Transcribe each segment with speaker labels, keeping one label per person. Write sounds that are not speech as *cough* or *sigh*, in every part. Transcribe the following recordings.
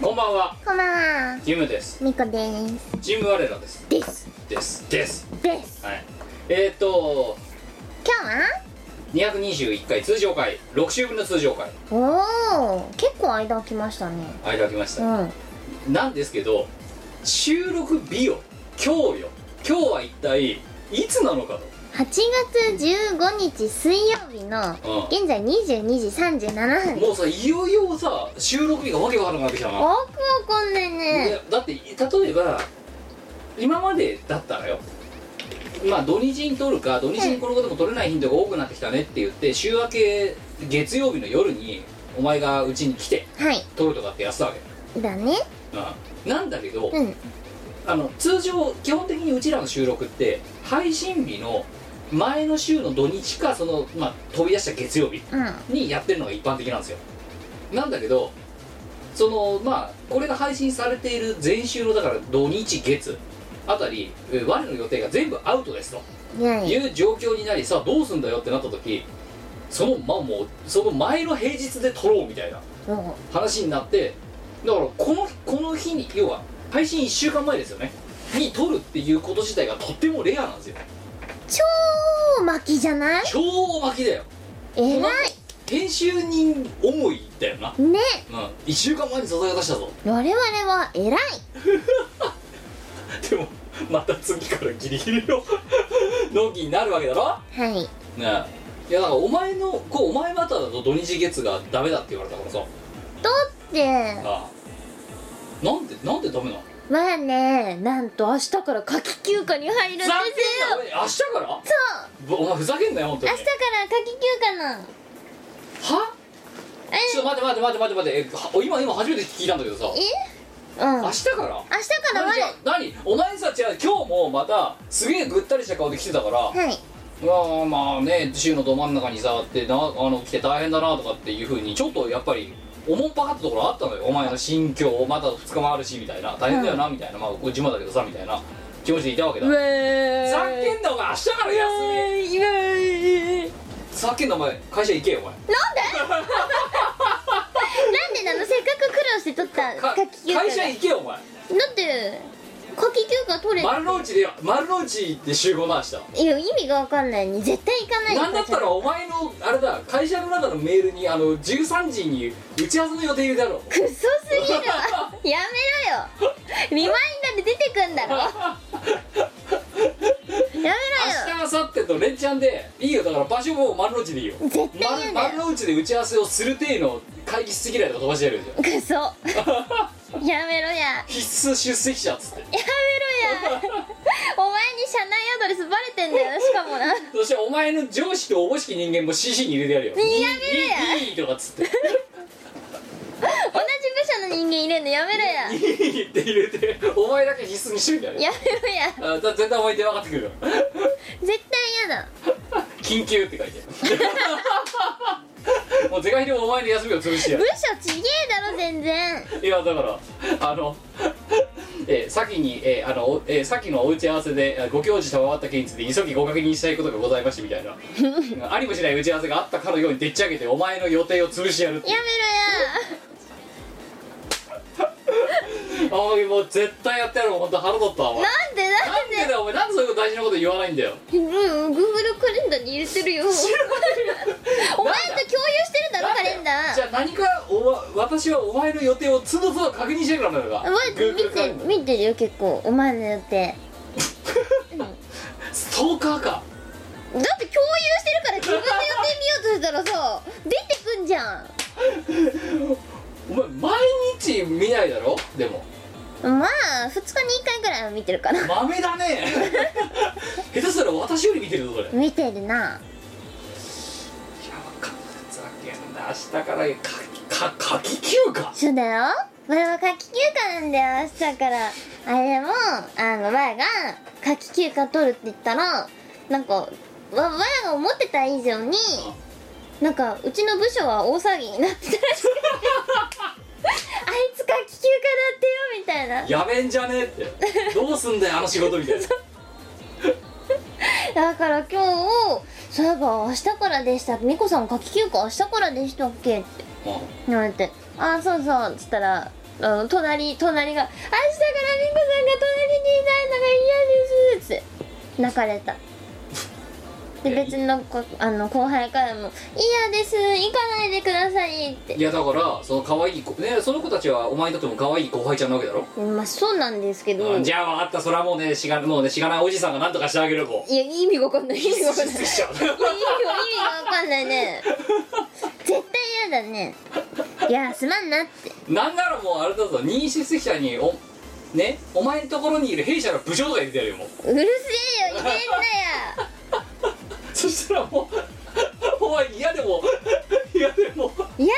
Speaker 1: こんばんは
Speaker 2: こんばんは
Speaker 1: ジムです
Speaker 2: みこです
Speaker 1: ジム我らです
Speaker 2: です
Speaker 1: ですです
Speaker 2: です
Speaker 1: はいえー、っと
Speaker 2: 今日は
Speaker 1: 221回通常回6週分の通常回
Speaker 2: おお結構間空きましたね
Speaker 1: 間空きまし
Speaker 2: う
Speaker 1: た、
Speaker 2: ん
Speaker 1: なんですけど収録日よ今日よ今日は一体いつなのか
Speaker 2: 8月15日水曜日
Speaker 1: う
Speaker 2: の
Speaker 1: ん
Speaker 2: 現在22時
Speaker 1: と
Speaker 2: 37分
Speaker 1: もうさいよいよさ収録日がわけわからなくなってきたな
Speaker 2: 多く怒んないね
Speaker 1: でだって例えば今までだったらよまあ土日に撮るか土日にこのことも撮れない頻度が多くなってきたねって言って週明け月曜日の夜にお前がうちに来て
Speaker 2: はい
Speaker 1: 撮るとかってやってたわけ、
Speaker 2: だね
Speaker 1: うん、なんだけど、
Speaker 2: うん
Speaker 1: あの通常基本的にうちらの収録って配信日の前の週の土日かその、まあ、飛び出した月曜日
Speaker 2: うん
Speaker 1: にやってるのが一般的なんですよなんだけどそのまあこれが配信されている前週のだから土日月あたりえー我の予定が全部アウトですと
Speaker 2: いやい
Speaker 1: い
Speaker 2: や
Speaker 1: う状況になりさあどうすんだよってなった時そのまあもうその前の平日で撮ろうみたいな
Speaker 2: お
Speaker 1: 話になってだからこのこの日に要は配信1週間前ですよねに撮るっていうこと自体がとってもレアなんですよ
Speaker 2: 超巻きじゃない
Speaker 1: 超巻きだよ
Speaker 2: 偉
Speaker 1: 編集人思いだよない
Speaker 2: ね
Speaker 1: うん、1週間前に素材を出したぞ
Speaker 2: 我々は偉い
Speaker 1: でもまた次からギリギリの *laughs* 納期になるわけだろ
Speaker 2: はい
Speaker 1: ねえいやだからお前のこうお前まただと土日月がダメだって言われたからさ
Speaker 2: だって
Speaker 1: ああなんでなんでダメなの
Speaker 2: まあねなんと明日から夏季休暇に入るんですよ
Speaker 1: 残念だ明日から
Speaker 2: そう
Speaker 1: ぶお前ふざけんなよ本当
Speaker 2: 明
Speaker 1: に
Speaker 2: 日から夏季休暇なの
Speaker 1: は
Speaker 2: え
Speaker 1: ちょっと待って待って待って待って待ってえは今今初めて聞いたんだけどさ
Speaker 2: えうん
Speaker 1: 明
Speaker 2: 明
Speaker 1: 日から
Speaker 2: 日から
Speaker 1: 何
Speaker 2: 我
Speaker 1: じゃあ何お前さ違う今日もまたすげえぐったりした顔で来てたから
Speaker 2: はい
Speaker 1: いやーまあね週のど真ん中にさってなあの来て大変だなとかっていうふうにちょっとやっぱりおもんぱかったところあったのよお前の心境まだ2日もあるしみたいな大変だよなみたいな、まあこっちもだけどさみたいな気持ちでいたわけだ
Speaker 2: う
Speaker 1: ふ
Speaker 2: え
Speaker 1: ざけんなお前明日から休
Speaker 2: イエーイ
Speaker 1: みふざけんなお前会社行けよお前
Speaker 2: なんでなんでなのせっかく苦労して取った
Speaker 1: か
Speaker 2: 夏季休
Speaker 1: 会
Speaker 2: 暇
Speaker 1: 社
Speaker 2: だ
Speaker 1: 行けよお前
Speaker 2: って夏季休暇取れ
Speaker 1: 丸の内で丸の内行って集合なした
Speaker 2: いや意味がわかんないね絶対行かないよ
Speaker 1: なんだったらお前のあれだ会社の中のメールにあの13時に打ち合わせの予定入れてあろう
Speaker 2: クソすぎ
Speaker 1: *laughs*
Speaker 2: るわやめろよリマインダーで出てくんだろ
Speaker 1: 明
Speaker 2: やめ
Speaker 1: 日明後日と連チャンでいいよだから場所も丸の内でいいよ
Speaker 2: 絶
Speaker 1: ま
Speaker 2: 対嫌だよ
Speaker 1: 丸の内で打ち合わせをする程の会議室嫌いとか飛ばしてやるじゃん
Speaker 2: ろよクソやめろや
Speaker 1: 必須出席者っつって
Speaker 2: やめろやお前に社内アドレスバレてんだよしかもな
Speaker 1: そしてお前の上司とおぼしき人間も CC に入れてやるよ
Speaker 2: やめ
Speaker 1: いいいいいいとかっつって
Speaker 2: 同じ部署の人間入れんのやめろや
Speaker 1: いいって入れてお前だけ必須にしといてやるよ
Speaker 2: やめろや
Speaker 1: あだ絶対お前電話かかってくるよ
Speaker 2: 絶対嫌だ
Speaker 1: 緊急って書い *laughs* てあるもう是が非でもお前の休みを潰してや
Speaker 2: 部
Speaker 1: る
Speaker 2: 署ちげえだろ全然
Speaker 1: いやだからあの *laughs* えー先に、えーあのおえー先のお打ち合わせでえーご教示賜った件について急ぎご確認したいことがございましてみたいな
Speaker 2: *laughs*
Speaker 1: ありもしない打ち合わせがあったかのようにでっち上げてお前の予定を潰してやるってい
Speaker 2: や
Speaker 1: う
Speaker 2: め
Speaker 1: あお前もう絶対やってやるもん本当腹立ったわお前
Speaker 2: ろや
Speaker 1: なんでだよお前なんでそういうこと大事なこと言わないんだよ
Speaker 2: なんでだうん Google カレンダーに入れてるよお前と共有してるだろカレンダ
Speaker 1: なんだよ
Speaker 2: ー
Speaker 1: じゃあ何かおわ私はお前の予定を都度都度確認してるからなのか
Speaker 2: 覚えて
Speaker 1: Google カレンダ
Speaker 2: 見
Speaker 1: ー
Speaker 2: て見てるよ結構お前の予定
Speaker 1: ストーカーか
Speaker 2: だって共有してるから自分の予定見ようとしたらさ出てくんじゃん
Speaker 1: お前毎日見ないだろでも
Speaker 2: まあ2日に1回ぐらいは見てるかな
Speaker 1: 豆だね *laughs* 下手したら私より見てるぞそれいや
Speaker 2: 見てるな
Speaker 1: わかんないふざけんな明日からかか夏季休暇
Speaker 2: そうだよ前は夏季休暇なんだよ明日からあれもあの前が夏季休暇取るって言ったらなんかわ前が思ってた以上になんかうちの部署は大騒ぎになってたらしくてあいつ夏季休暇だってよみたいな
Speaker 1: やめんじゃねえってどうすんだよあの仕事みたいな
Speaker 2: だから今日そういえば明日からでした美子さん夏季休暇明日からでしたっけって
Speaker 1: うん
Speaker 2: 言われて「ああそうそう」っつったらあの隣隣が「明日からみこさんが隣にいないのが嫌です」って泣かれたで
Speaker 1: え
Speaker 2: 別の子あの後輩からも「嫌です行かないでください」って
Speaker 1: いやだからその可愛い子ねその子たちはお前にとっても可愛い後輩ちゃんなわけだろ、
Speaker 2: まあそうなんですけ
Speaker 1: う
Speaker 2: ど
Speaker 1: んじゃあ分かったそれはもうねしがもうねしがないおじさんが何とかしてあげるもう
Speaker 2: いや意味わかんない意味わかんない意味
Speaker 1: い
Speaker 2: わ意味がわかんないね絶対嫌だねいやすまんなって
Speaker 1: *laughs* なんならもうあれだぞ妊娠してきたにおねお前のところにいる弊社の部長とか入れてやるよもう
Speaker 2: うるせえよいけんなよ
Speaker 1: そしたらもう *laughs* お前嫌でも嫌でも
Speaker 2: いや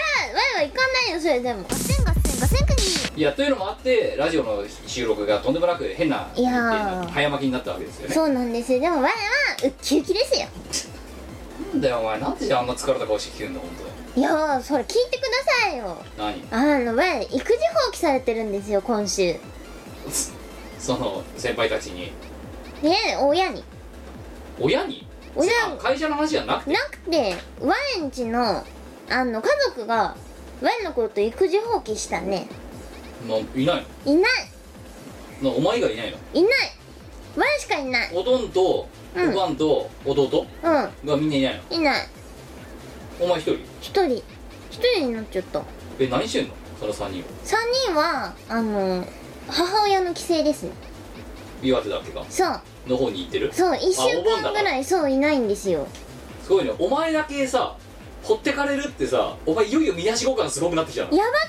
Speaker 2: ワイは行かないよそれでもガセンガセンガセンク
Speaker 1: いやというのもあってラジオの収録がとんでもなく変ない
Speaker 2: やー
Speaker 1: 早巻きになったわけですよ
Speaker 2: ニ
Speaker 1: ね
Speaker 2: そうなんですよでもワイはウッキウキですよ
Speaker 1: なんだよお前なんでじゃあんな疲れた顔してきてんだ本
Speaker 2: いやそれ聞いてくださいよ
Speaker 1: 当何
Speaker 2: あのワイ育児放棄されてるんですよ今週ね
Speaker 1: その先輩たちに
Speaker 2: 親に
Speaker 1: 親に
Speaker 2: 親
Speaker 1: あ会社の話じゃなくて
Speaker 2: なくてワイんちのあの家族がワイのこと育児放棄したね
Speaker 1: もういない
Speaker 2: いない
Speaker 1: のなお前以外いないの
Speaker 2: いないワンしかいない
Speaker 1: おとんと
Speaker 2: うん
Speaker 1: おかんと弟
Speaker 2: う
Speaker 1: がみんないないの
Speaker 2: んいない
Speaker 1: お前一人
Speaker 2: 一人一人になっちゃった
Speaker 1: え何してんのその3人は
Speaker 2: 三人はあの母親の帰省ですね
Speaker 1: 岩手だっけか
Speaker 2: そう
Speaker 1: の方に行ってる
Speaker 2: そう一週
Speaker 1: あお盆だか
Speaker 2: 間
Speaker 1: ら
Speaker 2: ぐらいそういないんですよ
Speaker 1: すごいねお前だけさほってかれるってさお前いよいよみなしご感すごくなってきたの
Speaker 2: やばくない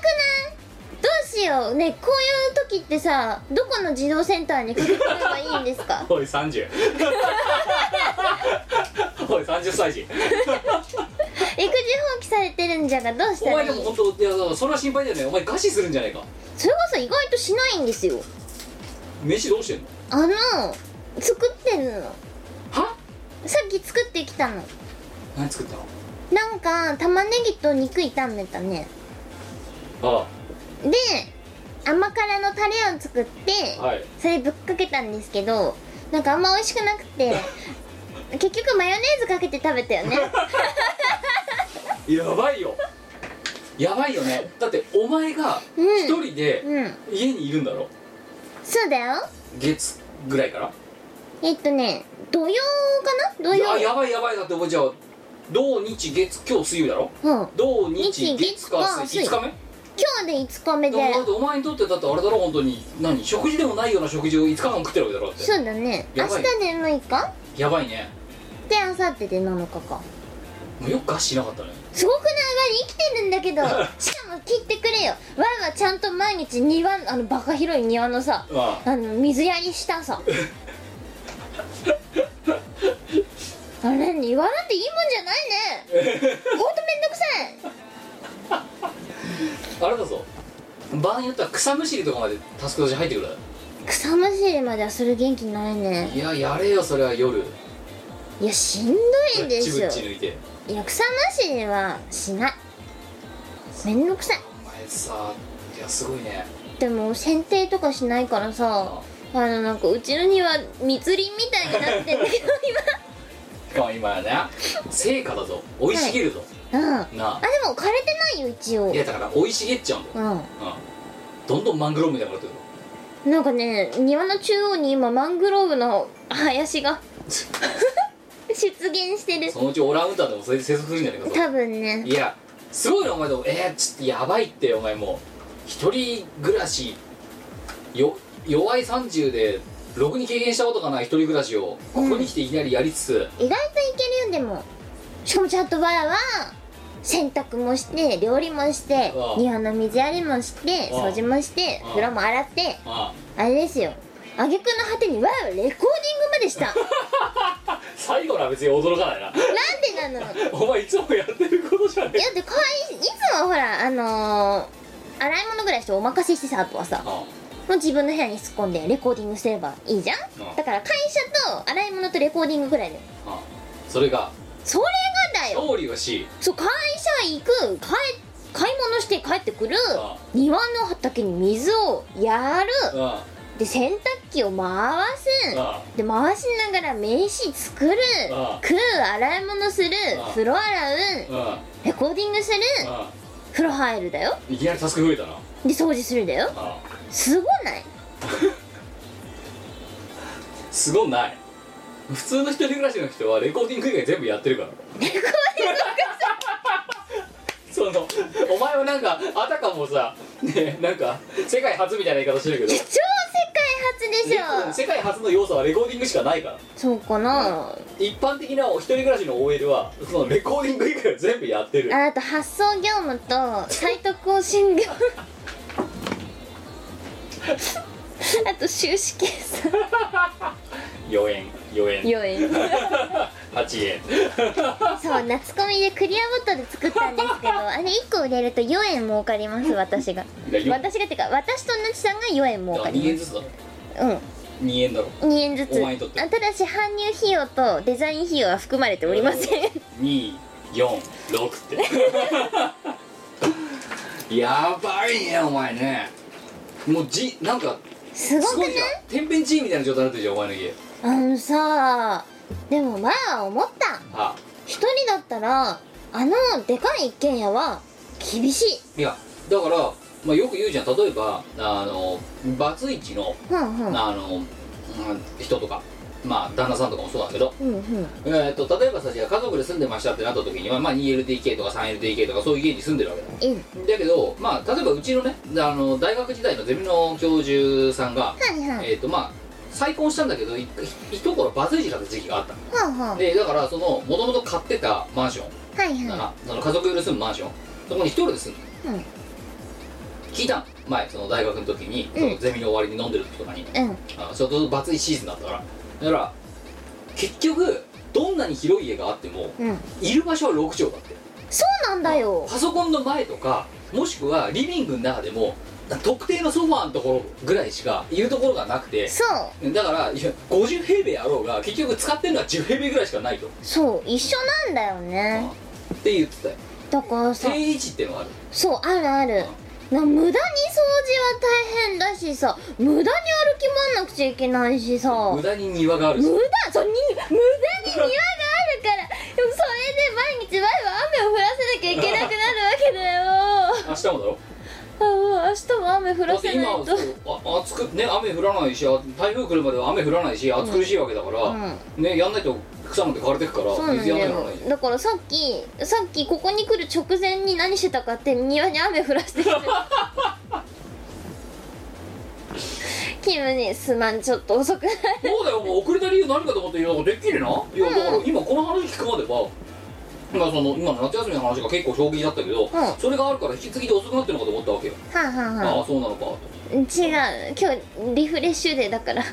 Speaker 2: どうしようねこういう時ってさどこの児童センターにかけてればいいんです
Speaker 1: *laughs*
Speaker 2: か
Speaker 1: おい30おい30歳児
Speaker 2: 育児放棄されてるんじゃがどうし
Speaker 1: お
Speaker 2: たら
Speaker 1: 前
Speaker 2: い
Speaker 1: で
Speaker 2: い
Speaker 1: も本当いやそれは心配だよねお前餓死するんじゃないか
Speaker 2: それこそ意外としないんですよ
Speaker 1: 飯どうしてんの
Speaker 2: あの作ってんの
Speaker 1: は
Speaker 2: さっき作ってきたの
Speaker 1: 何作ったの
Speaker 2: なんか玉ねぎと肉炒めたね
Speaker 1: あ
Speaker 2: で甘辛のタレを作って
Speaker 1: あはい
Speaker 2: それぶっかけたんですけどなんかあんま美味しくなくて
Speaker 1: *laughs*
Speaker 2: 結局マヨネーズかけて食べたよね
Speaker 1: やばいよやばいよねだってお前が
Speaker 2: うん
Speaker 1: 一人で
Speaker 2: うん
Speaker 1: 家にいるんだろ
Speaker 2: そうだよ
Speaker 1: 月ぐらいから
Speaker 2: えっとね土曜かな土
Speaker 1: いや
Speaker 2: 曜
Speaker 1: やばいやばいだってお前じゃあ土日月今日水曜日だろ
Speaker 2: うん今
Speaker 1: 土日
Speaker 2: 日
Speaker 1: 月
Speaker 2: 月
Speaker 1: 火
Speaker 2: 火
Speaker 1: 水
Speaker 2: 水
Speaker 1: 5日目
Speaker 2: 日で5日目で
Speaker 1: だってお前にとってだってあれだろ本当に何食事でもないような食事を5日間食ってるわけだろだって
Speaker 2: そうだね明
Speaker 1: や
Speaker 2: 日
Speaker 1: ばい
Speaker 2: で6日
Speaker 1: やばいね
Speaker 2: で明後日で7日か
Speaker 1: もうよく餓死しなかったね
Speaker 2: すごくないわい生きてるんだけ
Speaker 1: *laughs*
Speaker 2: どしかも切ってくれよわいはちゃんと毎日庭あのバカ広い庭のさ
Speaker 1: *laughs* あ
Speaker 2: あの水やりし
Speaker 1: *laughs*
Speaker 2: たさあれ庭だっていいもんじゃないねほんとめんどくさい
Speaker 1: ああれだぞ場合によっては草むしりとかまでタスクとして入ってくるだろ
Speaker 2: 草むしりまではする元気ないね
Speaker 1: いややれよそれは夜
Speaker 2: いやしんど
Speaker 1: ぶ
Speaker 2: い
Speaker 1: っ
Speaker 2: で
Speaker 1: ち
Speaker 2: し
Speaker 1: ぶ
Speaker 2: ょ
Speaker 1: っち抜いて
Speaker 2: いや草むしりはしないめんどくさい
Speaker 1: お前さいやすごいね
Speaker 2: でも剪定とかしないからさ
Speaker 1: あ
Speaker 2: あのなんかうちの庭密林みたいになってん
Speaker 1: *laughs*
Speaker 2: だけど
Speaker 1: しかも今やね成果だぞ生い茂るぞ、
Speaker 2: 今うんあ
Speaker 1: な
Speaker 2: でも枯れてないよ一応
Speaker 1: あいやだから生い茂っちゃうんだよ、
Speaker 2: うん
Speaker 1: うん、どんどんマングローブみたいになってくる
Speaker 2: なんかね庭の中央に今マングローブの林が *laughs* 出現してる
Speaker 1: そのうちオランウータンでもそれで生息するんじゃないかと
Speaker 2: 多分ね
Speaker 1: いやすごいなお前でもえー、ちょっとやばいってお前もう一人暮らしよ弱い30でろくに経験したことがない一人暮らしをここに来ていきなりやりつつ、
Speaker 2: 意外といけるよでもしかもちゃんとわらは洗濯もして料理もして
Speaker 1: ああ
Speaker 2: 庭の水やりもして
Speaker 1: ああ
Speaker 2: 掃除もして
Speaker 1: ああ
Speaker 2: 風呂も洗って
Speaker 1: あ
Speaker 2: あれですよ挙句の果てにわらはレコーディングまでしたなん
Speaker 1: あ最後のは別に驚かないな *laughs*
Speaker 2: でなのいや
Speaker 1: お前いつもやってることじゃねえ
Speaker 2: でかいいつもほらあのー洗い物ぐらいしてお任せしてさあとはさ
Speaker 1: あ
Speaker 2: もう自分の部屋に突っ込んでレコーディングすればいいじゃん、
Speaker 1: ん
Speaker 2: だから会社と洗い物とレコーディングぐらいで
Speaker 1: あああそれが
Speaker 2: それがだよ
Speaker 1: 調理をし
Speaker 2: そう会社行く買い買い物して帰ってくる
Speaker 1: あ
Speaker 2: 庭の畑に水をやる
Speaker 1: あ
Speaker 2: で洗濯機を回す
Speaker 1: あ
Speaker 2: で回しながら飯作る
Speaker 1: あ
Speaker 2: 食う洗い物する
Speaker 1: あ
Speaker 2: 風呂洗う
Speaker 1: ああ
Speaker 2: レコーディングする
Speaker 1: あ
Speaker 2: 風呂入るだよ
Speaker 1: いきなりタスク増えたな
Speaker 2: で掃除するだよ
Speaker 1: あ
Speaker 2: すごない
Speaker 1: すごない普通の一人暮らしの人はレコーディング以外全部やってるからそのお前はなんかあたかもさねなんか世界初みたいな言い方してるけ
Speaker 2: い
Speaker 1: ど
Speaker 2: や超世界初でしょ
Speaker 1: 世界初の要素はレコーディングしかないから
Speaker 2: そうかな、
Speaker 1: 一般的なお一人暮らしの OL はそのレコーディング以外は全部やってる
Speaker 2: ああと発送業務とサイト更新業務あと収支計算
Speaker 1: 4円4円 *laughs*
Speaker 2: 4円
Speaker 1: 8円
Speaker 2: そう夏コミでクリアボットで作ったんですけどあれ1個売れると4円儲かります私が
Speaker 1: いやよ
Speaker 2: 私がってか私となちさんが4円儲か
Speaker 1: 2
Speaker 2: り
Speaker 1: 円
Speaker 2: ま
Speaker 1: ずつだろ
Speaker 2: すうん
Speaker 1: 2円だろ
Speaker 2: 2円ずつ
Speaker 1: お前にとって
Speaker 2: あただし搬入費用とデザイン費用は含まれておりません
Speaker 1: 246って *laughs* やばいねお前ねもうじなんか
Speaker 2: すご
Speaker 1: す
Speaker 2: くな
Speaker 1: ご
Speaker 2: い
Speaker 1: いじゃん天変地異みたいな状態になってるじゃんお前の家
Speaker 2: あのさでも前は思った
Speaker 1: はあ
Speaker 2: 一人だったらあのでかい一軒家は厳しい
Speaker 1: いやだから、まあ、よく言うじゃん例えばあのバツイチの
Speaker 2: ふんふん
Speaker 1: あの、うん人とかまあ旦那さんとかもそうだけど
Speaker 2: うんふん
Speaker 1: えー、と例えばさじゃあ家族で住んでましたってなった時には、まあ、2LDK とか 3LDK とかそういう家に住んでるわけだよ
Speaker 2: いい
Speaker 1: だけど、まあ、例えばうちのねあの大学時代のゼミの教授さんが、
Speaker 2: はいはい
Speaker 1: えーとまあ、再婚したんだけどいい一頃バツイチだった時期があったの
Speaker 2: はんはんはい
Speaker 1: でだからそのもともと買ってたマンションだ
Speaker 2: は
Speaker 1: な、その家族用で住むマンションそこに一人で住んでる
Speaker 2: いうん
Speaker 1: 聞いたの前その大学の時に、そのゼミの終わりに飲んでる時とかに、
Speaker 2: うん
Speaker 1: あちょうどバツイチシーズンだったからだから結局どんなに広い家があっても
Speaker 2: うん
Speaker 1: いる場所は6畳だって
Speaker 2: そうなんだよ
Speaker 1: パソコンの前とかもしくはリビングの中でも特定のソファーのところぐらいしかいるところがなくて
Speaker 2: そう
Speaker 1: だからいや50平米あろうが結局使ってるのは10平米ぐらいしかないと、
Speaker 2: そう一緒なんだよね
Speaker 1: って言ってたよ
Speaker 2: だからさ
Speaker 1: 定位置っていうのがある
Speaker 2: そうあるあるな無駄に掃除は大変だしさ無駄に歩き回んなくちゃいけないしさ
Speaker 1: 無駄に庭があるし
Speaker 2: 無駄そうに無駄に庭があるからでもそれで毎日前は雨を降らせなきゃいけなくなるわけだよ
Speaker 1: 明日もだろ
Speaker 2: あもう明日も雨降
Speaker 1: だ
Speaker 2: ら
Speaker 1: って
Speaker 2: せな
Speaker 1: 今
Speaker 2: い
Speaker 1: は
Speaker 2: と
Speaker 1: あ暑くね雨降らないしあ台風来るまでは雨降らないし暑苦しいわけだから、
Speaker 2: うん
Speaker 1: ねやんないと草まで枯れてくか
Speaker 2: そう
Speaker 1: ら
Speaker 2: なんだ
Speaker 1: 水やんないなら
Speaker 2: よ
Speaker 1: ない
Speaker 2: だからさっきさっきここに来る直前に何してたかって庭に雨降らしてきて
Speaker 1: *laughs*
Speaker 2: キムにすまんちょっと遅くなる
Speaker 1: そうだよもう遅れた理由何かと思っていやでっきりないやだから今この話聞くまではまあその今の夏休みの話が結構衝撃だったけど、
Speaker 2: ん
Speaker 1: それがあるから引き継ぎで遅くなってるのかと思ったわけよ、
Speaker 2: はあはあはあ
Speaker 1: ああそうなのかと
Speaker 2: 違う今日リフレッシュデーだから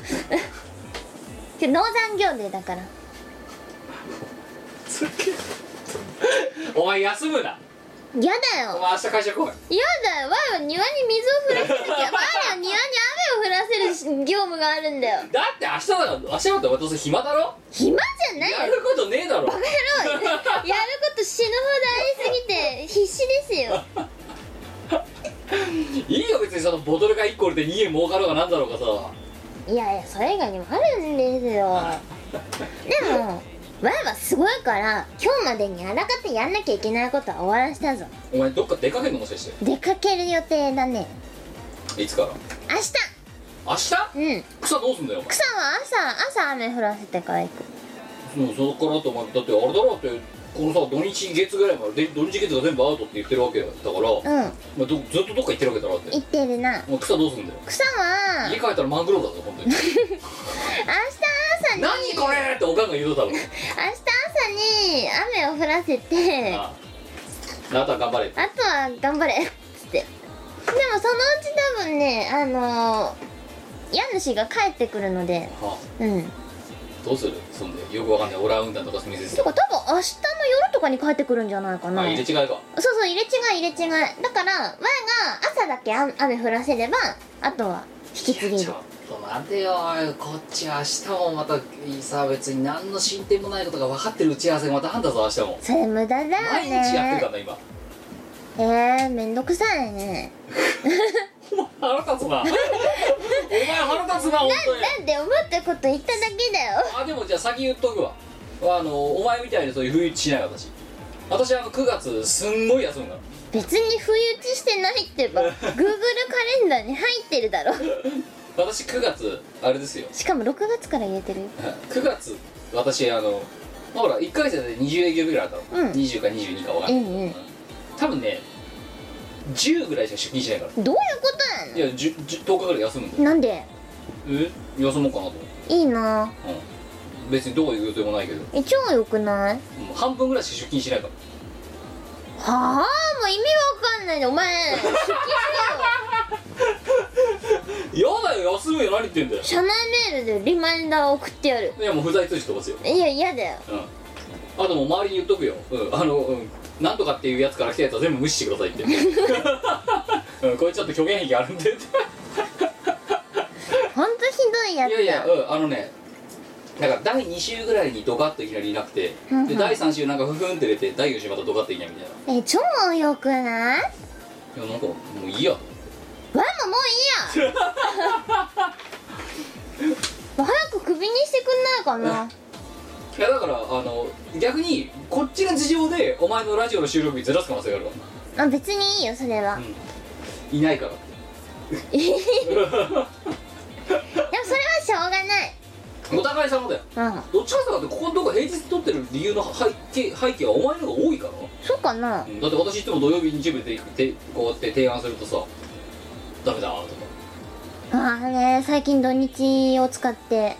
Speaker 2: 今日農産業デーだから
Speaker 1: *laughs* お前休むな
Speaker 2: やだ
Speaker 1: お
Speaker 2: よ
Speaker 1: 前明日会社来い
Speaker 2: やだよわいは庭に水を降らせなきゃわいは庭に雨を降らせる業務があるんだよ
Speaker 1: だって明日だろ明日だってどうせ暇だろ
Speaker 2: 暇じゃない
Speaker 1: や
Speaker 2: よ
Speaker 1: ることねえだろ
Speaker 2: *laughs* やろうやること死ぬほどありすぎて必死ですよ
Speaker 1: いいよ別にそのボトルが1個売れて2円儲かろうがなんだろうかさ
Speaker 2: いやいやそれ以外にもあるんですよでもわいはすごいから今日までにあらかたやんなきゃいけないことは終わらしたぞ
Speaker 1: お前どっか出かけんのもしかし
Speaker 2: 出かける予定だね
Speaker 1: ていつから
Speaker 2: 明
Speaker 1: 明日
Speaker 2: 日うん
Speaker 1: 草どうすんだよお前
Speaker 2: 草は朝朝雨降らせてから行く
Speaker 1: もうそこからと思ってだってあれだろだってこのさ土日月ぐらいまでで土日月が全部アウトって言ってるわけだから、ま
Speaker 2: うん
Speaker 1: あ、どずっとどっか行ってるわけだろだって
Speaker 2: 行ってるな
Speaker 1: もう草どうすんだよ
Speaker 2: 草は
Speaker 1: 家帰ったらマングローブだぞ本当に
Speaker 2: 明日朝に明
Speaker 1: 何これっておかんが言うとったの
Speaker 2: 日朝に雨を降らせてあ
Speaker 1: あああとは頑張れ
Speaker 2: とは頑張れ *laughs* っつってでもそのうち多分ねあのー家主が帰ってくるので
Speaker 1: は
Speaker 2: うん
Speaker 1: あどうするそんでよくわかんないオランウータンとか見せて
Speaker 2: てか多分明日の夜とかに帰ってくるんじゃないか
Speaker 1: あ
Speaker 2: な
Speaker 1: 入れ
Speaker 2: そう
Speaker 1: 違いか
Speaker 2: そう入れ違い入れ違いだから我が朝だけ雨雨降らせればあとは引き継ぎ
Speaker 1: ち
Speaker 2: で
Speaker 1: ょっと待てよこっち明日もまたいいさ別に何の進展もないことが分かってる打ち合わせがまたあんだぞ明日も
Speaker 2: それ無駄だよね
Speaker 1: 毎日やってるからな今
Speaker 2: えー、めんどくさいね
Speaker 1: お前腹立つなお前腹立つな本当に
Speaker 2: なんで思ったこと言っただけだよ
Speaker 1: あでもじゃあ先言っとくわあのお前みたいにそういう不一致しない私私あの9月すんごい休むから
Speaker 2: 別に不意打ちしてないって言
Speaker 1: *laughs*
Speaker 2: えば Google カレンダーに入ってるだろ
Speaker 1: 私9月あれですよ
Speaker 2: しかも6月から入れてるよ
Speaker 1: 9月私あのほら1ヶ月で20営業日ぐらいあったの、
Speaker 2: うん
Speaker 1: 20か22か分かんないけど、
Speaker 2: うんうん
Speaker 1: 多分ね10ぐらいしか出勤しないから
Speaker 2: どういうこ
Speaker 1: いや 10, 10, 日ぐらい休むんだ
Speaker 2: と
Speaker 1: よ
Speaker 2: なのなんで
Speaker 1: え休もうかなと思って、
Speaker 2: いいな
Speaker 1: うん、別にどういう予定もないけど
Speaker 2: え超良くない
Speaker 1: もう半分ぐらいしか出勤しないから
Speaker 2: はあもう意味わかんないでお前出勤しろよ
Speaker 1: 嫌だよ休むよ何言ってんだよ
Speaker 2: 社内メールでリマインダー送ってやる
Speaker 1: いやもう不在通知飛ばすよ
Speaker 2: いや嫌だよ
Speaker 1: うんあともう周りに言っとくよ、うん、あの、うん、なんとかっていうやつから来たやつは全部無視してくださいって、 *laughs* うん、これちょっと虚言癖あるんでって
Speaker 2: ほんとひどいやつ
Speaker 1: いやいや、うん、あのねなんか第2週ぐらいにドカッといきなりいなくて、
Speaker 2: うんうん
Speaker 1: で第3週なんかフフンって出て第4週またドカッといないみたい
Speaker 2: え超良くない
Speaker 1: ないやなんかもういいや
Speaker 2: ワンももういいやもう早くクビにしてくんないかない
Speaker 1: やだからあの逆にこっちの事情でお前のラジオの収録日ずらす可能性があるわ、
Speaker 2: あ別にいいよそれは
Speaker 1: いない
Speaker 2: *laughs*
Speaker 1: から
Speaker 2: でもそれはしょうがな
Speaker 1: お互い様だよ
Speaker 2: いうん
Speaker 1: どっちかというとここのとこ平日撮ってる理由の背景背景はお前の方が多いから
Speaker 2: そうかな
Speaker 1: うんだって私いつも土曜日日曜日でてこうやって提案するとさダメだとか
Speaker 2: ああね最近土日を使って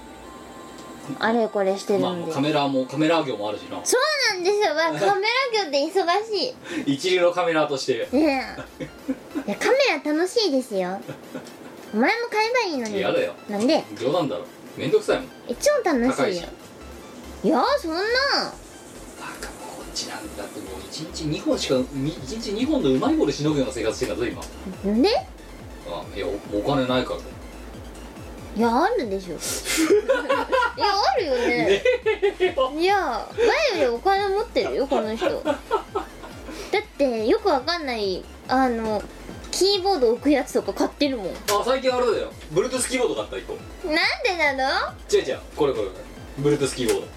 Speaker 2: あれこれして
Speaker 1: まあ
Speaker 2: るんで
Speaker 1: カメラもカメラ業もあるしな
Speaker 2: そうなんですよ、まあ、カメラ業で忙し
Speaker 1: 一流のカメラとして
Speaker 2: いねえいやカメラ楽しいですよお前も買えばいいのに
Speaker 1: やだよ
Speaker 2: なんで
Speaker 1: 冗談だろめんどくさいもん
Speaker 2: え超
Speaker 1: 高
Speaker 2: 楽
Speaker 1: い
Speaker 2: し
Speaker 1: し
Speaker 2: いよいやそんな
Speaker 1: バカもうこっちなんだってもう一日2本しかみ一日2本のうまい棒でしのぐような生活してんだぞ今
Speaker 2: なんで
Speaker 1: あいやおお金ないから
Speaker 2: いやあるで
Speaker 1: *laughs*
Speaker 2: しょいやあるよね
Speaker 1: ねえよ
Speaker 2: いや前よりお金持ってるよこの人だってよくわかんないあのキーボード置くやつとか買ってるもんなん
Speaker 1: あ最近あれだよ Bluetooth キーボード買った1個
Speaker 2: でなの
Speaker 1: 違う違うこれこれこれ Bluetooth キーボード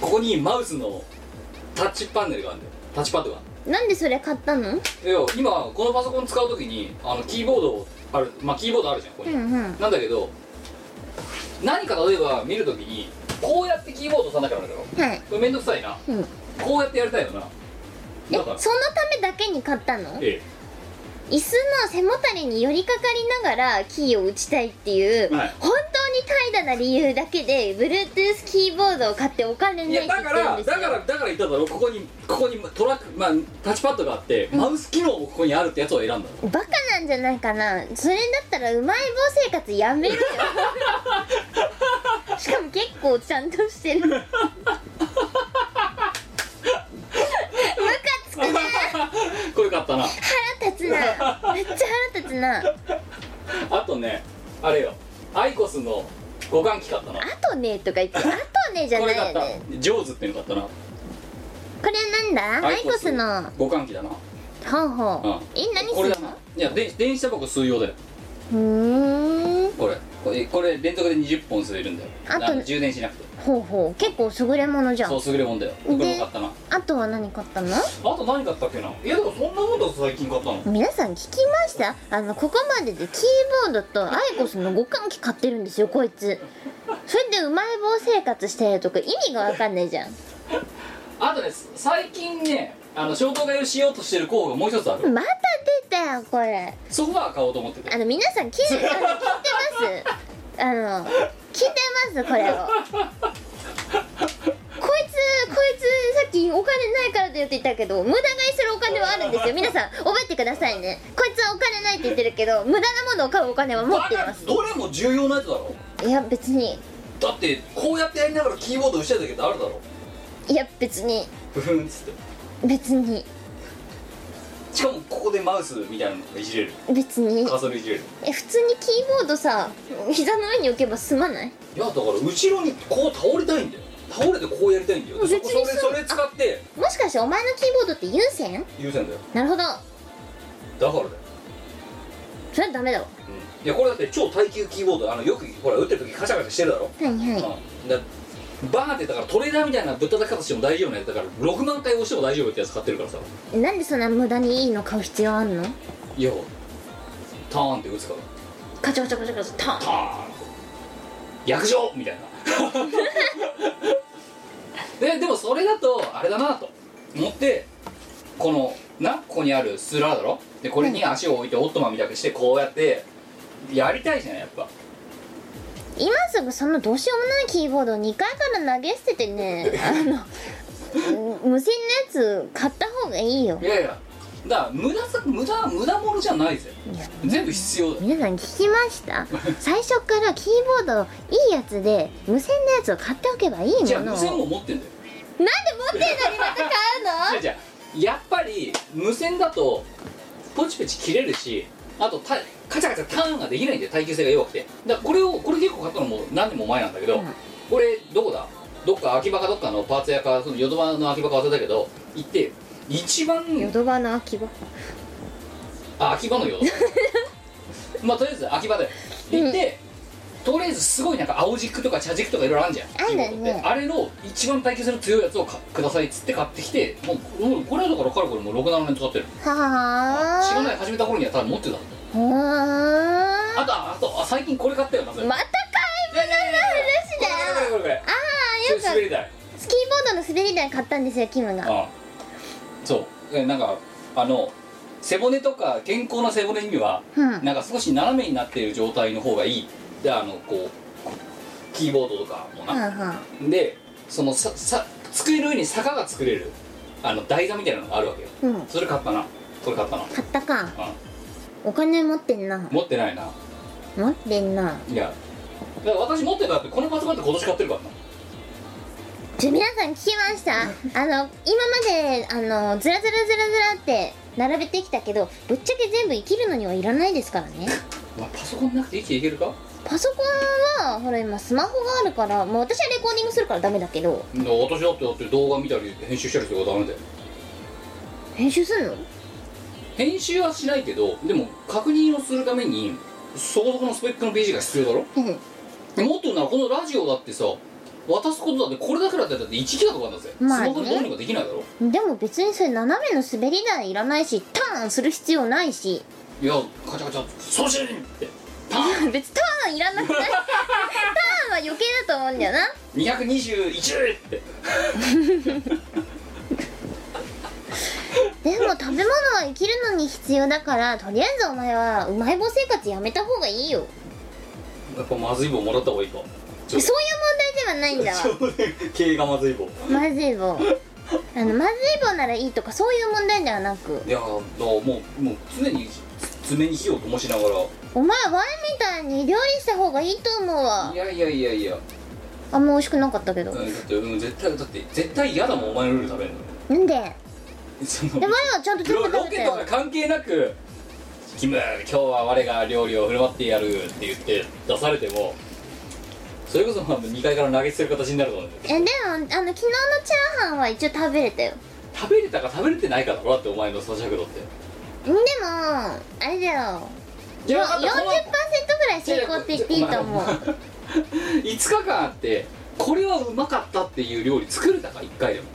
Speaker 1: ここにマウスのタッチパネルがあるんだよタッチパッドが
Speaker 2: なんでそれ買ったの
Speaker 1: いや今このパソコン使うときにあのキーボードをあるまあキーボードあるじゃんここ
Speaker 2: う
Speaker 1: に、
Speaker 2: んうん
Speaker 1: なんだけど何か例えば見るときにこうやってキーボード押さなきゃダメだろ
Speaker 2: はい
Speaker 1: これめんどくさいな
Speaker 2: うん
Speaker 1: こうやってやりたいよな
Speaker 2: え
Speaker 1: だから
Speaker 2: そのためだけに買ったの
Speaker 1: え
Speaker 2: 椅子の背もたれに寄りかかりながらキーを打ちたいっていう、
Speaker 1: はい
Speaker 2: 本当に怠惰な理由だけで Bluetooth キーボードを買ってお金
Speaker 1: い
Speaker 2: ない
Speaker 1: や
Speaker 2: っ
Speaker 1: だ
Speaker 2: て言って
Speaker 1: か
Speaker 2: るん
Speaker 1: ら
Speaker 2: で
Speaker 1: だ
Speaker 2: すよ
Speaker 1: からだから言っただろここにここにトラックまあタッチパッドがあって、マウス機能もここにあるってやつを選んだの *laughs*
Speaker 2: バカなんじゃないかなそれだったらうまい棒生活
Speaker 1: *laughs*
Speaker 2: やめるよしかも結構ちゃんとしてるムカつくな
Speaker 1: これ買ったな
Speaker 2: 腹立つなめっちゃ腹立つなあ
Speaker 1: あとねあれよアイコスの互換機買ったな
Speaker 2: とねとか言ってあとねじゃ
Speaker 1: こ
Speaker 2: な
Speaker 1: れ
Speaker 2: いよ
Speaker 1: 買った
Speaker 2: ね
Speaker 1: ジョーズっていうの買ったな
Speaker 2: これなんだアイコスの
Speaker 1: 互換機だな
Speaker 2: ほうほう
Speaker 1: う
Speaker 2: え何
Speaker 1: これだ
Speaker 2: する
Speaker 1: な
Speaker 2: の
Speaker 1: いやで電子タバコ吸う用だよ
Speaker 2: ふーん
Speaker 1: これこれこれ連続で20本吸えるんだよ
Speaker 2: あと
Speaker 1: の充電しなくて
Speaker 2: ほうほう結構優れものじゃ
Speaker 1: そ
Speaker 2: ん
Speaker 1: う優れもんだよこれも買ったなあ
Speaker 2: あとは何買ったの
Speaker 1: と何買ったっけないやでもそんなもんだぞ最近買ったの
Speaker 2: 皆さん聞きましたあのここまででキーボードとアイコスの互換機買ってるんですよこいつそれでうまい棒生活してるとか意味がわかんないじゃん
Speaker 1: あとね最近ねあの衝動買いをしようとしてる候補がもう一つある、
Speaker 2: また出たよこれ
Speaker 1: ソファー買おうと思ってて
Speaker 2: あの皆さん聞いあの聞いてますあの聞いてますこれをこいつこいつさっきお金ないからだよって言ったけど無駄買いするお金はあるんですよ皆さん覚えてくださいねこいつはお金ないって言ってるけど無駄なものを買うお金は持っています
Speaker 1: どれも重要なやつだろ
Speaker 2: いや別に
Speaker 1: だってこうやってやりながらキーボード打ちたい時ってあるだろ
Speaker 2: いや別に
Speaker 1: ふふんっつって
Speaker 2: 別に
Speaker 1: しかもここでマウスみたいなのがいじれる
Speaker 2: 別に
Speaker 1: カーソルいじれる
Speaker 2: え普通にキーボードさ膝の上に置けば済まない
Speaker 1: いやだから後ろにこう倒れたいんだよ倒れてこうやりたいんだよでそ
Speaker 2: 別に
Speaker 1: こそれ
Speaker 2: そう
Speaker 1: それ使って
Speaker 2: もしかしてお前のキーボードって有線
Speaker 1: 優先だよ
Speaker 2: なるほど
Speaker 1: だからだよ、
Speaker 2: それはダメだわ
Speaker 1: うん、いやこれだって超耐久キーボードあのよくほら打ってる時カシャカシャしてるだろ、
Speaker 2: はいはい
Speaker 1: うんだバーンってだからトレーダーみたいなぶったたき方しても大丈夫なやつだから6万回押しても大丈夫ってやつ買ってるからさ
Speaker 2: なんでそんな無駄にいいの買う必要あんの
Speaker 1: いやターンって打つから
Speaker 2: カチャカチャカチャカチャターン
Speaker 1: ターン役場みたいなででもそれだとあれだなと思ってこのなここにあるスラーだろでこれに足を置いてオットマンみたくしてこうやってやりたいじゃないやっぱ
Speaker 2: 今すぐそのどうしようもないキーボードを2回から投げ捨てて *laughs* ねあの無線のやつ買った方がいいよ
Speaker 1: いやいやだから無駄さ無駄無駄物じゃないぜ
Speaker 2: いや
Speaker 1: 全部必要だ
Speaker 2: 皆さん聞きました最初からキーボードいいやつで無線のやつを買っておけばいいものを
Speaker 1: じゃあ無線
Speaker 2: なんで持
Speaker 1: も持ってんだよ
Speaker 2: ってんのにまた買う
Speaker 1: じゃ
Speaker 2: の
Speaker 1: あじゃあやっぱり無線だとポチポチ切れるしあとたカチャカチャターンができないんで耐久性が弱くてだからこれをこれ結構買ったのも何年も前なんだけど、
Speaker 2: うん
Speaker 1: これどこだどっか秋葉かどっかのパーツ屋かそのヨドバの秋葉か忘れたけど行って一番
Speaker 2: ヨドバの秋葉
Speaker 1: あ秋葉の
Speaker 2: *laughs*
Speaker 1: ヨドバまあとりあえず秋葉で行って、とりあえずすごいなんか青軸とか茶軸とかいろいろあるじゃん
Speaker 2: あるね
Speaker 1: キーボードってあれの一番耐久性の強いやつをかくださいっつって買ってきてもうもうこれだからかれこれもう67年使ってる
Speaker 2: は
Speaker 1: 知ら
Speaker 2: あ
Speaker 1: ない始めた頃には多分持ってたんだよ
Speaker 2: ほー
Speaker 1: あとああとあ最近これ買ったよなそれ
Speaker 2: また
Speaker 1: いやいやいや
Speaker 2: 買い物の話だよ
Speaker 1: これこれこれこれ
Speaker 2: ああ
Speaker 1: それ
Speaker 2: よ
Speaker 1: 滑り台
Speaker 2: くスキーボードの滑り台買ったんですよキムが
Speaker 1: あそうえなんかあの背骨とか健康な背骨には
Speaker 2: うん
Speaker 1: なんか少し斜めになっている状態の方がいいであのこうキーボードとかも
Speaker 2: はん
Speaker 1: な、
Speaker 2: はん
Speaker 1: でそのささ机の上に坂が作れるあの台座みたいなのがあるわけよ
Speaker 2: うん
Speaker 1: それ買ったなこれ買ったな、
Speaker 2: 買ったか
Speaker 1: う、
Speaker 2: お金持ってんなん
Speaker 1: 持ってないな
Speaker 2: 持ってんない
Speaker 1: やだから私持ってるのだってこのパソコンって今年買ってるからな
Speaker 2: じゃあ皆さん聞きましたあの今まであのずらずらずらずらって並べてきたけどぶっちゃけ全部生きるのにはいらないですからね
Speaker 1: お前パソコンなくて生きていけるか
Speaker 2: パソコンはほら今スマホがあるからもう私はレコーディングするからダメだけど
Speaker 1: 私だってだって動画見たり編集したりとかダメだよ
Speaker 2: 編集すんの
Speaker 1: 編集はしないけどでも確認をするためにそこそこのスペックの PC が必要だろ
Speaker 2: うん
Speaker 1: もっと言うならこのラジオだってさ渡すことだってこれだけだってだって1ギガとかだぜ、
Speaker 2: まあね
Speaker 1: スマホでどうにかできないだろ
Speaker 2: でも別にそれ斜めの滑り台いらないしターンする必要ないし *laughs*
Speaker 1: いやカチャカチャ送信ってパン
Speaker 2: 別にターンいらなくない *laughs* ターンは余計だと思うんだよな
Speaker 1: 221って
Speaker 2: でも食べ物は生きるのに必要だからとりあえずお前はうまい棒生活やめた方がいいよ
Speaker 1: やっぱまずい棒もらった方がいいか
Speaker 2: そういう問題ではないん
Speaker 1: *laughs*
Speaker 2: だわ
Speaker 1: 経営がまずい棒
Speaker 2: まずい棒あのまずい棒ならいいとかそういう問題ではなく
Speaker 1: いやだからもうもう常に爪に火を灯しながら
Speaker 2: お前ワイみたいに料理した方がいいと思うわ
Speaker 1: いやいやいやいや
Speaker 2: あんま美味しくなかったけど
Speaker 1: うんだってうん絶対だって絶対嫌だもんお前のルール食べるの
Speaker 2: なんでで
Speaker 1: その
Speaker 2: 前はちゃんと全部
Speaker 1: ロ
Speaker 2: 食
Speaker 1: ロ
Speaker 2: べ
Speaker 1: ケ
Speaker 2: た
Speaker 1: と
Speaker 2: よ
Speaker 1: か関係なく「キム今日は我が料理を振る舞ってやる」って言って出されてもそれこそまあ2階から投げ捨てる形になると思うんだけ
Speaker 2: えでもあの昨日のチャーハンは一応食べれたよ
Speaker 1: ど食べれたか食べれてないかだろだってお前の咀嚼度って
Speaker 2: でもあれだよ
Speaker 1: い
Speaker 2: よ
Speaker 1: や
Speaker 2: 40%
Speaker 1: だってこの
Speaker 2: ぐらい成功って言っていいと思う
Speaker 1: お前5日 *laughs* 間あってこれはうまかったっていう料理作れたか1回でも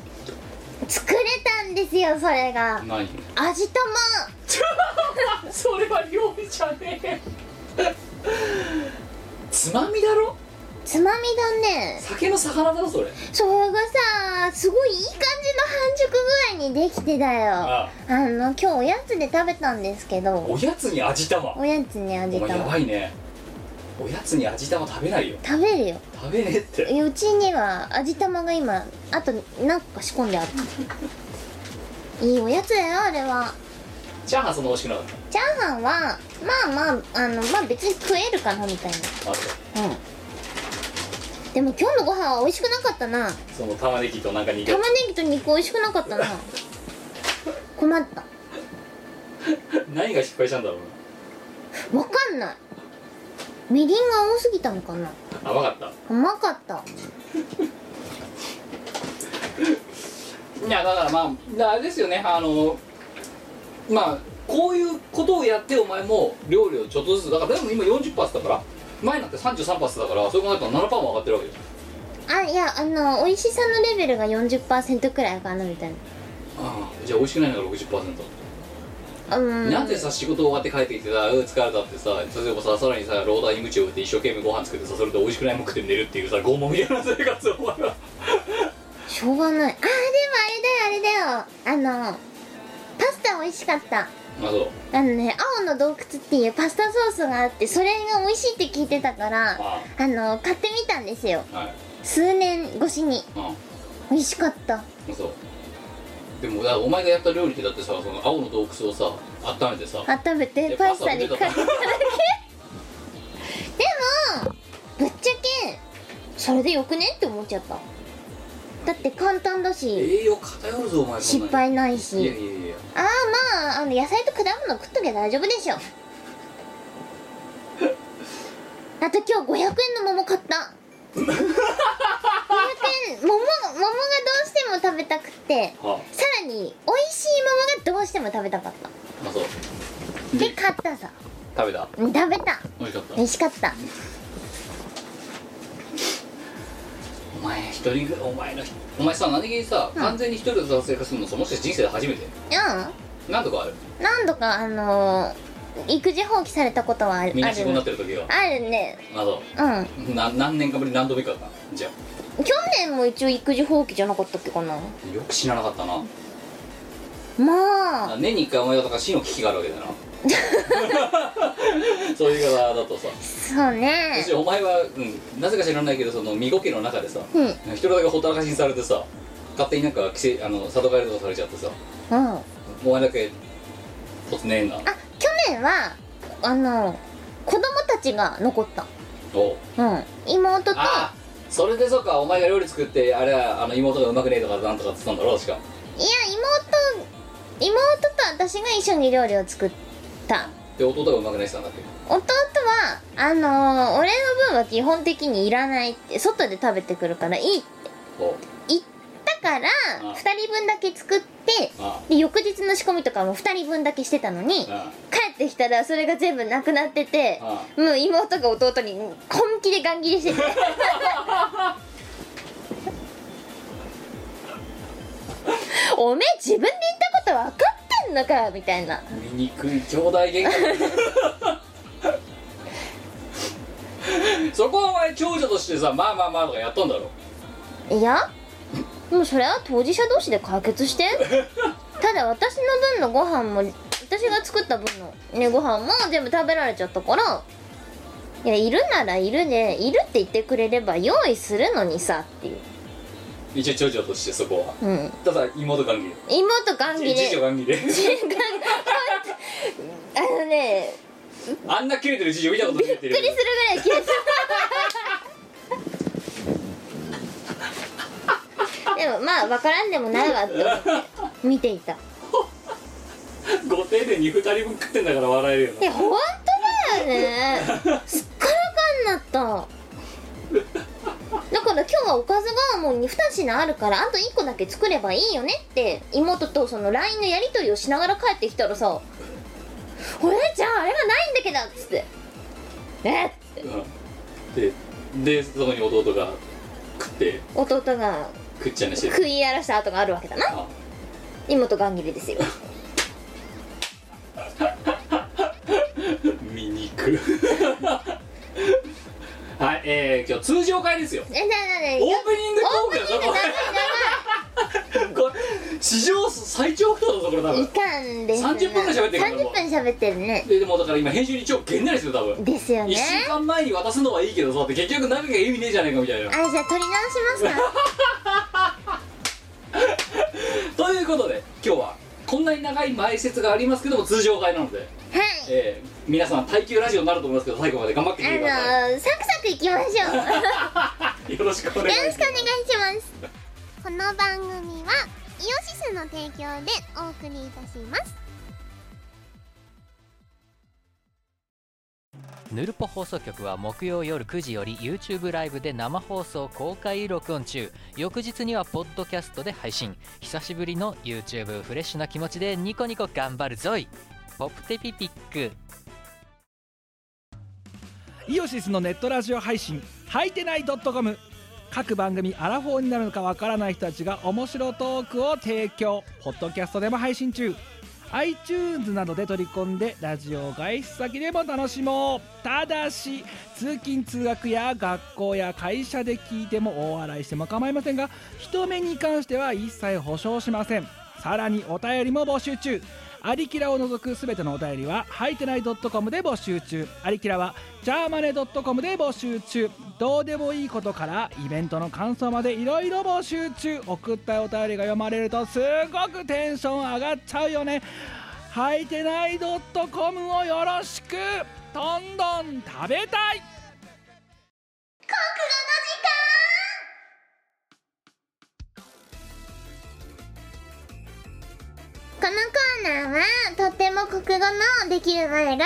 Speaker 2: 作れたんですよそれが
Speaker 1: 何
Speaker 2: 味玉
Speaker 1: *laughs* それは料理じゃねえつまみだろ
Speaker 2: つまみだね
Speaker 1: 酒の魚だろそれ
Speaker 2: それがさすごいいい感じの半熟具合にできてだよ
Speaker 1: あ
Speaker 2: あの今日おやつで食べたんですけど
Speaker 1: おやつに味玉
Speaker 2: おやつに味
Speaker 1: お前や
Speaker 2: 玉
Speaker 1: ばいねおやつに味玉食べないよ
Speaker 2: 食べるよ
Speaker 1: 食べねえって
Speaker 2: えうちには味玉が今あと何個か仕込んであるいいおやつだよあれは
Speaker 1: チャーハンそんな美味しくなかっ
Speaker 2: チャーハンはまあまああのまあ別に食えるかなみたい
Speaker 1: たあ
Speaker 2: なうんでも今日のご飯は美味しくなかったな
Speaker 1: とその玉ねぎとなんか似て
Speaker 2: 玉ねぎと肉美味しくなかった *laughs* な困った
Speaker 1: 何が失敗したんだろう
Speaker 2: わかんないみりんが多すぎたのかな
Speaker 1: な甘かった
Speaker 2: 甘かった
Speaker 1: いやだからまあだからあれですよねあのまあこういうことをやってお前も料理をちょっとずつだからでも今40発だから前なんて33発だからそう考えたら7パーも上がってるわけよ
Speaker 2: ああいやあの美味しさのレベルが40%くらいかなみたい
Speaker 1: ああじゃあ美味しくないのが60%、
Speaker 2: なうん
Speaker 1: なんでさ仕事終わって帰ってきてさうん疲れたってさ例えばささらにさ老体に鞭を打って一生懸命ご飯作ってさそれで美味しくないもん食って寝るっていうさ拷問みたいな生活をお前は
Speaker 2: しょうがないあーでもあれだよあれだよあのパスタ美味しかった
Speaker 1: まあそう
Speaker 2: あのね青の洞窟っていうパスタソースがあってそれが美味しいって聞いてたから
Speaker 1: あ
Speaker 2: あの買ってみたんですよ
Speaker 1: あはい
Speaker 2: 数年越しに
Speaker 1: うんま
Speaker 2: 美味しかった
Speaker 1: あそうでもだからお前がやった料理ってだってさその青の洞窟をさ温めてさ
Speaker 2: 温めて
Speaker 1: や
Speaker 2: パスタに
Speaker 1: パ
Speaker 2: か
Speaker 1: ス
Speaker 2: け
Speaker 1: タ
Speaker 2: ただけ *laughs* でもぶっちゃけそれでよくねって思っちゃっただって簡単だし
Speaker 1: 栄養偏るぞお前そんな
Speaker 2: 失
Speaker 1: に
Speaker 2: 敗ない
Speaker 1: いや
Speaker 2: し
Speaker 1: いやいや
Speaker 2: ああまああの野菜と果物食っときゃ大丈夫でしょあと今日500円の桃買った500円桃桃がどうしても食べたくて
Speaker 1: は
Speaker 2: さらに美味しい桃がどうしても食べたかった
Speaker 1: あまあそう
Speaker 2: で買ったさ
Speaker 1: 食べた
Speaker 2: うん食べた
Speaker 1: 美味しかった
Speaker 2: 美味しかった
Speaker 1: お前一人ぐお前のお前さ何気にさ、
Speaker 2: うん
Speaker 1: 完全に一人で生活するのそもしかして人生で初めて
Speaker 2: う
Speaker 1: 何とかある
Speaker 2: ん何度かあのー育児放棄されたことはある
Speaker 1: みん
Speaker 2: あ
Speaker 1: な死亡になっ
Speaker 2: る
Speaker 1: てる時は
Speaker 2: あるね
Speaker 1: あそ
Speaker 2: うん
Speaker 1: うな何年かぶり何度目かかじゃ
Speaker 2: 去年も一応育児放棄じゃなかったっけかな
Speaker 1: あよく死ななかったな
Speaker 2: まあ
Speaker 1: 年に一回お前がだから死の危機があるわけだ
Speaker 2: *laughs*
Speaker 1: なそういう方だとさ
Speaker 2: そう
Speaker 1: そし
Speaker 2: ね
Speaker 1: てお前は、うん、なぜか知らないけどその身ごけの中でさ
Speaker 2: うん
Speaker 1: 一人だけほったらかしにされてさ勝手になんか帰省あの里帰りとかされちゃってさ
Speaker 2: うんあ
Speaker 1: お前だけ突然な
Speaker 2: 去年はあの子供たちが残った
Speaker 1: おう
Speaker 2: うん妹と
Speaker 1: ああそれでそっかお前が料理作ってあれはあの妹がうまくねえとかなんとかって言ったんだろう確か
Speaker 2: いや妹妹と私が一緒に料理を作った
Speaker 1: で弟がうまくねえって言ったんだっけ
Speaker 2: 弟はあのー俺の分は基本的にいらないって外で食べてくるからいい
Speaker 1: おう
Speaker 2: 行ったから
Speaker 1: あ
Speaker 2: 2人分だけ作って
Speaker 1: あ
Speaker 2: で翌日の仕込みとかも2人分だけしてたのに
Speaker 1: ああ
Speaker 2: 帰ってきたらそれが全部なくなってて
Speaker 1: あ
Speaker 2: もう妹が弟に本気でガン切
Speaker 1: *laughs*
Speaker 2: りしてておめえ自分で言ったこと分かってんのかよみたいな
Speaker 1: あ醜い兄弟喧嘩そこはお前長女としてさまあまあまあとかやったんだろ
Speaker 2: いやもうそれは当事者同士で解決してただ私の分のご飯も私が作った分の、ね、ご飯も全部食べられちゃったからいやいるならいるで、いるって言ってくれれば用意するのにさっていう
Speaker 1: 一応長女としてそこは
Speaker 2: うん
Speaker 1: ただ妹関係
Speaker 2: 妹ガンギ
Speaker 1: 次女
Speaker 2: で
Speaker 1: 関係で
Speaker 2: あのね
Speaker 1: *laughs* あんな切れてる次女見たことないって
Speaker 2: びっくりするぐらい切れたでもまあ分からんでもないわって思って見ていた
Speaker 1: ご丁寧に2人分食ってんだから笑えるよ
Speaker 2: いや本当だよねすっからかんなっただから今日はおかずがもう2品あるからあと1個だけ作ればいいよねって妹とその LINE のやり取りをしながら帰ってきたらさ「お姉ちゃんあれがないんだけど」っつって「えっ?」って
Speaker 1: な、うん、ででそこに弟が食って
Speaker 2: 弟が
Speaker 1: 食っちゃいなしてる
Speaker 2: 食い荒らした跡があるわけだな
Speaker 1: あ *laughs*
Speaker 2: 妹ガン切れですよ
Speaker 1: 醜 *laughs* はいえー、今日通常会ですよ
Speaker 2: *laughs* えなな
Speaker 1: オ
Speaker 2: な
Speaker 1: ープニングト
Speaker 2: オープ
Speaker 1: ー
Speaker 2: ニン
Speaker 1: ク
Speaker 2: グ
Speaker 1: だぞ
Speaker 2: 長い
Speaker 1: これこれ史上最長不倒だぞこれ多
Speaker 2: 長いい
Speaker 1: 分
Speaker 2: かんですな
Speaker 1: 30分ぐらい喋ってるからもう
Speaker 2: 30分喋ってるね
Speaker 1: ででもだから今編集に超げんなりする多分
Speaker 2: ですよ
Speaker 1: 1
Speaker 2: ね
Speaker 1: 週間前に渡すのはいいけどさって結局何か意味ねえじゃねえかみたいな
Speaker 2: あじゃあ取り直しますか
Speaker 1: *laughs* ということで今日はこんなに長い前説がありますけども通常会なので、
Speaker 2: はい。
Speaker 1: えー皆さん耐久ラジオになると思いますけど最後まで頑張って
Speaker 2: あ
Speaker 1: きてくださ
Speaker 2: のー、サクサクいきましょう。よろしく
Speaker 1: いよろしくお
Speaker 2: お
Speaker 1: 願い
Speaker 2: 願い
Speaker 1: します
Speaker 2: します。この番組はイオシスの提供でお送りいたします。
Speaker 3: ヌルポ放送局は木曜夜9時より YouTube ライブで生放送公開録音中翌日にはポッドキャストで配信久しぶりの YouTube フレッシュな気持ちでニコニコ頑張るぞいポップテピピック
Speaker 4: イオシスのネットラジオ配信「はいてない .com」各番組アラフォーになるのかわからない人たちが面白トークを提供ポッドキャストでも配信中 iTunes などで取り込んでラジオ外出先でも楽しもうただし通勤通学や学校や会社で聞いても大笑いしても構いませんが人目に関しては一切保証しませんさらにお便りも募集中アリキラを除くすべてのお便りは、はいてない .com で募集中。アリキラは、ジャーマネ .com で募集中。どうでもいいことから、イベントの感想までいろいろ募集中。送ったお便りが読まれると、すごくテンション上がっちゃうよね。はいてない .com をよろしくどんどん食べたい
Speaker 2: このコーナーはとっても国語のできる前が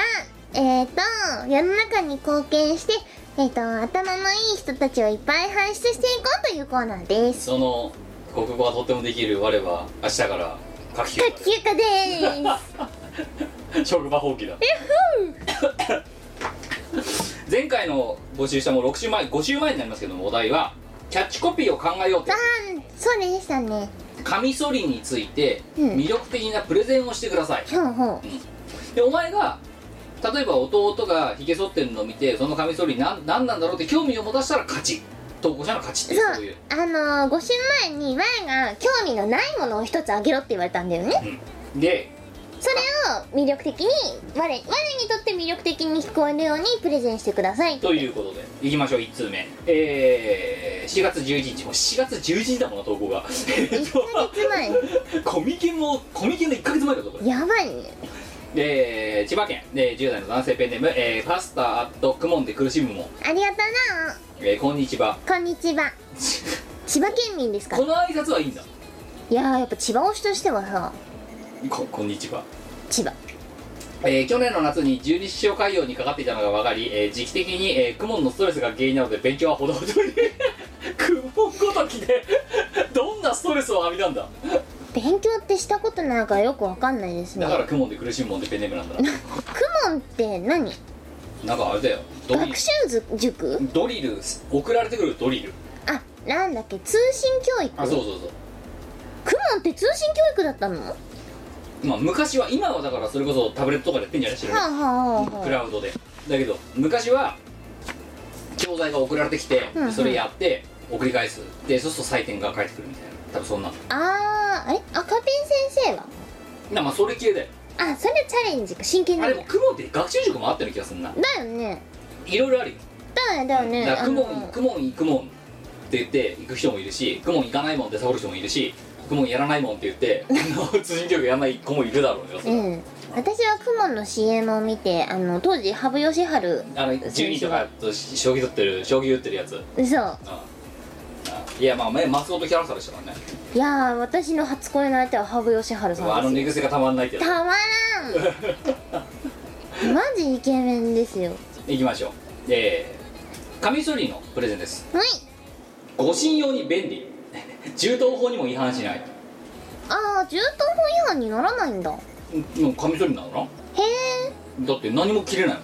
Speaker 2: えっ、ー、と世の中に貢献してえっ、と頭のいい人たちをいっぱい輩出していこうというコーナーです
Speaker 1: その国語はとってもできる我は明日から *laughs* 書き
Speaker 2: 卓球家でーす
Speaker 1: 職場放棄だ *laughs* 前回の募集したもう6週前5週前になりますけどもお題はキャッチコピーを考えようって
Speaker 2: あーそうでしたね
Speaker 1: カミソリについて
Speaker 2: うん
Speaker 1: 魅力的なプレゼンをしてください、
Speaker 2: ほうほう
Speaker 1: でお前が例えば弟がひげ剃ってるのを見てそのカミソリなんなんなんだろうって興味を持たせたら勝ち投稿者の勝ちって
Speaker 2: そう
Speaker 1: いうそういう
Speaker 2: あのー、5週前に前が興味のないものを一つあげろって言われたんだよね
Speaker 1: で
Speaker 2: それを魅力的に我我にとって魅力的に聞こえるようにプレゼンしてください
Speaker 1: ということでいきましょう1通目えー、4月11日もう4月11日だもんな投稿が *laughs* えっ
Speaker 2: 1ヶ月前
Speaker 1: とコミケもコミケの1か月前だぞこれ
Speaker 2: やばいね
Speaker 1: えー、千葉県、えー10代の男性ペンネーム、えーパスタアットクモンで苦しむも、
Speaker 2: ありがとうな
Speaker 1: えーこんにちは
Speaker 2: こんにちは千葉県民ですか
Speaker 1: こ
Speaker 2: ら
Speaker 1: の挨拶はいいんだ
Speaker 2: いやーやっぱ千葉推しとしてはさ
Speaker 1: ここんにちは
Speaker 2: 千葉
Speaker 1: えー去年の夏に十二指腸潰瘍にかかっていたのが分かり、えー時期的に、えー、クモンのストレスが原因なので勉強はほどほどに *laughs* クモンごときでどんなストレスを浴びたんだ
Speaker 2: 勉強ってしたことないからよくわかんないですね
Speaker 1: だからクモンで苦しむもんでペンネームなんだな
Speaker 2: クモンって何
Speaker 1: なんかあれだよドリ
Speaker 2: 学習塾
Speaker 1: ドリル送られてくるドリル
Speaker 2: あなんだっけ通信教育
Speaker 1: あそうそうそう
Speaker 2: クモンって通信教育だったのは
Speaker 1: まあ昔は今はだからそれこそタブレットとかでやってんじゃない知
Speaker 2: あ
Speaker 1: らない
Speaker 2: はあはあ
Speaker 1: ク
Speaker 2: はあ
Speaker 1: ラウドでだけど昔は教材が送られてきて、
Speaker 2: うんうん
Speaker 1: それやって送り返すでそうすると採点が返ってくるみたいな多分そんな
Speaker 2: あーあれ赤ペン先生は
Speaker 1: なまあそれ系だよ
Speaker 2: あそれはチャレンジか真剣
Speaker 1: あ
Speaker 2: な
Speaker 1: れ
Speaker 2: ん
Speaker 1: も
Speaker 2: だ
Speaker 1: 雲って学習塾もあったような気がするな
Speaker 2: だよね
Speaker 1: いろいろあるよ、
Speaker 2: だよねだよね
Speaker 1: だから
Speaker 2: あ
Speaker 1: 雲
Speaker 2: の
Speaker 1: 雲雲行くもんって言って行く人もいるし雲行かないもんってサボる人もいるし雲やらないもんって言ってあの通信教育やらない子もいるだろうよ、
Speaker 2: うん私はクモンの CM を見てあの当時羽生善治
Speaker 1: あの12とかと将棋取ってる将棋打ってるやつ
Speaker 2: 嘘
Speaker 1: ああいやまあ前松本キャラクターでしたからね
Speaker 2: いやー私の初恋の相手は羽生善治
Speaker 1: でも
Speaker 2: さ
Speaker 1: あの
Speaker 2: ん
Speaker 1: 寝
Speaker 2: です
Speaker 1: 癖がたまんないって
Speaker 2: よ
Speaker 1: やつ
Speaker 2: た
Speaker 1: *laughs*
Speaker 2: まらんマジイケメンですよ
Speaker 1: いきましょうえー、カミソリのプレゼンです
Speaker 2: はい
Speaker 1: 護身用に便利 *laughs* 銃刀法にも違反しない
Speaker 2: ああ銃刀法違反にならないんだへ
Speaker 1: うんもうカミソリなの
Speaker 2: え
Speaker 1: なだって何も切れないもん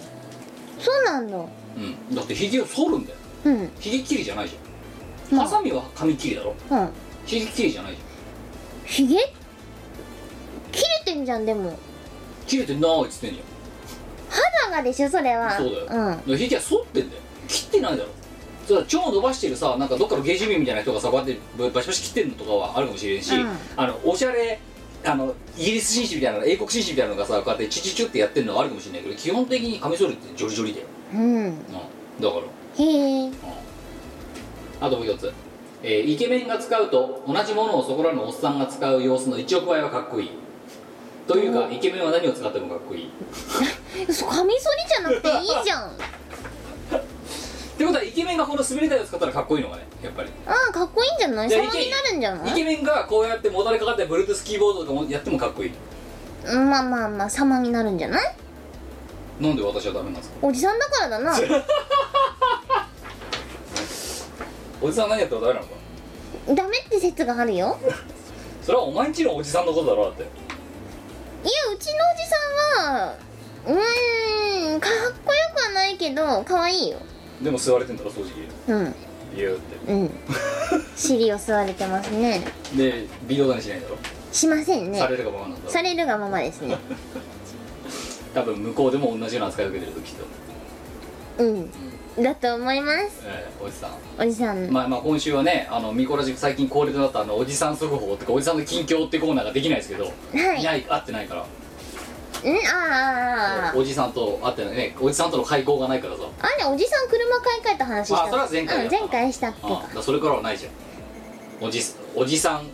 Speaker 2: そうなんだ
Speaker 1: うん、だってひげを剃るんだよ
Speaker 2: うんうん
Speaker 1: ひげ切りじゃないじゃんハサミは髪切りだろひげ切りじゃないじゃ
Speaker 2: ひげ切れてんじゃんでも
Speaker 1: ん切れてないっつってんじ
Speaker 2: 肌がでしょそれ
Speaker 1: ゃん
Speaker 2: は
Speaker 1: そうだよ、だからひげは剃ってんだよ切ってないだろそれは超伸ばしてるさなんかどっかの芸人みたいな人がさこうやってバシバシ切ってんのとかはあるかもしれんし、
Speaker 2: うん
Speaker 1: あのおしゃれあのイギリス紳士みたいな英国紳士みたいなのがさこうやってチュチュチュってやってるのはあるかもしれないけど基本的にカミソリってジョリジョリだよ、
Speaker 2: うん、うん、
Speaker 1: うん、だから
Speaker 2: へえ
Speaker 1: あともう一つ、えーイケメンが使うと同じものをそこらのおっさんが使う様子の1億倍はかっこいいというかイケメンは何を使ってもかっこいいっ
Speaker 2: そカミソリじゃなくていいじゃんあ
Speaker 1: てことはイケメンがこの滑り台を使ったらかっこいいのかねやっぱり
Speaker 2: あかっこいいんじゃない
Speaker 1: じゃあ
Speaker 2: 様になるんじゃな
Speaker 1: イ
Speaker 2: い
Speaker 1: ケメンがこうやってもたれかかってブルートゥースキーボードとかもやってもかっこいい
Speaker 2: うんまあまあまあ様になるんじゃない
Speaker 1: なんで私はダメなんですか
Speaker 2: おじさんだからだな
Speaker 1: おじさん何やったらダメなのか
Speaker 2: ダメって説があるよ
Speaker 1: それはお前んちのおじさんのことだろだって
Speaker 2: いやうちのおじさんはうーんかっこよくはないけど可愛いよ
Speaker 1: でも吸われてんだろ掃除機
Speaker 2: うん
Speaker 1: ビューって
Speaker 2: うん尻を吸われてますね
Speaker 1: で微動だにしないんだろ、
Speaker 2: しませんね
Speaker 1: されるかもわかんないんだ
Speaker 2: さ
Speaker 1: ろ
Speaker 2: れるがままですね
Speaker 1: 多分向こうでも同じような扱いを受けてるときっと、
Speaker 2: うんだと思います
Speaker 1: えーおじさん
Speaker 2: おじさん、
Speaker 1: まあまあ今週はねあのミコラジ最近恒例となったあのおじさん速報とかおじさんの近況ってコーナーができないですけど、
Speaker 2: はい
Speaker 1: ない会ってないから
Speaker 2: うんあーあーあー
Speaker 1: おじさんと会ってないねおじさんとの会合がないからさ
Speaker 2: あれおじさん車買い替えた話した
Speaker 1: あそれは前回や
Speaker 2: う
Speaker 1: っ
Speaker 2: ん、
Speaker 1: た
Speaker 2: 前回したっけ
Speaker 1: あだからそれからはないじゃんおじおじさん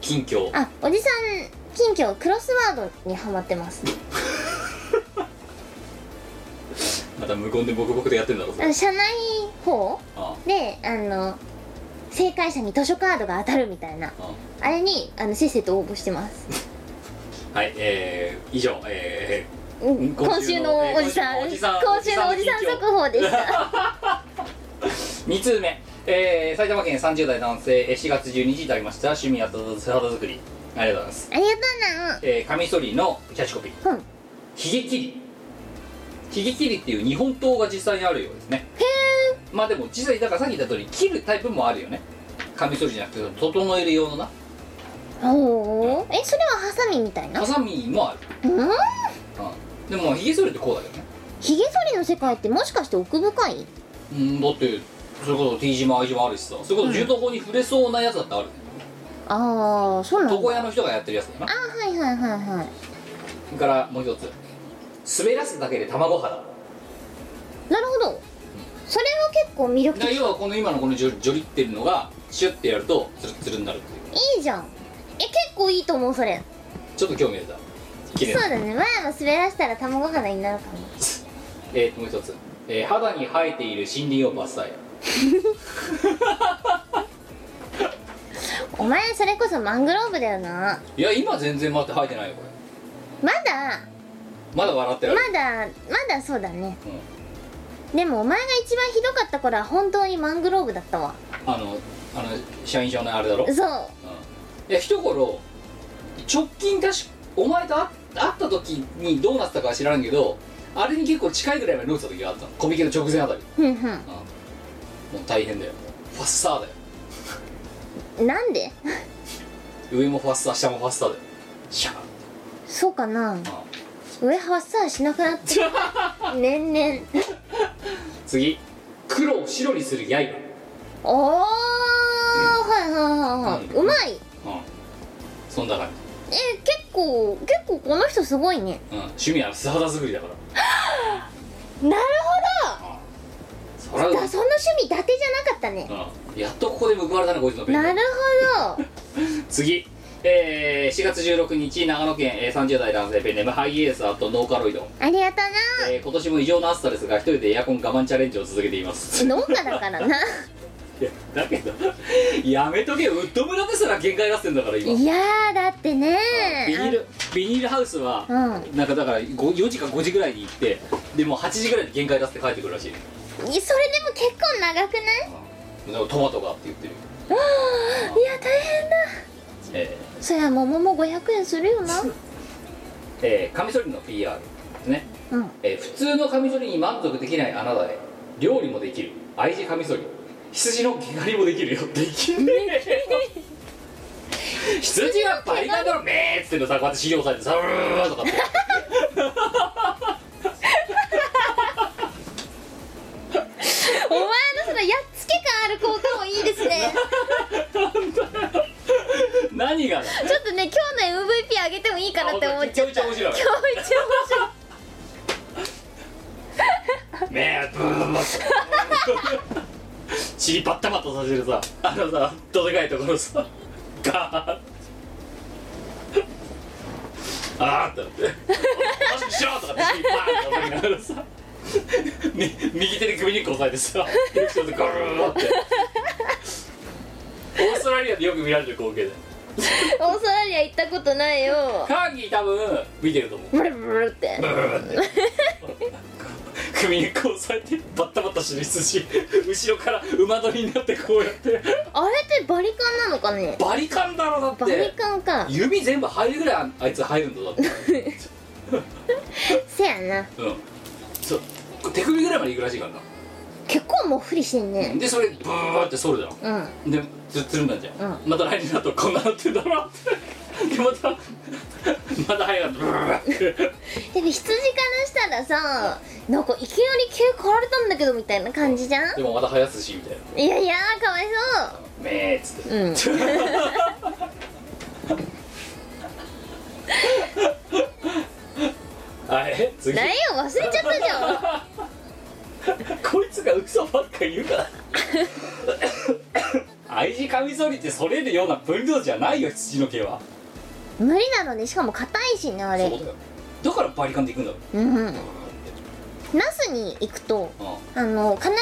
Speaker 1: 近況
Speaker 2: あおじさん近況クロスワードにハマってます
Speaker 1: また無言でボクボクでやってんだろう
Speaker 2: あの社内法
Speaker 1: あ
Speaker 2: であの正解者に図書カードが当たるみたいな
Speaker 1: あ
Speaker 2: あれにあのせっせと応募してます
Speaker 1: はいえー、以上え
Speaker 2: うん今
Speaker 1: 今
Speaker 2: 週
Speaker 1: 週
Speaker 2: の
Speaker 1: の
Speaker 2: おじさん
Speaker 1: えー
Speaker 2: 今
Speaker 1: 今
Speaker 2: 週
Speaker 1: 週のおじさん
Speaker 2: のおじさん
Speaker 1: おじさん
Speaker 2: 速報でした
Speaker 1: ー、2通目えー、埼玉県30代男性えー4月12日いただきました趣味や肌作りありがとうございます
Speaker 2: ありがと
Speaker 1: えー、カミソリのキャッチコピー
Speaker 2: うなうん
Speaker 1: ヒゲ切りヒゲ切りっていう日本刀が実際にあるようですねへえまあでも実際だからさっき言った通り切るタイプもあるよねカミソリじゃなくて整える用のな
Speaker 2: おおえそれはハサミみたいな
Speaker 1: ハサミもある、
Speaker 2: うん
Speaker 1: うん、でもまあヒゲ剃りってこうだけどね
Speaker 2: ひげ剃りの世界ってもしかして奥深い
Speaker 1: うんだってそれこそ T 字も I 字もあるしさそれこそ銃刀法に触れそうなやつだってあるね
Speaker 2: ああそうなんだ
Speaker 1: 床屋の人がやってるやつだよな
Speaker 2: あはいはいはいはい
Speaker 1: それからもう一つ滑らすだけで卵肌
Speaker 2: なるほどそれは結構魅力
Speaker 1: だから
Speaker 2: 的
Speaker 1: 要はこの今のこのジョジョリってるのがシュッてやるとツルッツルになるっていう
Speaker 2: いいじゃんえ結構いいと思うそれ
Speaker 1: ちょっと興味出た綺麗
Speaker 2: そう
Speaker 1: な
Speaker 2: だね前も滑らしたら卵肌になるかも
Speaker 1: えー、ともう一つ、えー肌に生えている森林を伐採
Speaker 2: お前それこそマングローブだよない
Speaker 1: や今全然まだ生えてないよこれ
Speaker 2: まだ
Speaker 1: まだ笑ってら
Speaker 2: ま
Speaker 1: れる、
Speaker 2: だまだそうだね
Speaker 1: うん
Speaker 2: でもお前が一番ひどかった頃は本当にマングローブだったわ
Speaker 1: あのあの社員証のあれだろ、うん、
Speaker 2: そう
Speaker 1: いや一頃直近確かお前と会会った時にどうなってたかは知らんけどあれに結構近いぐらいまで伸びた時があったのコミケの直前あたり、
Speaker 2: ふんふ
Speaker 1: うん、もう大変だよファッサーだよ
Speaker 2: んなんで
Speaker 1: 上もファッサー下もファッサーだよシャー
Speaker 2: そうかな
Speaker 1: あ
Speaker 2: 上ハッサーしなくなって *laughs* る年々
Speaker 1: 次黒を白にする刃、
Speaker 2: おお、はいはいはいはい、う
Speaker 1: うん
Speaker 2: まい
Speaker 1: うん、そんな感じ
Speaker 2: え結構結構この人すごいね
Speaker 1: うん、趣味は素肌作りだから
Speaker 2: なる
Speaker 1: それは
Speaker 2: ほどだその趣味伊達じゃなかったね
Speaker 1: うん、やっとここで報われたなこいつの勉強
Speaker 2: なるほど
Speaker 1: 次えー、4月16日長野県、えー、30代男性ペンネームハイエースあとノーカロイド、
Speaker 2: ありがと
Speaker 1: えー今年も異常な暑さですが一人でエアコン我慢チャレンジを続けています
Speaker 2: うな農家だからな
Speaker 1: いやだけどやめとけウッド村ですら限界出してんだから今
Speaker 2: いやーだってね
Speaker 1: ビニールビニールハウスは、
Speaker 2: う
Speaker 1: なんかだからご4時か5時ぐらいに行ってでもう8時ぐらいで限界出して帰ってくるらしい
Speaker 2: あいやそれでも結構長くない
Speaker 1: でもトマトがって言ってる、
Speaker 2: いや大変だ
Speaker 1: えー
Speaker 2: そりゃ桃も500円するよな
Speaker 1: えー、カミソリの PR ですね、
Speaker 2: うん
Speaker 1: えー普通のカミソリに満足できないあなたへ料理もできる愛知カミソリ羊の毛刈りもできるよできる *laughs* 羊はバリカンだろめーっつってのさこうやって資料されてさうーと *laughs* かって
Speaker 2: お前のそのやっつけ感ある効果もいいで
Speaker 1: *laughs*
Speaker 2: すね
Speaker 1: 何がだ
Speaker 2: ちょっとね今日の MVP あげてもいいかなって思っちゃった
Speaker 1: あ本当にめちゃめちゃ面白い
Speaker 2: 今日一面
Speaker 1: めーっブーブーブーチリバッタバッタさせるさあのさどでかいところさガーッあーってなって「マスクしろ!」とかってチリバーンって叩きながらさみ右手で首にこう押さえてさ後ろでゴルーってオーストラリアでよく見られる光景で
Speaker 2: 白いオーストラリア行ったことないよ
Speaker 1: カーギー多分見てると思う
Speaker 2: ブルブルって
Speaker 1: 首にこう押さえてバッタバッタしてる羊後ろから馬取りになってこうやって
Speaker 2: あれってバリカンなのかね
Speaker 1: バリカンだろだっ
Speaker 2: バリ
Speaker 1: て
Speaker 2: カンか
Speaker 1: 指全部入るぐらいあいつ入るんだぞだって
Speaker 2: せやな
Speaker 1: うんそう手首ぐらいまでいくらしいからな
Speaker 2: 結構もうふりしてんね
Speaker 1: でそれブーって剃るじゃん
Speaker 2: うん
Speaker 1: でつつるんだじゃん、
Speaker 2: う
Speaker 1: また来年になったらこんななってるだろってでまたまた早かったブーって
Speaker 2: でも羊からしたらさなんかいきなり毛刈られたんだけどみたいな感じじゃん
Speaker 1: でもまた生やすしみたいない
Speaker 2: やいやかわい
Speaker 1: 「めー」っつって、
Speaker 2: そううん
Speaker 1: *laughs* あれ次
Speaker 2: 何よ忘れちゃったじゃん
Speaker 1: こいつが嘘ばっか言うから愛知カミソリってそれるような分量じゃないよ羊の毛は
Speaker 2: 無理なのねしかも硬いしねあ
Speaker 1: そ
Speaker 2: れ
Speaker 1: うだよだからバリカンでいくんだろ
Speaker 2: うん那須に行くと
Speaker 1: うん
Speaker 2: あの必ず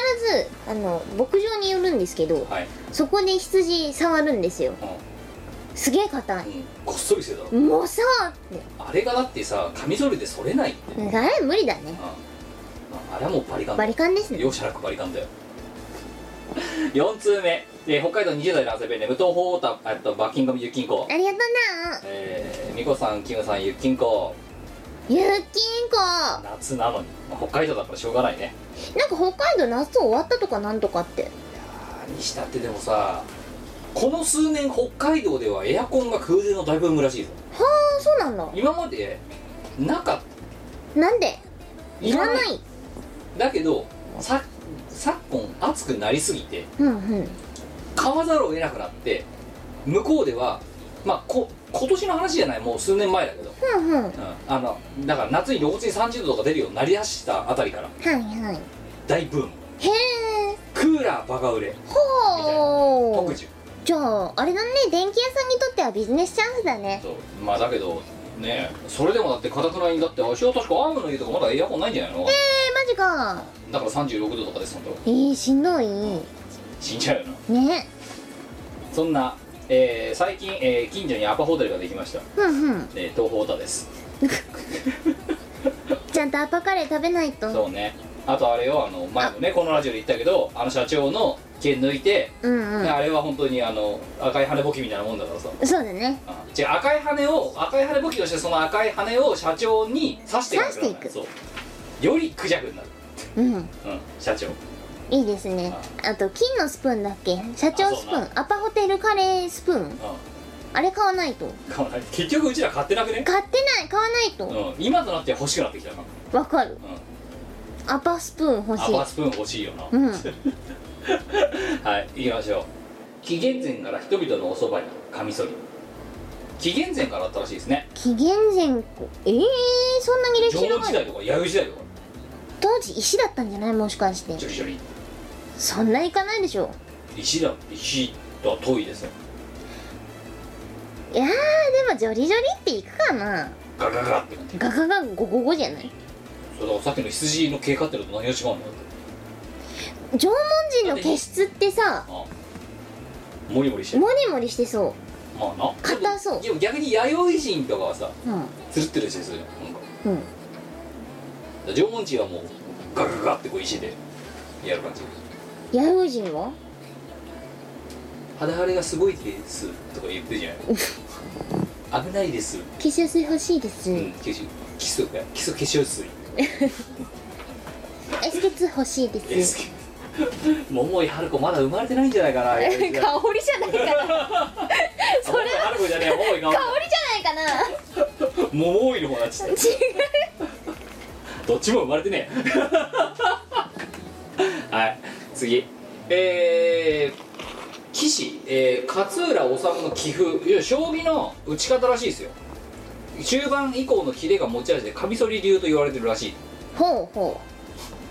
Speaker 2: あの牧場に寄るんですけど
Speaker 1: はい、
Speaker 2: そこで羊触るんですよ
Speaker 1: う
Speaker 2: すげえ硬
Speaker 1: んうん、ごっそりしてたろ
Speaker 2: いもうさーって
Speaker 1: あれがだってさカミソリでそれないって、うん
Speaker 2: なんかあれ無理だね
Speaker 1: あれはもうバリカンだ
Speaker 2: バリカンですね
Speaker 1: 容赦なくバリカンだよ4通目、えー北海道20代男性弁で無党法太えっとバッキンガム雪金庫
Speaker 2: ありがとな
Speaker 1: えー、美子さんキムさん雪金庫
Speaker 2: ゆっきんこなんか
Speaker 1: 夏なのに、まあ北海道だからしょうがないね
Speaker 2: 北海道夏終わったとかなんとかって
Speaker 1: あーにしたってでもさこの数年北海道ではエアコンが空前の大ブームらしいぞ
Speaker 2: はあそうなんだ
Speaker 1: 今までなかっ
Speaker 2: なんで
Speaker 1: た
Speaker 2: いらない
Speaker 1: だけどさ昨今暑くなりすぎて
Speaker 2: うんうん
Speaker 1: 買わざるを得なくなって向こうではまあこ今年の話じゃないもう数年前だけど、
Speaker 2: うんうんは
Speaker 1: うん、
Speaker 2: い
Speaker 1: あのだから夏に露骨に30度とか出るようになりだしたあたりから
Speaker 2: はい
Speaker 1: 大ブーム
Speaker 2: へえ
Speaker 1: クーラーバカ売れ
Speaker 2: ほ
Speaker 1: 特
Speaker 2: う
Speaker 1: 需
Speaker 2: じゃああれだね電気屋さんにとってはビジネスチャンスだね
Speaker 1: そうまあだけどねそれでもだってかたくなにだってあしは確かアームの家とかまだエアコンないんじゃないの
Speaker 2: えー、マジか
Speaker 1: だから36度とかですほんと
Speaker 2: えー、しんどい
Speaker 1: 死んじゃうよな
Speaker 2: ね
Speaker 1: そんな、えー最近、えー近所にアパホテルができました、
Speaker 2: うんうん
Speaker 1: えー東宝太です
Speaker 2: ちゃんとアパカレー食べないと
Speaker 1: そうねあとあれをあの前もねこのラジオで言ったけどあの社長の毛抜いて、
Speaker 2: うんうん
Speaker 1: あれは本当にあの赤い羽ぼきみたいなもんだからさ
Speaker 2: そうだね
Speaker 1: あ違う赤い羽を赤い羽ぼきとしてその赤い羽を社長に刺していく
Speaker 2: 刺していく
Speaker 1: そうよりクジャクになる、
Speaker 2: うん
Speaker 1: うん、社長
Speaker 2: いいですねあと金のスプーンだっけ社長スプ
Speaker 1: あそう
Speaker 2: ーンアパホテルカレースプーン
Speaker 1: う
Speaker 2: あれ買わないと
Speaker 1: ん買わない結局うちら買ってなくね、
Speaker 2: 買ってない買わないと
Speaker 1: うん、今となっては欲しくなってきたな、う
Speaker 2: わかる
Speaker 1: ん、
Speaker 2: アパスプーン欲
Speaker 1: ア
Speaker 2: し
Speaker 1: パ
Speaker 2: い
Speaker 1: スプーン欲しいよな、
Speaker 2: うん
Speaker 1: はい行きましょう紀元前から人々のおそばにカミソリ紀元前からあったらしいですね
Speaker 2: 紀元前後えー、そんなに歴
Speaker 1: 縄
Speaker 2: 史
Speaker 1: 文時
Speaker 2: 長い
Speaker 1: 代とか弥生時代とか
Speaker 2: 当時石だったんじゃないもしかして
Speaker 1: ちょりちょり
Speaker 2: そんないかないでしょ
Speaker 1: 石だ石とは遠いですよ
Speaker 2: いやーでもジョリジョリっていくかな
Speaker 1: ガガガって感じ
Speaker 2: ガガガゴゴゴじゃない
Speaker 1: それだからさっきの羊の毛飼ってると何が違うんだよ
Speaker 2: 縄文人の毛質ってさ
Speaker 1: ああモリモリしてる
Speaker 2: モリモリしてそ
Speaker 1: まあな
Speaker 2: 硬そう
Speaker 1: でも逆に弥生人とかはさ
Speaker 2: ううん
Speaker 1: つるってるしでするよなんか
Speaker 2: うん
Speaker 1: 縄文人はもうガガガってこう石でやる感じ
Speaker 2: 弥生人は
Speaker 1: 肌荒れがすごいですとか言ってるじ
Speaker 2: *laughs*
Speaker 1: ゃない危ないです、
Speaker 2: 化粧水欲しいです、
Speaker 1: うん、化粧基礎が基礎化粧水
Speaker 2: エスケツ欲しい
Speaker 1: で
Speaker 2: ですす
Speaker 1: けど桃井春子まだ生まれてないんじゃないかな
Speaker 2: *laughs* 香
Speaker 1: い
Speaker 2: りじ
Speaker 1: や
Speaker 2: ゃ
Speaker 1: いや
Speaker 2: ないか *laughs* な
Speaker 1: あ桃井春子じゃねえ桃井が
Speaker 2: 香りじゃないかな
Speaker 1: 桃井の方だちっ
Speaker 2: 違
Speaker 1: どっちも生まれてねえはい次えー棋士、えー勝浦治の棋風いや将棋の打ち方らしいですよ中盤以降のヒレが持ち味でカミソリ流と言われてるらしいう
Speaker 2: ほうほ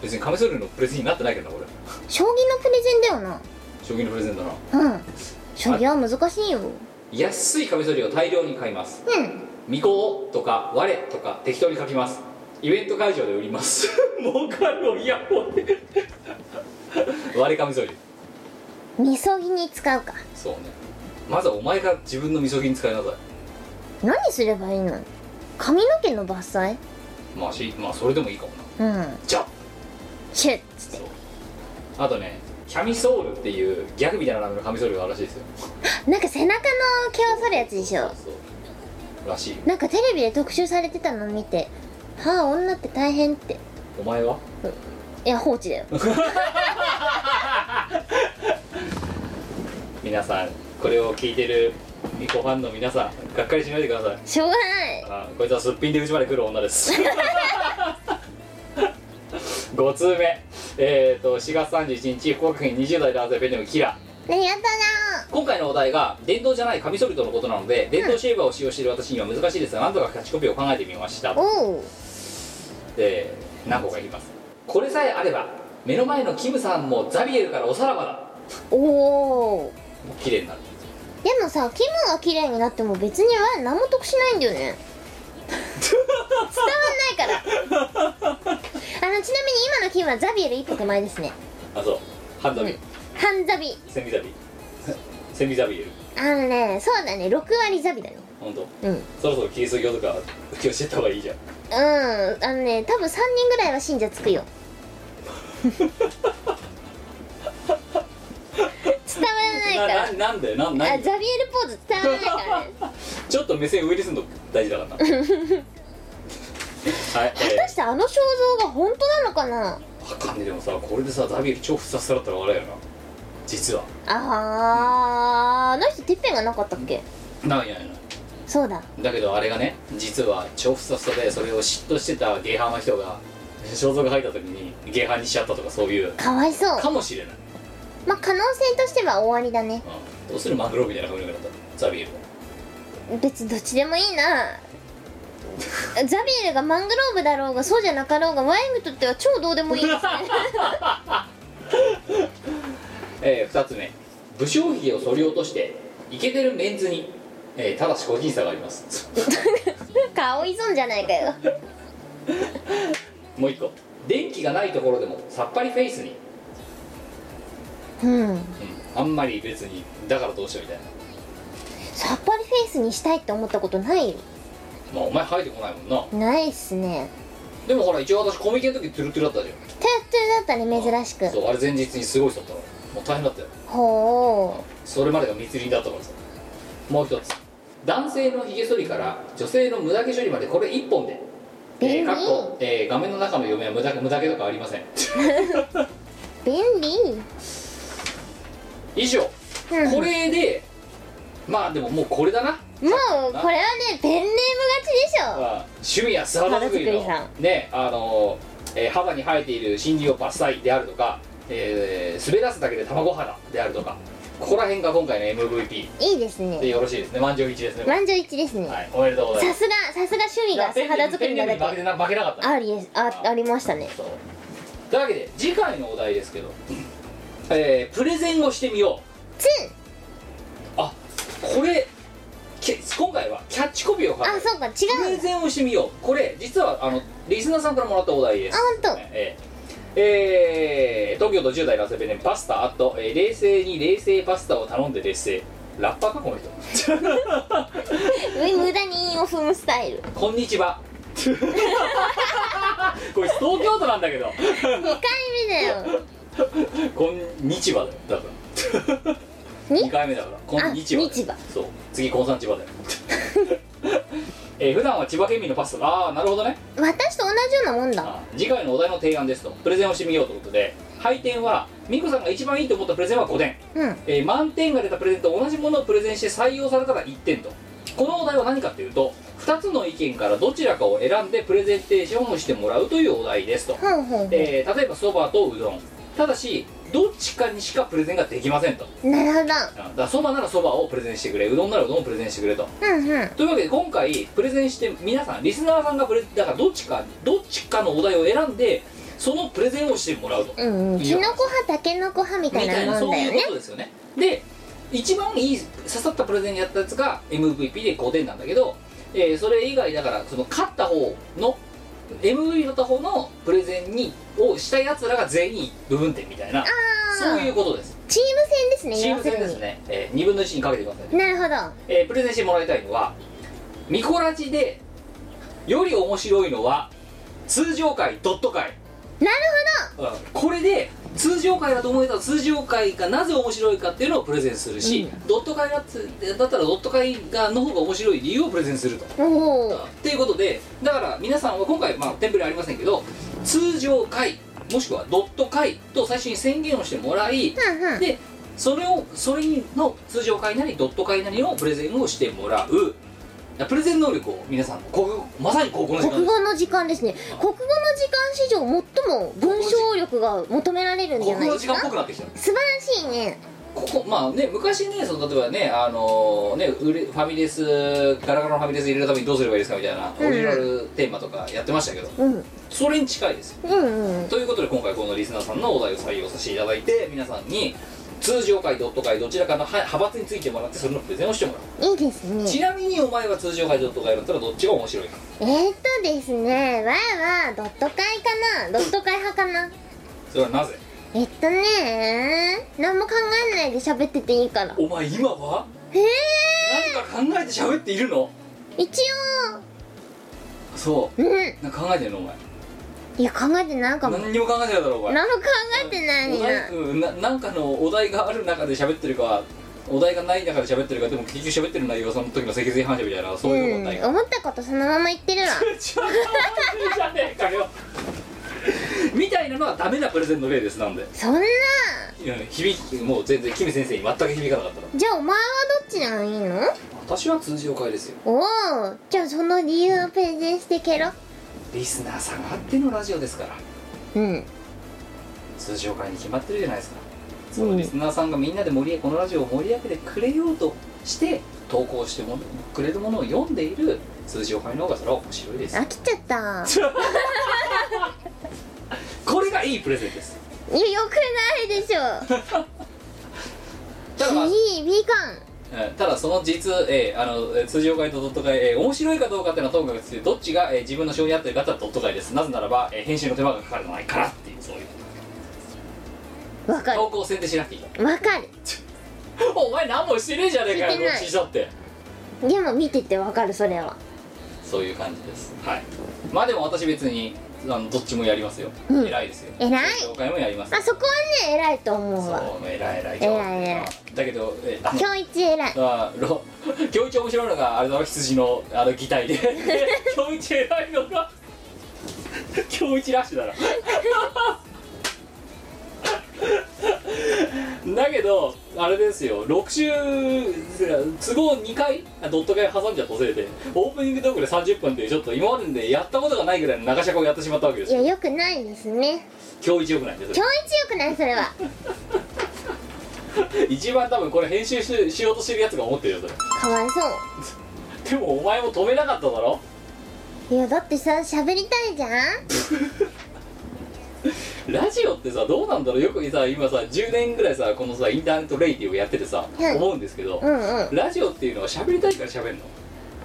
Speaker 1: 別にカミソリのプレゼンになってないけどなこれ
Speaker 2: う将棋のプレゼンだよな
Speaker 1: 将棋のプレゼンだな
Speaker 2: うん将棋は難しいよ
Speaker 1: 安いカミソリを大量に買います
Speaker 2: うん
Speaker 1: 「未行」とか「我」とか適当に書きますイベント会場で売ります *laughs* 儲かるをイヤホンで我カミソリ
Speaker 2: みそぎに使うか
Speaker 1: そうねまずはお前が自分のみそぎに使いなさい
Speaker 2: 何すればいいの髪の毛の伐採
Speaker 1: まあしまあそれでもいいかもな
Speaker 2: うん
Speaker 1: じゃあ
Speaker 2: シュッつって
Speaker 1: そうあとねキャミソールっていうギャグみたいな名前のカミソリがあるらしいですよ
Speaker 2: なんか背中の毛を剃るやつでしょ
Speaker 1: そうらしい
Speaker 2: なんかテレビで特集されてたの見てはあ女って大変って
Speaker 1: お前は
Speaker 2: いや放置だよ
Speaker 1: 皆さんこれを聞いてるミコファンの皆さんがっかりしないでください
Speaker 2: しょうがない
Speaker 1: あこいつはすっぴんで口まで来る女です *laughs* 5通目えっ、と4月31日福岡県20代男性ペンネームキラ
Speaker 2: 何やった
Speaker 1: 今回のお題が電動じゃないカミソリとのことなので電動シェーバーを使用している私には難しいですが何とかキャッチコピーを考えてみました
Speaker 2: なおう
Speaker 1: で何個かいきますこれさえあれば目の前のキムさんもザビエルからおさらばだ
Speaker 2: おお
Speaker 1: 綺麗になる
Speaker 2: でもさキムが綺麗になっても別には何も得しないんだよね伝わんないからあのちなみに今のキムはザビエル一歩手前ですね
Speaker 1: あそうハンザビ、
Speaker 2: うん半ザビ
Speaker 1: セミザビセミザビエル
Speaker 2: あのねそうだね6割ザビだね
Speaker 1: 本当。
Speaker 2: うんうん
Speaker 1: そろそろキリスト教とか教えた方がいいじゃん
Speaker 2: あのね多分3人ぐらいは信者つくよ伝わらない
Speaker 1: な
Speaker 2: か
Speaker 1: ななんだよな
Speaker 2: ら
Speaker 1: な
Speaker 2: あ
Speaker 1: ん
Speaker 2: ザビエルポーズ伝わらないからね
Speaker 1: *laughs* ちょっと目線上にするの大事だ *laughs* からなはい、
Speaker 2: 果たしてあの肖像が本当なのかな
Speaker 1: えー、わかんねえでもさこれでさザビエル超ふさふさだったらあれやな実は
Speaker 2: あーあの人てっぺんがなかったっけ
Speaker 1: なんやないの
Speaker 2: そうだ
Speaker 1: だけどあれがね実は超ふさふさでそれを嫉妬してたゲイ派の人が肖像が入った時にゲイ派にしちゃったとかそういう
Speaker 2: かわいそう
Speaker 1: かもしれない、
Speaker 2: まあ可能性としては終わりだね
Speaker 1: うん、どうするマグロみたいな風になったザビエルは
Speaker 2: 別にどっちでもいい
Speaker 1: *laughs*
Speaker 2: なザビエルがマングローブだろうがそうじゃなかろうがワインにとっては超どうで
Speaker 1: *laughs*
Speaker 2: もいいですね
Speaker 1: えー、2つ目武将髭を剃り落としてイケてるメンズに、えーただし個人差があります
Speaker 2: 顔依存じゃないかよ
Speaker 1: もう一個電気がないところでもさっぱりフェイスに、
Speaker 2: うん
Speaker 1: うん、あんまり別にだからどうしようみたいな
Speaker 2: さっぱりフェイスにしたいって思ったことない
Speaker 1: まあお前生えてこないもんな
Speaker 2: ないっすね
Speaker 1: でもほら一応私コミケの時ツルツルだったじゃ
Speaker 2: トゥルトゥルだったね珍し
Speaker 1: んそ
Speaker 2: く
Speaker 1: うあれ前日にすごい人だったからもう大変だったよ
Speaker 2: ほ
Speaker 1: それまでが密林だったからさもう一つ男性のひげ剃りから女性の無駄毛処理までこれ一本で
Speaker 2: 便利
Speaker 1: えーかっこえー画面の中の嫁は無駄毛無駄毛とかありません
Speaker 2: う便利
Speaker 1: 以上
Speaker 2: うん
Speaker 1: これでまあでももうこれだな
Speaker 2: もうこれはねペンネーム勝ちでしょ
Speaker 1: あ趣味や素肌作りの
Speaker 2: 肌作
Speaker 1: ねあのー、えー肌に生えている森林を伐採であるとか、えー滑らすだけで卵肌であるとかここら辺が今回の MVP
Speaker 2: いいです
Speaker 1: で
Speaker 2: ね
Speaker 1: よろしいですね満場一致ですね、
Speaker 2: 満場一致ですね、
Speaker 1: はいおめでとうございま
Speaker 2: さ
Speaker 1: す
Speaker 2: すがさすが趣味が
Speaker 1: ペンネーム
Speaker 2: 肌作り
Speaker 1: ペン
Speaker 2: だ
Speaker 1: ネームに負
Speaker 2: だ
Speaker 1: け
Speaker 2: け
Speaker 1: てな負けなかった
Speaker 2: ありですあありましたね
Speaker 1: そうというわけで次回のお題ですけど、えープレゼンをしてみよう
Speaker 2: ツン
Speaker 1: あこれけ今回はキャッチコピーを考える
Speaker 2: あそうか違
Speaker 1: プ
Speaker 2: う
Speaker 1: レ
Speaker 2: んだ
Speaker 1: ゼンをしてみようこれ実はあのリスナーさんからもらったお題で
Speaker 2: あ
Speaker 1: す
Speaker 2: 本
Speaker 1: えええー東京都10代男性ペンネームパスタあと、えー冷静に冷製パスタを頼んで劣勢ラッパーかこの人
Speaker 2: 当上無駄に韻を踏むスタイル
Speaker 1: こんにちは *laughs* これ東京都なんだけど
Speaker 2: 2回目だよ
Speaker 1: こんにちはだよだから
Speaker 2: に
Speaker 1: 2回目だからこんにちはだよ
Speaker 2: あ日は
Speaker 1: そう次こんさん千葉だよ *laughs* えー普段は千葉県民のパスタああなるほどね
Speaker 2: 私と同じようなもんだ
Speaker 1: あ次回のお題の提案ですとプレゼンをしてみようということで配点はミコさんが一番いいと思ったプレゼンは5点、
Speaker 2: うん
Speaker 1: えー満点が出たプレゼンと同じものをプレゼンして採用されたら1点とこのお題は何かというと2つの意見からどちらかを選んでプレゼンテーションをしてもらうというお題ですと、
Speaker 2: ほんほんほ
Speaker 1: えー例えばそばとうどんただしどっちかにしかプレゼンができませんと
Speaker 2: んなるほ
Speaker 1: うんだからそばならそばをプレゼンしてくれうどんならうどんをプレゼンしてくれと
Speaker 2: どうんうん
Speaker 1: というわけで今回プレゼンして皆さんリスナーさんがプレだからどっちかどっちかのお題を選んでそのプレゼンをしてもらうと
Speaker 2: うんうん
Speaker 1: いい
Speaker 2: キ
Speaker 1: よ
Speaker 2: ノコ派タケノコ派みた
Speaker 1: み
Speaker 2: い
Speaker 1: たいな
Speaker 2: なも
Speaker 1: そ
Speaker 2: ん
Speaker 1: う
Speaker 2: だ
Speaker 1: い
Speaker 2: よ
Speaker 1: う
Speaker 2: ね
Speaker 1: ことですよねで一番いい刺さったプレゼンやったやつが MVP で5点なんだけど、えーそれ以外だからその勝った方の MVP だった方のプレゼンにをしたやつらが全員部分点みたいなそういうことです
Speaker 2: チーム戦ですね
Speaker 1: チー
Speaker 2: 要
Speaker 1: ム
Speaker 2: す
Speaker 1: 戦
Speaker 2: る
Speaker 1: です
Speaker 2: に
Speaker 1: ね、えー2分の1にかけてください
Speaker 2: なるほど
Speaker 1: えープレゼンしてもらいたいのはミコラジでより面白いのは通常回ドット回
Speaker 2: なる
Speaker 1: うんこれで通常回だと思えたら通常回がなぜ面白いかっていうのをプレゼンするし、ドット回だつだったらドット回がの方が面白い理由をプレゼンすると。
Speaker 2: ほどおお
Speaker 1: ということでだから皆さんは今回まあテンプレありませんけど通常回もしくはドット会と最初に宣言をしてもらい
Speaker 2: うんうん
Speaker 1: でそれをそれの通常会なりドット会なりのプレゼンをしてもらうプレゼン能力を皆さん国語まさに高校の時間
Speaker 2: 国語の時間ですね国語の時間史上最も文章力が求められるんじゃ
Speaker 1: 国語
Speaker 2: な
Speaker 1: の
Speaker 2: いで
Speaker 1: 時
Speaker 2: す
Speaker 1: 間っぽ
Speaker 2: か
Speaker 1: くなってきた
Speaker 2: 素晴らしいね
Speaker 1: ここまあね昔ねその例えばねあのね売れファミレスガラガラのファミレス入れるためにどうすればいいですかみたいなオ
Speaker 2: ん
Speaker 1: リジナルテーマとかやってましたけど、
Speaker 2: うん
Speaker 1: それに近いですよ
Speaker 2: うんうん
Speaker 1: ということで今回このリスナーさんのお題を採用させていただいて皆さんに通常会ドット会どちらかのは派閥についてもらってそれのプレゼンをしてもらう、
Speaker 2: いいですね
Speaker 1: ちなみにお前は通常会ドット会だったらどっちが面白いか
Speaker 2: えー、っとですねわいはドット会かなドット会派かな
Speaker 1: それはなぜ
Speaker 2: えっとね何も考えないで喋ってていいから
Speaker 1: お前今は
Speaker 2: へえ
Speaker 1: 何か考えて喋っているの
Speaker 2: 一応
Speaker 1: そう
Speaker 2: うん
Speaker 1: なんか考えてんのお前
Speaker 2: いや考えてないかも
Speaker 1: 何にも考えてないだろお前
Speaker 2: 何も考えてない
Speaker 1: お
Speaker 2: な
Speaker 1: 題うんななんかのお題がある中で喋ってるかお題がない中で喋ってるかでも結局喋ってる内容はその時の脊髄反射みたいなそういうこと
Speaker 2: う
Speaker 1: は
Speaker 2: ん
Speaker 1: ないか、
Speaker 2: 思ったことそのまま言ってるわ
Speaker 1: ちょっと待ってじゃねえかよみたいなのはダメなプレゼンの例ですなんで
Speaker 2: そんない
Speaker 1: や響きもう全然キム先生に全く響かなかったら
Speaker 2: じゃあお前はどっちなのいいの
Speaker 1: 私は通常会ですよ
Speaker 2: おおじゃあその理由をプレゼンしてけろ
Speaker 1: リスナーさんあってのラジオですから
Speaker 2: うん
Speaker 1: 通常会に決まってるじゃないですかそのリスナーさんがみんなで盛りこのラジオを盛り上げてくれようとして投稿してもくれるものを読んでいる通常会の方がそれは面白いです
Speaker 2: 飽きちゃった
Speaker 1: これがいいプレゼンです
Speaker 2: いやよくないで
Speaker 1: *laughs*
Speaker 2: しょ
Speaker 1: ただまあ
Speaker 2: いい美感
Speaker 1: えーただその実、えーあのえー通常会とドット会、えー面白いかどうかっていうのはともかくしてどっちが、えー自分の性に合ってるかっていうのはドット会ですなぜならば、えー編集の手間がかかるないからっていうそういう
Speaker 2: わかる
Speaker 1: 投稿を宣伝しなくていい
Speaker 2: わかる
Speaker 1: お前何もしてねえじゃねえか
Speaker 2: して
Speaker 1: よど
Speaker 2: ない
Speaker 1: っちにしろって
Speaker 2: でも見ててわかるそれは
Speaker 1: そういう感じですはいまあでも私別にあのどっちもやりますよ、
Speaker 2: うん
Speaker 1: 偉いですよ
Speaker 2: 偉い
Speaker 1: 通常会もやります
Speaker 2: あそこはね偉いと思うわ
Speaker 1: そう偉い偉い
Speaker 2: 偉い偉い
Speaker 1: だけど、えーあの
Speaker 2: 今日一偉い
Speaker 1: あーろ今日一面白いのがあれだろ羊のあの擬
Speaker 2: *laughs*
Speaker 1: 態で今日一偉いのが今日一ラッシュだろだけどあれですよ6週都合2回あドット会挟んじゃったせいでオープニングトークで30分っていうちょっと今まででやったことがないぐらいの長尺をやってしまったわけで
Speaker 2: い
Speaker 1: す
Speaker 2: や
Speaker 1: よ
Speaker 2: よくないですね
Speaker 1: 今日一よくないです
Speaker 2: 今日一よくないそれ
Speaker 1: *laughs*
Speaker 2: は
Speaker 1: 一番多分これ編集ししようとしてるやつが思ってるよそれ
Speaker 2: かわいそう
Speaker 1: でもお前も止めなかっただろ
Speaker 2: いやだってさ喋りたいじゃん
Speaker 1: ラジオってさどうなんだろうよくさ今さ10年ぐらいさこのさインターネットレイディをやっててさ、
Speaker 2: はい
Speaker 1: 思うんですけど、
Speaker 2: うんうんえだって喋り
Speaker 1: ラジオっていうのは喋りたいから喋るの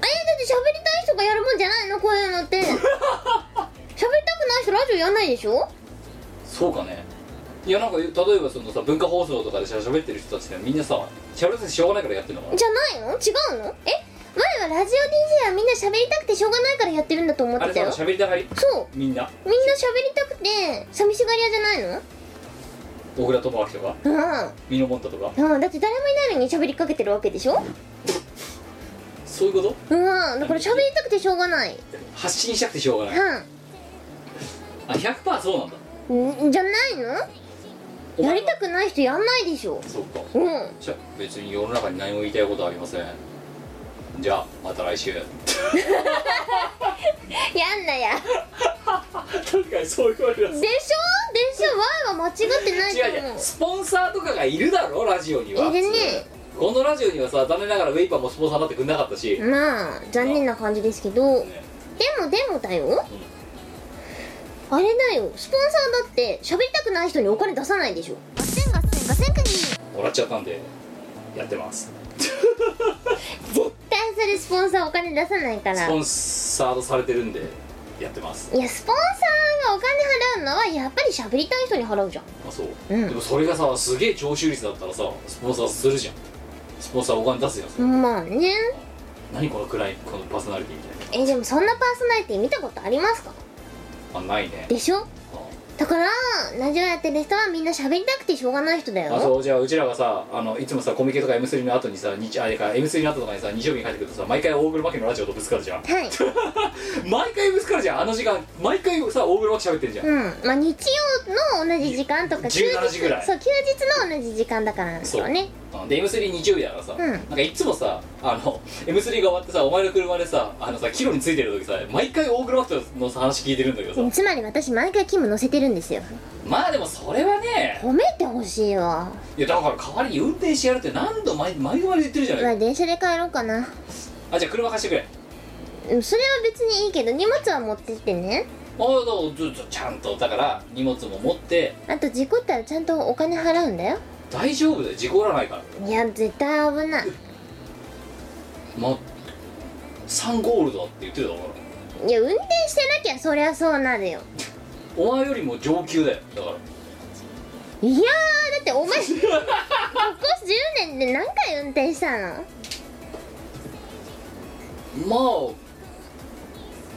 Speaker 2: たい人がやるもんじゃないのこういうのって
Speaker 1: *laughs*
Speaker 2: 喋りたくない人ラジオやんないでしょ
Speaker 1: そうかねいやなんか例えばそのさ文化放送とかでしゃ喋ってる人たちってみんなさ喋らせてしょうがないからやってるのかな
Speaker 2: じゃないの違うのえ前はラジオ DJ はみんな喋りたくてしょうがないからやってるんだと思っ
Speaker 1: あ
Speaker 2: て
Speaker 1: れ
Speaker 2: た
Speaker 1: さ
Speaker 2: よそう
Speaker 1: 喋りたがりみんな
Speaker 2: みんな喋りたくて寂しがり屋じゃないの
Speaker 1: 小倉智明とかミノモンタとか
Speaker 2: うん、うん、だって誰もいないのに喋りかけてるわけでしょ
Speaker 1: そういうこと
Speaker 2: うんだから喋りたくてしょうがない
Speaker 1: 発信したくてしょうがないあ100%そうなんだ
Speaker 2: うんんじゃないの
Speaker 1: お前
Speaker 2: や
Speaker 1: は
Speaker 2: りたくない人やんないでしょ
Speaker 1: そうか
Speaker 2: うん
Speaker 1: じゃあ別に世の中に何も言いたいことはありませんじゃあまた来
Speaker 2: *laughs*
Speaker 1: 週
Speaker 2: やんなや
Speaker 1: 確かにそう言われ
Speaker 2: でしょでしょ Y は間違ってない
Speaker 1: 違う
Speaker 2: と
Speaker 1: 違
Speaker 2: 思
Speaker 1: う
Speaker 2: う
Speaker 1: スポンサーとかがいるだろラジオにはい
Speaker 2: るね
Speaker 1: このラジオにはさ残念ながらウェイパーもスポンサーになってくんなかったし、ね
Speaker 2: まあ残念な感じですけどでもでもだよあれだよスポンサーだって喋りたくない人にお金出さないでしょガセンガセンガセンクニー
Speaker 1: もらっちゃったんでやってます
Speaker 2: 絶対それスポンサーお金出さないか
Speaker 1: ス
Speaker 2: ら
Speaker 1: ポンサードされてるんでやってます
Speaker 2: いやスポンサーがお金払うのはやっぱり喋りたい人に払うじゃん
Speaker 1: あそう、
Speaker 2: うん
Speaker 1: でもそれがさすげえ徴収率だったらさスポンサーするじゃんスポンサーお金出すよ、
Speaker 2: まあね
Speaker 1: 何この暗いこのパーソナリティみたい
Speaker 2: えでもそんなパーソナリティ見たことありますか
Speaker 1: なあないね
Speaker 2: でしょ
Speaker 1: あ
Speaker 2: だからラジオやってる人はみんな喋りたくてしょうがない人だよ
Speaker 1: あそうじゃあうちらがさあのいつもさコミケとか M3 の後にさ日あれか M3 の後とかにさ日曜日に帰ってくるとさ毎回大黒摩季のラジオとぶつかるじゃん
Speaker 2: はい
Speaker 1: *laughs* 毎回ぶつかるじゃんあの時間毎回さ大黒摩季喋ってんじゃん、
Speaker 2: うんまあ日曜の同じ時間とか休
Speaker 1: 17
Speaker 2: 日
Speaker 1: 時ぐらい
Speaker 2: そう休日の同じ時間だからなんですよね
Speaker 1: あで M3 日曜日だからさ、
Speaker 2: うん
Speaker 1: なんかいつもさあの *laughs* M3 が終わってさお前の車でさあのさキロについてる時さ毎回大黒摩季のさ話聞いてるんだけどさ、
Speaker 2: うんつまり私毎回キム乗せてるんですよ
Speaker 1: まあでもそれはね
Speaker 2: 褒めてほしいわ
Speaker 1: いやだから代わりに運転してやるって何度毎毎度毎度言ってるじゃ
Speaker 2: う
Speaker 1: ない、
Speaker 2: わ電車で帰ろうかな
Speaker 1: あじゃあ車貸してくれ
Speaker 2: うんそれは別にいいけど荷物は持ってってね
Speaker 1: ああだからずっとちゃんとだから荷物も持って
Speaker 2: あと事故ったらちゃんとお金払うんだよ
Speaker 1: 大丈夫だよ事故らないから
Speaker 2: いや絶対危ない
Speaker 1: まサンゴールドだって言ってたから
Speaker 2: いや運転してなきゃそりゃそうなるよ
Speaker 1: お前よりも上級だよだから
Speaker 2: いやーだって *laughs* お前ここ10年で何回運転したの
Speaker 1: まあ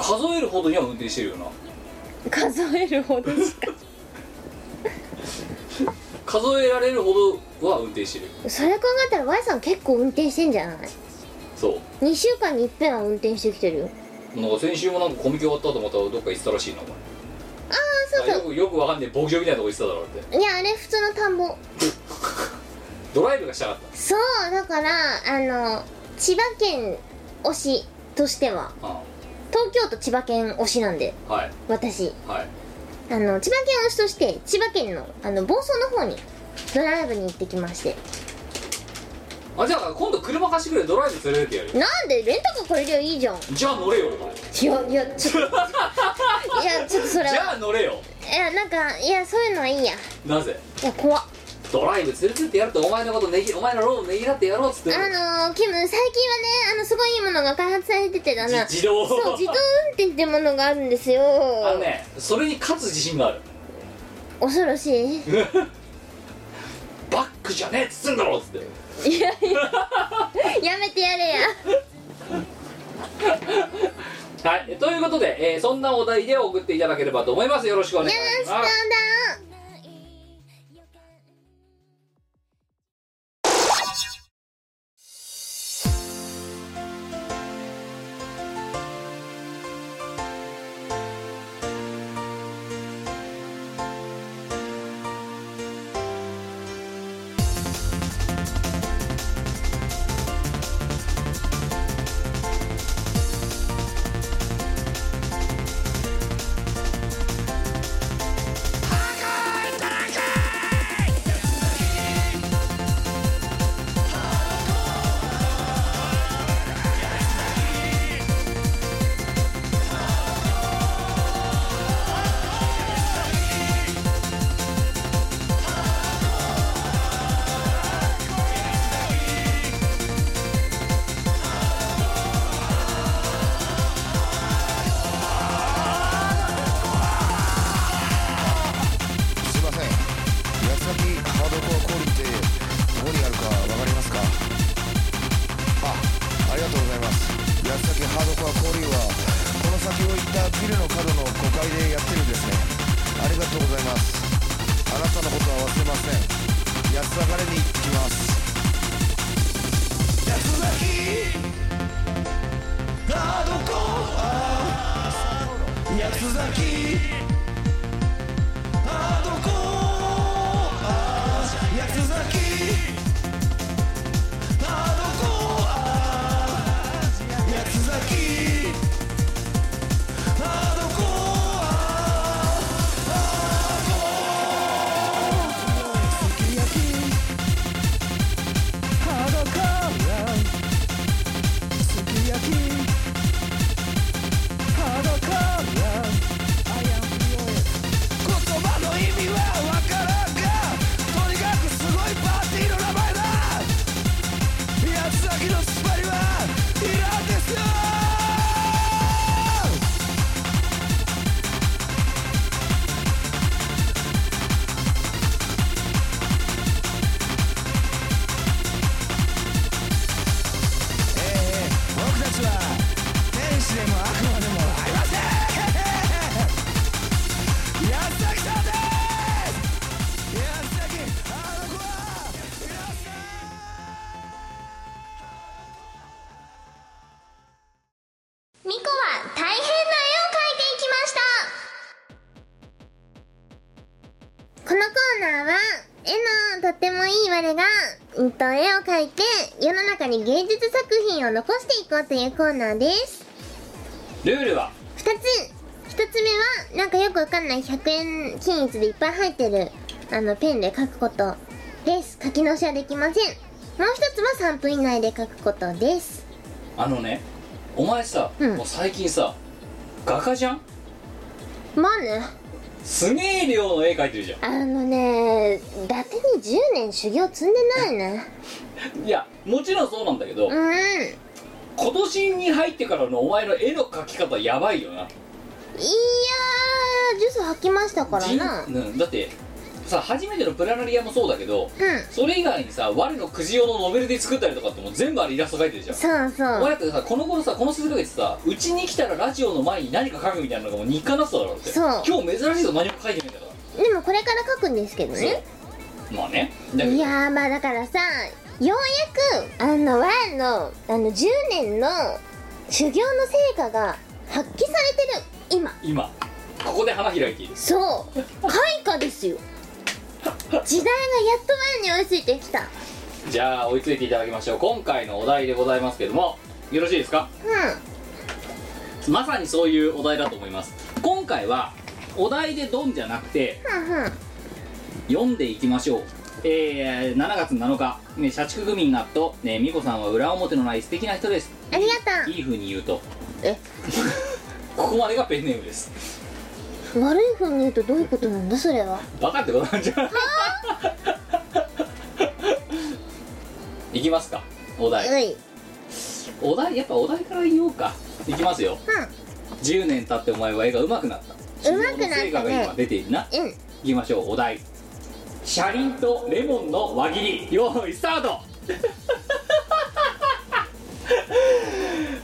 Speaker 1: 数えるほどには運転してるよな
Speaker 2: 数えるほどしか
Speaker 1: 数えられるほどは運転してる
Speaker 2: それ考えたら Y さん結構運転してんじゃない
Speaker 1: そ
Speaker 2: 2週間に一遍は運転してきてるよ
Speaker 1: うなんか先週もなんかコミケ終わったと思ったらどっか行ってたらしいなお前
Speaker 2: ああそう
Speaker 1: よ
Speaker 2: そ
Speaker 1: くよくわかんねえ牧場みたいなとこ行ってただろうって
Speaker 2: ういやあれ普通の田んぼ
Speaker 1: ドライブがしたかっ
Speaker 2: そうだからあの千葉県推しとしては
Speaker 1: たあ
Speaker 2: 東京都千葉県推しなんで
Speaker 1: あはい
Speaker 2: 私
Speaker 1: はい
Speaker 2: あの千葉県推しとして千葉県のあの房総の方にドライブに行ってきまして
Speaker 1: あじゃあ今度車貸してくれドライブ連れてってやるよ
Speaker 2: なんでレンタカー借りりゃいいじゃん
Speaker 1: じゃあ乗れよお前
Speaker 2: いやいやちょっといやちょっとそれ
Speaker 1: じ
Speaker 2: は
Speaker 1: ゃあ乗れよ
Speaker 2: いやなんかいやそういうのはいいや
Speaker 1: なぜ
Speaker 2: いや怖っ
Speaker 1: ドライブ連れてってやるとお前のことねぎお前のローンねぎらってやろうっつってんの
Speaker 2: あのー、キム最近はねあのすごいいいものが開発されててだ
Speaker 1: じ
Speaker 2: な
Speaker 1: 自動
Speaker 2: そう自動運転ってものがあるんですよ
Speaker 1: あのねそれに勝つ自信がある
Speaker 2: 恐ろしい
Speaker 1: *laughs* バックじゃねえっつってんだろっつって
Speaker 2: いやいややめてやれや
Speaker 1: はいということで、えーそんなお題で送っていただければと思いますよろしくお願いし
Speaker 2: よろしく
Speaker 1: ます
Speaker 2: だ
Speaker 5: すいません八崎ハードコア氷ってどこにあるか分かりますかあありがとうございます八崎ハードコア氷はこの先を行ったビルの角の5階でやってるんですねありがとうございますあなたのことは忘れません八つがれに行ってきます八崎ハードコア八崎ハードコアヤクザキハードコアヤクザキハードコアハードコア
Speaker 2: ナーは、絵のとってもいい我が、うんと、絵を描いて、世の中に芸術作品を残していこうというコーナーです。
Speaker 1: ルールは
Speaker 2: 二つ。一つ目は、なんかよくわかんない100円均一でいっぱい入ってる、あの、ペンで描くことです。書き直しはできません。もう一つは3分以内で描くことです。
Speaker 1: あのねお前さ、
Speaker 2: うん
Speaker 1: もう最近さ画家じゃん
Speaker 2: まあね。
Speaker 1: すげえ量の絵描いてるじゃ
Speaker 2: あのね、伊達に10年修行積んでないね。
Speaker 1: んいやもちろんそうなんだけど、
Speaker 2: うん。
Speaker 1: 今年に入ってからのお前の絵の描き方やばいよない
Speaker 2: やー、ジュース吐きましたから
Speaker 1: 人
Speaker 2: な。
Speaker 1: うん、だってさ初めてのプラナリアもそうだけど
Speaker 2: うん。
Speaker 1: それ以外にさ我のくじ用のノベルで作ったりとかってもう全部あれイラスト描いてるじゃん
Speaker 2: そうそ
Speaker 1: 俺
Speaker 2: う。
Speaker 1: だってさこの頃さこの数ヶ月さうちに来たらラジオの前に何か書くみたいなのがもう日課になってただろうって
Speaker 2: そう
Speaker 1: 今日珍しいぞ何も書いてないんだから
Speaker 2: でもこれから書くんですけどね。
Speaker 1: そうまあねだけど
Speaker 2: いやー、まあだからさ、ようやく、あの、ワンの、あの、10年の修行の成果が発揮されてる、今。
Speaker 1: 今ここで花開いている
Speaker 2: そう。
Speaker 1: *laughs*
Speaker 2: 開花ですよ。時代がやっとワンに追いついてきた。
Speaker 1: じゃあ追いついていただきましょう今回のお題でございますけどもよろしいですか
Speaker 2: う
Speaker 1: まさにそういうお題だと思います今回はお題でドンじゃなくて
Speaker 2: ん。うんうん。
Speaker 1: 読んでいきましょう、えー、7月7日、ね、社畜組になっと、ね、美子さんは裏表のない素敵な人です
Speaker 2: ありがとう
Speaker 1: いい風に言うと
Speaker 2: え
Speaker 1: ここまでがペンネームです
Speaker 2: 悪い風に言うとどういうことなんだそれは
Speaker 1: バカってことなんじゃんいきますかお題、
Speaker 2: はい
Speaker 1: お題やっぱお題から言おうかいきますよ10年経ってお前は絵が上手くなった
Speaker 2: 上手くなったね
Speaker 1: 成果が今出ているな
Speaker 2: うんう
Speaker 1: い
Speaker 2: ん
Speaker 1: きましょうお題車輪とレモンの輪切り用意スター
Speaker 2: *laughs*
Speaker 1: ト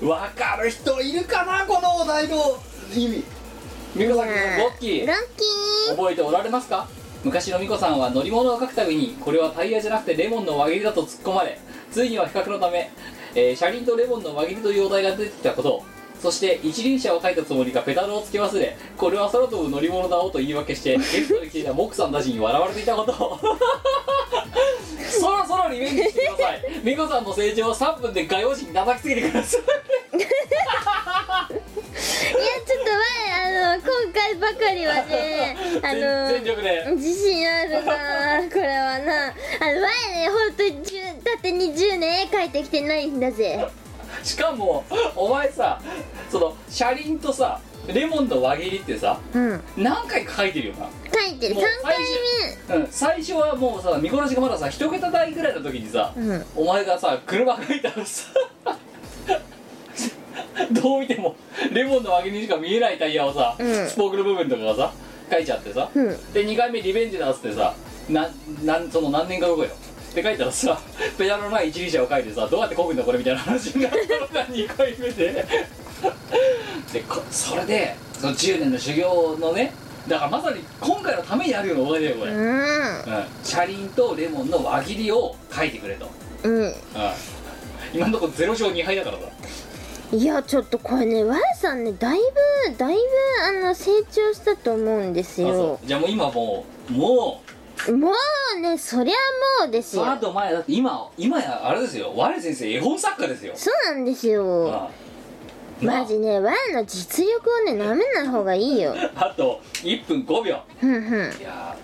Speaker 1: わかる人いるかなこのお題の意味美子さんのロ
Speaker 2: ロ
Speaker 1: ッキー
Speaker 2: ロッキー
Speaker 1: 覚えておられますか昔の美子さんは乗り物を描くたびにこれはタイヤじゃなくてレモンの輪切りだと突っ込まれついには比較のため、えー車輪とレモンの輪切りというお題が出てきたことそして一輪車を描いたつもりがペダルをつけ忘れこれは空飛ぶ乗り物だおと言い訳してゲストに来ていたモクさんたちに笑われていたこと *laughs* そろそろリベンジしてください美子さんの成長を3分で画用紙に叩きつけてください
Speaker 2: いやちょっと前あの今回ばかりはねあの
Speaker 1: *laughs* 全全力で
Speaker 2: 自信あるなこれはなあの前ねほんとにじゅう縦に10年絵描いてきてないんだぜ
Speaker 1: しかもお前さその車輪とさレモンの輪切りってさ
Speaker 2: うん
Speaker 1: 何回か書いてるよな
Speaker 2: 描いてる3
Speaker 1: もう
Speaker 2: 回
Speaker 1: うん、最初はもうさ見殺しがまださ一桁台ぐらいの時にさ、
Speaker 2: 目うん
Speaker 1: お前がさ車がいたらさどう見てもレモンの脇にしか見えないタイヤをさ、
Speaker 2: うん
Speaker 1: スポークの部分とかがさ書いちゃってさ、
Speaker 2: うん
Speaker 1: で2回目リベンジだっつってさななんその何年か後よって書いたらさ *laughs* ペダルのない一輪車を書いてさどうやってこぐんだこれみたいな話になったのが2回目ででこそれでその10年の修行のねだからまさに今回のためにあるようなお題だよこれ、うん車輪とレモンの輪切りを書いてくれと、うん、
Speaker 2: うんうん
Speaker 1: 今のところ0勝2敗だからさ
Speaker 2: いやちょっとこれね Y さんねだいぶだいぶあの成長したと思うんです
Speaker 1: あ
Speaker 2: よ
Speaker 1: そうじゃあもう今もうもう
Speaker 2: もうねそりゃもうです
Speaker 1: そ
Speaker 2: よ
Speaker 1: の後前だって今今やあれですよ我先生絵本作家ですよ、
Speaker 2: そうなんですよ
Speaker 1: うん
Speaker 2: マジねワンの実力をねなめない方がいいよ
Speaker 1: あと1分5秒
Speaker 2: ふんふん
Speaker 1: いや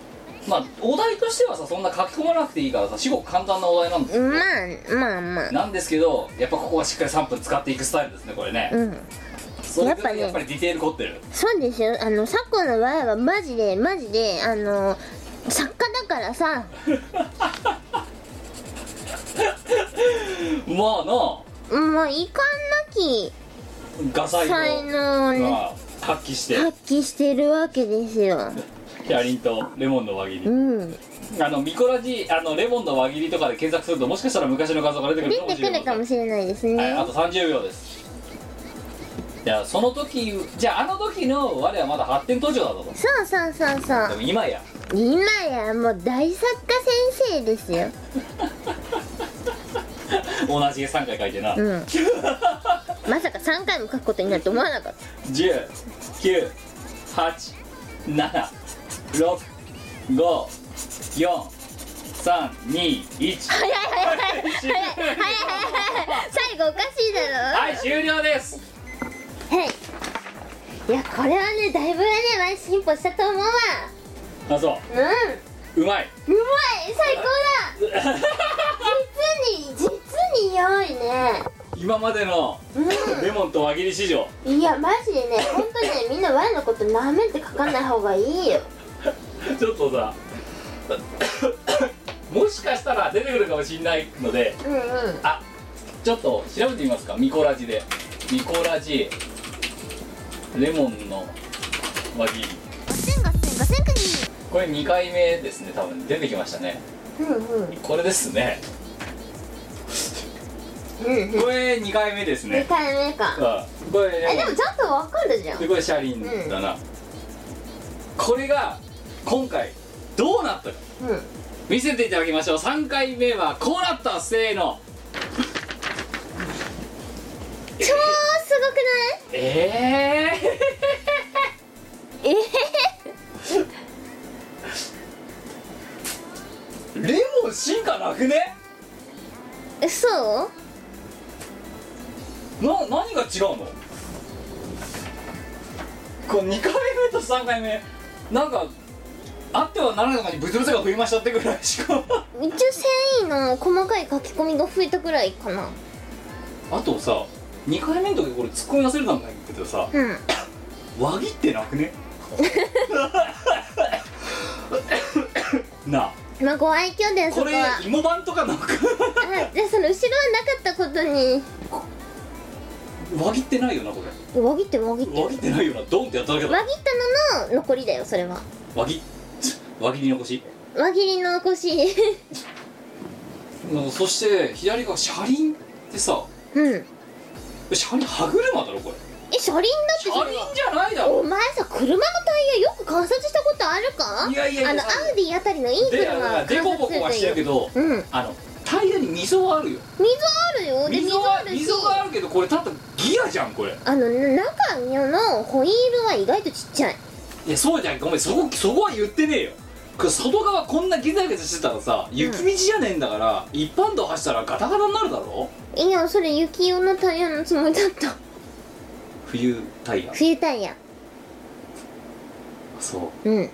Speaker 1: ーまあお題としてはさそんな書き込まなくていいからさ至極簡単なお題なんですけど、
Speaker 2: まあまあまあ
Speaker 1: なんですけどやっぱここはしっかり3分使っていくスタイルですねこれね、
Speaker 2: うん
Speaker 1: それぐらいや
Speaker 2: やっ
Speaker 1: っ
Speaker 2: ぱ
Speaker 1: ぱ
Speaker 2: ね
Speaker 1: りディテール凝ってる
Speaker 2: そうですよあの昨今のワンはマジでマジであの作家だからさ
Speaker 1: まあな
Speaker 2: もう遺憾なき
Speaker 1: 画材
Speaker 2: 才
Speaker 1: を、
Speaker 2: 能をね
Speaker 1: まあ、発揮して
Speaker 2: 発揮してるわけですよ
Speaker 1: キャリンとレモンの輪切り、
Speaker 2: うん
Speaker 1: あのミコラジあのレモンの輪切りとかで検索するともしかしたら昔の画像が出てくる
Speaker 2: 出
Speaker 1: かも
Speaker 2: て
Speaker 1: しれ
Speaker 2: く
Speaker 1: な
Speaker 2: る
Speaker 1: い
Speaker 2: かもしれないです
Speaker 1: はい、
Speaker 2: ね
Speaker 1: あと30秒ですいやその時じゃああの時の我はまだ発展途上だぞ
Speaker 2: そうそうそう
Speaker 1: と
Speaker 2: そ
Speaker 1: で
Speaker 2: う
Speaker 1: も今や
Speaker 2: 今やもう大作家先生ですよ
Speaker 1: 同じ絵3回書いてな、
Speaker 2: *laughs* うんまさか3回も書くことになると思わなかった *laughs*
Speaker 1: 10 9 8 7 6 5 4321
Speaker 2: 早い早い早い早い早い早い最後おかしいだろ
Speaker 1: はい終了です
Speaker 2: はいいやこれはねだいぶね前進歩したと思うわ
Speaker 1: あそ
Speaker 2: うんうまいう
Speaker 1: うまい *laughs*
Speaker 2: 最高だ実に実に良いね
Speaker 1: 今までのレモンと輪切り市場
Speaker 2: いやマジでね本当ねみんなワイのことなめって書かない方がいいよ
Speaker 1: ちょっとさ *coughs* もしかしたら出てくるかもしれないので
Speaker 2: うんうん
Speaker 1: あちょっと調べてみますかミコラジでミコラジレモンの輪切り
Speaker 2: 五千五千五千国
Speaker 1: これ2回目ですね多分出てきましたね
Speaker 2: うんうん
Speaker 1: これですね
Speaker 2: うんうん
Speaker 1: これ2回目ですね
Speaker 2: 2回目か
Speaker 1: うんこれレモ
Speaker 2: え
Speaker 1: ン
Speaker 2: でもちゃんとわかるじゃん
Speaker 1: でこれ車輪だな、これが今回どうなったか
Speaker 2: うん
Speaker 1: 見せていただきましょう3回目はこうなったせーの
Speaker 2: *laughs* 超すご
Speaker 1: え
Speaker 2: くないえへへ
Speaker 1: ー、レモン進化なくね
Speaker 2: へ嘘
Speaker 1: な何が違うのこう2回目と3回目なんかあってはならないのにブツブツが増えましたってぐらいしか
Speaker 2: 一応繊維の細かい書き込みが増えたぐらいかな
Speaker 1: あとさ2回目の時これ突っ込み忘れたんだけどさ
Speaker 2: うん
Speaker 1: 輪切ってなくね *laughs* なあ
Speaker 2: まあご愛嬌でそ
Speaker 1: こ
Speaker 2: こ
Speaker 1: れ
Speaker 2: は
Speaker 1: 芋版とかなんか
Speaker 2: あじゃあその後ろはなかったことに
Speaker 1: 輪切ってないよなこ
Speaker 2: 輪切ってる輪切って
Speaker 1: れ輪
Speaker 2: る
Speaker 1: 切ってないよなドンってやっただけ
Speaker 2: 輪
Speaker 1: だ
Speaker 2: 切ったのの残りだよそれは
Speaker 1: 輪切輪切り残し
Speaker 2: 輪切りの腰
Speaker 1: うんそして左側車輪ってさ
Speaker 2: うん *laughs* え
Speaker 1: 車輪歯車だろこれ
Speaker 2: 車輪だって
Speaker 1: 車
Speaker 2: それ
Speaker 1: 輪じゃないだ
Speaker 2: お
Speaker 1: ろ
Speaker 2: 前さ車のタイヤよく観察したことあるか
Speaker 1: いやいやいや
Speaker 2: あのアウディあたりのいい
Speaker 1: で
Speaker 2: 車
Speaker 1: あ
Speaker 2: は
Speaker 1: の
Speaker 2: 観察す
Speaker 1: デ
Speaker 2: る
Speaker 1: コボコはしてるけど、
Speaker 2: といいうん
Speaker 1: あのタイヤに溝はあるよ
Speaker 2: 溝あるよで溝
Speaker 1: 溝
Speaker 2: あ
Speaker 1: は
Speaker 2: るし
Speaker 1: 溝があるけどこれただギアじゃんこれ
Speaker 2: あの中のホイールは意外とちっちゃい
Speaker 1: いやそうじゃんごめんそこそこは言ってねえよこれ外側こんなギザギザしてたらさ雪道じゃねえんだから、一般道走ったらガタガタになるだろ
Speaker 2: いやそれ雪用のタイヤのつもりだった
Speaker 1: 冬タイヤ
Speaker 2: 冬タイヤ
Speaker 1: そう
Speaker 2: うん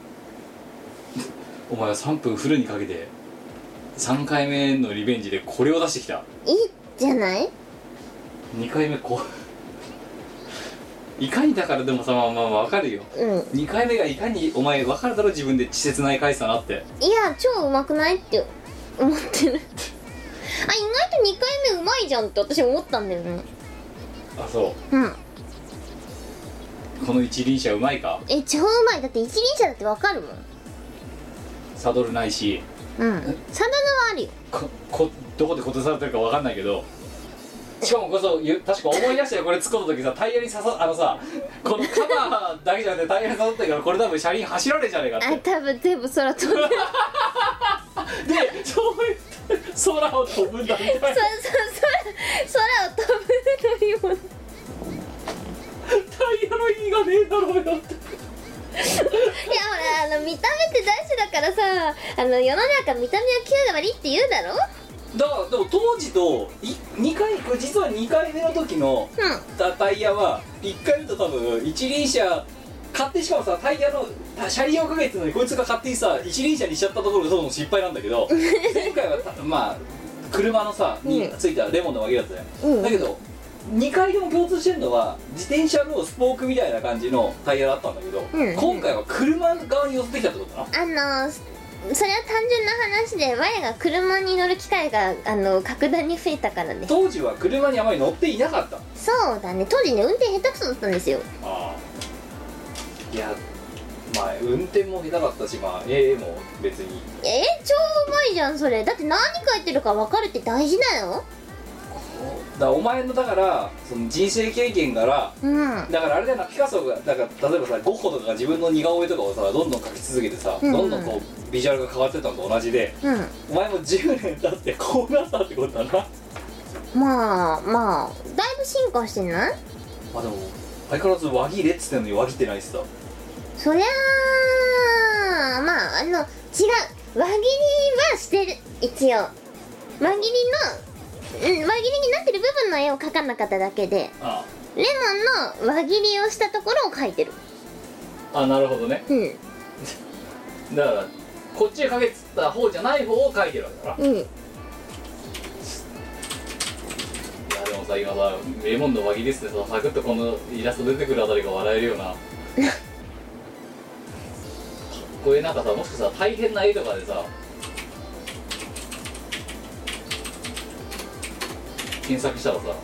Speaker 1: お前は3分フルにかけて3回目のリベンジでこれを出してきた
Speaker 2: いいじゃない
Speaker 1: 2回目こう *laughs* いかにだからでもさまあまあわかるよ
Speaker 2: うん
Speaker 1: 2回目がいかにお前分かるだろ自分で稚拙な絵描いてたなって
Speaker 2: いや超うまくないって思って *laughs* るあ意外と2回目うまいじゃんって私思ったんだよね
Speaker 1: あそう
Speaker 2: うん
Speaker 1: この一輪車うまいか
Speaker 2: え超うまいだって一輪車だってわかるもん
Speaker 1: サドルないし
Speaker 2: うんサダナはあるよ
Speaker 1: ここどこで固定されてるかわかんないけどしかもこそゆ確か思い出したよこれ突っ込んだ時さタイヤに刺さあのさこのカバーだけじゃなくてタイヤに刺さったからこれ多分車輪走られるじゃねえかって
Speaker 2: あ多分全部空飛んでる
Speaker 1: でそういって空を飛ぶんだみたい
Speaker 2: *laughs* そ
Speaker 1: な
Speaker 2: うそう空空を飛ぶ乗り物
Speaker 1: タイヤの意味がねえだろうよって
Speaker 2: いやほらあの見た目って大事だからさあの世の中見た目は9割って言うだろ
Speaker 1: だからでも当時とい二回これ実は2回目の時の
Speaker 2: う
Speaker 1: タタイヤは1回目と多分一輪車買ってしかもさタイヤのた車輪をかけてたのにこいつが勝手にさ一輪車にしちゃったところがそもそも失敗なんだけ
Speaker 2: *laughs*
Speaker 1: ど前回はたまあ車のさに
Speaker 2: うん
Speaker 1: ついたレモンのわけだったよ、
Speaker 2: うん
Speaker 1: だけど2回でも共通してるのは自転車のスポークみたいな感じのタイヤだったんだけど、
Speaker 2: うん
Speaker 1: 今回は車側に寄せてきたってことかな
Speaker 2: あのそれは単純な話で我が車に乗る機会があの格段に増えたからね
Speaker 1: 当時は車にあまり乗っていなかった
Speaker 2: そうだね当時ね運転下手くそだったんですよ
Speaker 1: ああいやまあ運転も下手だったしまあ AA も別に
Speaker 2: えー、超うまいじゃんそれだって何書いてるか分かるって大事だよ
Speaker 1: だからお前のだからその人生経験から
Speaker 2: うん
Speaker 1: だからあれだよなピカソがだから例えばさゴッホとかが自分の似顔絵とかをさどんどん描き続けてさ、
Speaker 2: うんうん
Speaker 1: どんどんこうビジュアルが変わってったのと同じで
Speaker 2: うん
Speaker 1: お前も10年経ってこうなったってことだな
Speaker 2: まあまあだいぶ進化してない
Speaker 1: まあでも相変わらず輪切れっつってんのに輪切ってないしさ
Speaker 2: そりゃあまああの違う輪切りはしてる一応輪切りのうん輪切りになってる部分の絵を描かなかっただけで
Speaker 1: あ
Speaker 2: レモンの輪切りをしたところを描いてる
Speaker 1: あなるほどね
Speaker 2: うん
Speaker 1: だからこっちへかけつった方じゃない方を書いてるわけだか
Speaker 2: うん
Speaker 1: らいやでもさ今さレモンの輪切りですねさサクッとこのイラスト出てくるあたりが笑えるようなこれなんかさもしくさ大変な絵とかでさ検索したらさ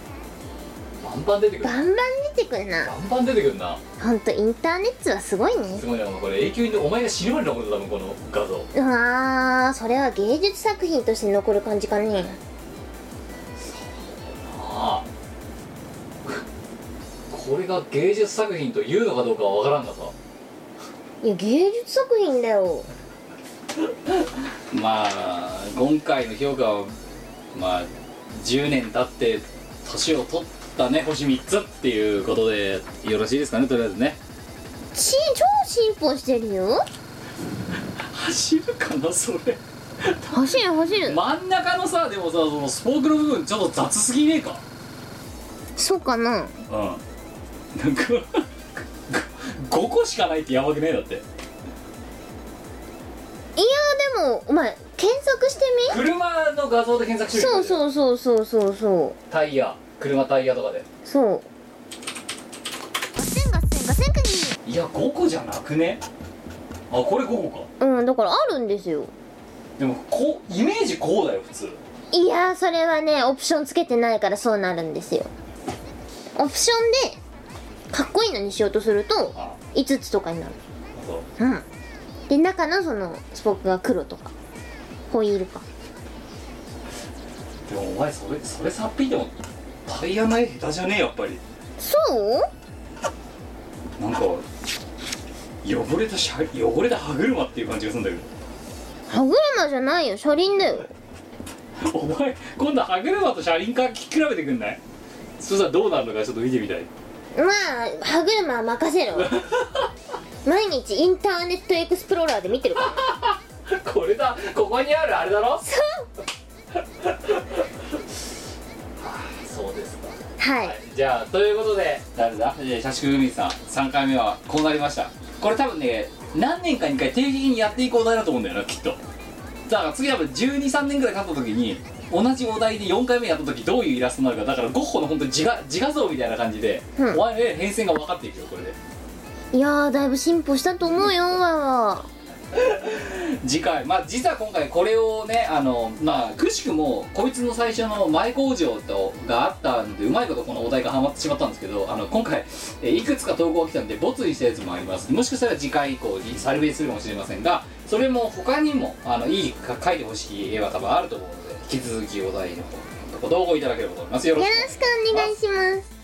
Speaker 1: バンバン出てくる
Speaker 2: バンバン出てくるな
Speaker 1: バンバン出てくるな
Speaker 2: ほんとインターネットはすごいね
Speaker 1: すごいなこれ永久にお前が死ぬまで残るんだ多分この画像
Speaker 2: うわーそれは芸術作品として残る感じかね
Speaker 1: ああこれが芸術作品というのかどうかは分からんがさ
Speaker 2: いや芸術作品だよ
Speaker 1: まあ今回の評価はまあ10年経って年を取ったね星3つっていうことでよろしいですかねとりあえずね
Speaker 2: し超進歩してるよ
Speaker 1: 走るかなそれ
Speaker 2: 走る走る、
Speaker 1: 真ん中のさでもさそのスポークの部分ちょっと雑すぎねえか
Speaker 2: そうか
Speaker 1: *laughs* うん
Speaker 2: な
Speaker 1: なんか5個しかないってやばくねえだって
Speaker 2: いやでもお前検索して
Speaker 1: 車の画像で検索
Speaker 2: み
Speaker 1: して
Speaker 2: そう
Speaker 1: う
Speaker 2: そうそうそうそうそう
Speaker 1: タイヤ車タイヤとかで
Speaker 2: そうガセンガセンガセンクニ
Speaker 1: いや5個じゃなくねあこれ5個か
Speaker 2: うんだからあるんですよ
Speaker 1: でもこうイメージこうだよ普通
Speaker 2: いやーそれはねオプションつけてないからそうなるんですよオプションでかっこいいのにしようとすると
Speaker 1: あ
Speaker 2: 5つとかになる
Speaker 1: そう
Speaker 2: うんで中のそのスポークが黒とかホイールか
Speaker 1: でもお前それそれさっぴいてもタイヤない下手じゃねえやっぱり
Speaker 2: そう
Speaker 1: なんか汚れたしゃ汚れた歯車っていう感じがするんだけ
Speaker 2: 歯車じゃないよ車輪だよ
Speaker 1: どお前今度歯車と車輪か聞き比べてくんないそしたらどうなるのかちょっと見てみたい
Speaker 2: まあ歯車は任せろ毎日インターネットエクスプローラーで見てるから
Speaker 1: これだここにあるあれだろ *laughs* そうですか
Speaker 2: はい
Speaker 1: じゃあということで誰だえー社畜組さん3回目はこうなりましたこれ多分ね何年かに1回定期的にやっていくお題だと思うんだよなきっとだから次多分1 2 3年ぐらい経った時に同じお題で4回目やった時どういうイラストになるかだからゴッホの本当に自画自画像みたいな感じで、
Speaker 2: うん
Speaker 1: お前の絵の変遷が分かっていくよこれで
Speaker 2: いやーだいぶ進歩したと思うよわわ
Speaker 1: 次回まあ実は今回これをねあのまあくしくもこいつの最初の前工場とがあったのでうまいことこのお題がハマってしまったんですけどあの今回えいくつか投稿が来たんでボツにしたやつもありますもしかしたら次回以降にサルベイするかもしれませんがそれも他にもあのいいか描いてほしい絵は多分あると思うので引き続きお題の方ご投稿いただければと思いますよ
Speaker 2: わ
Speaker 1: ろ
Speaker 2: よ
Speaker 1: しく
Speaker 2: ろしくお願いします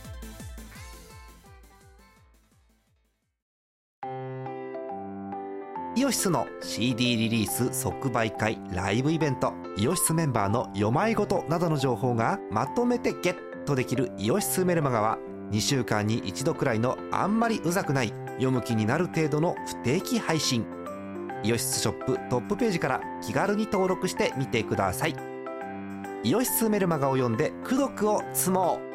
Speaker 6: イオシスの CD リリース即売会ライブイベントイオシスメンバーの読まいごとなどの情報がまとめてゲットできる「イオシスメルマガ」は2週間に1度くらいのあんまりうざくない読む気になる程度の不定期配信イオシスショップトップページから気軽に登録してみてくださいイオシスメルマガを読んで「功徳を積もう」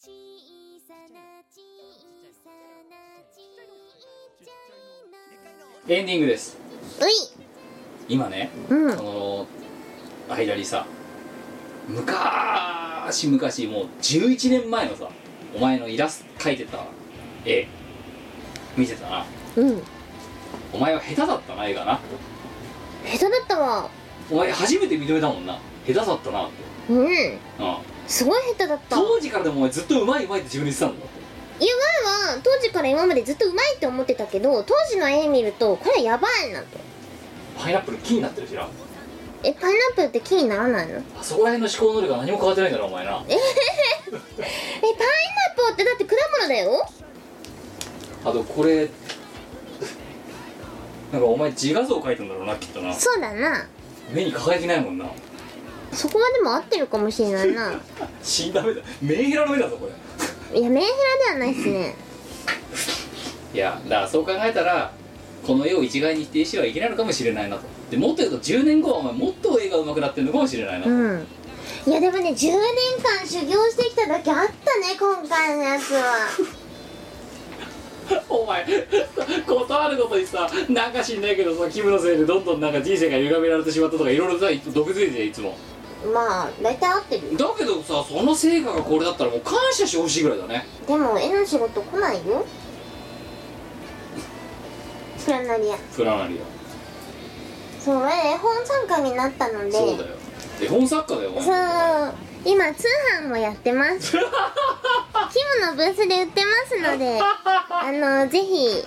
Speaker 2: 小さな小さなちっち
Speaker 1: エンディングです
Speaker 2: ゃいう
Speaker 1: 今ね
Speaker 2: いう
Speaker 1: その間にさ昔昔もう11年前のさお前のイラスト描いてた絵見てたなん
Speaker 2: うん
Speaker 1: お前は下手だったな絵がな
Speaker 2: 下手だったわ
Speaker 1: お前初めて認めたもんな下手だったなって、
Speaker 2: うん
Speaker 1: うん、
Speaker 2: すごい下手だった
Speaker 1: 当時からでもお前ずっとうまいうまいって自分で言ってたんだ
Speaker 2: いや前は当時から今までずっとうまいって思ってたけど当時の絵見るとこれやばいなと
Speaker 1: パイナップル木になってるしなあ
Speaker 2: えパイナップルって木にならないのえ
Speaker 1: そこら辺の思考能力が何も変わってないんだろお前
Speaker 2: *laughs*
Speaker 1: な
Speaker 2: パイナップルってだって果物だよ
Speaker 1: あとこれなんかお前自画像描いたんだろうなきっとな
Speaker 2: そうだな
Speaker 1: 目に輝きないもんな
Speaker 2: そこはでも合ってるかもしれないな
Speaker 1: 死んだ目だメンヘラの目だぞこれ
Speaker 2: いやメンヘラではないっすね
Speaker 1: いやだからそう考えたらこの絵を一概に否定してはいけないのかもしれないなとでもっと言うと10年後はお前もっと絵が上手くなってるのかもしれないな、
Speaker 2: うんいやでもね10年間修行してきただけあったね今回のやつは
Speaker 1: *laughs* お前断ることにさなんか知んないけどさキムのせいでどんどんなんか人生が歪められてしまったとかいろいろさいつ毒づいていつも
Speaker 2: まあ大体合ってるよ
Speaker 1: だけどさその成果がこれだったらもう感謝してほしいぐらいだね
Speaker 2: でも絵の仕事来ないよプラナリア
Speaker 1: プラナリ
Speaker 2: そう前絵本参加になったの
Speaker 1: ア
Speaker 2: で
Speaker 1: そうだよ絵本作家だよお前
Speaker 2: そう今通販もやってます
Speaker 1: *laughs*
Speaker 2: キムのブースで売ってます
Speaker 1: *laughs*
Speaker 2: のであのぜひ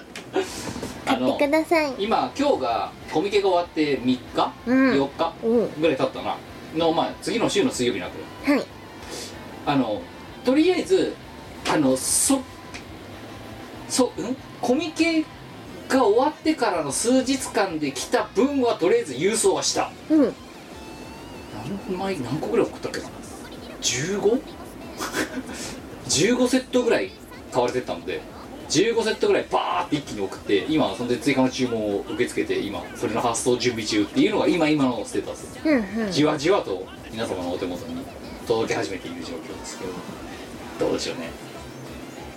Speaker 1: あ
Speaker 2: 買っ
Speaker 1: の
Speaker 2: てください
Speaker 1: 今今日がコミケが終わって3日、
Speaker 2: うん
Speaker 1: 4日
Speaker 2: うんは
Speaker 1: ぐらい経ったなの、まあ、次の週の水曜日なんだけど
Speaker 2: い
Speaker 1: あのとりあえずあのそそんコミケが終わってからの数日間で来た分はとりあえず郵送はした
Speaker 2: うん
Speaker 1: 何枚何個ぐらい送ったっけな *laughs* 15?15 セットぐらい買われてったので15セットぐらいバーって一気に送って今はそんで追加の注文を受け付けて今それの発送準備中っていうのが今今のステータス
Speaker 2: うんうん
Speaker 1: じわじわと皆様のお手元に届き始めている状況ですけどどうでしょうね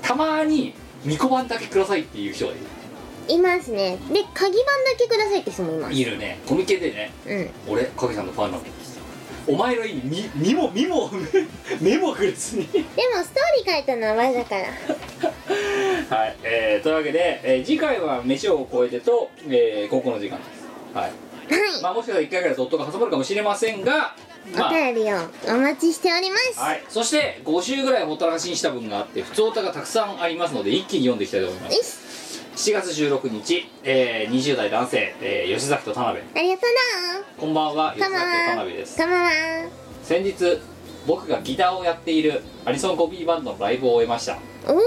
Speaker 1: たまに2個版だけくださいっていう人がい
Speaker 2: いますねで鍵盤だけくださいって人もいま
Speaker 1: る
Speaker 2: す
Speaker 1: いるねコミケでね
Speaker 2: うん
Speaker 1: 俺影さんのファンなのお前の意味ににもにも目もくれずに
Speaker 2: でもストーリー書いたのは前だから
Speaker 1: はい、えー、というわけで、えー次回は飯を超えてと、えー、高校の時間ですはい、まあ、もしかしたら1回ぐらいドットが挟まるかもしれませんがまあ
Speaker 2: はいお便りをお待ちしております
Speaker 1: はい、そして5週ぐらいほったらかしにした分があって普通歌がたくさんありますので一気に読んでいきたいと思いま
Speaker 2: よ
Speaker 1: す
Speaker 2: し
Speaker 1: 7月16日、えー20代男性、えー吉崎と田辺
Speaker 2: ありがと
Speaker 1: こんばんは
Speaker 2: う
Speaker 1: 吉
Speaker 2: な
Speaker 1: 崎と田
Speaker 2: かまわ
Speaker 1: 辺です
Speaker 2: かまわ
Speaker 1: 先日僕がギターをやっているアニソンコピーバンドのライブを終えました
Speaker 2: おお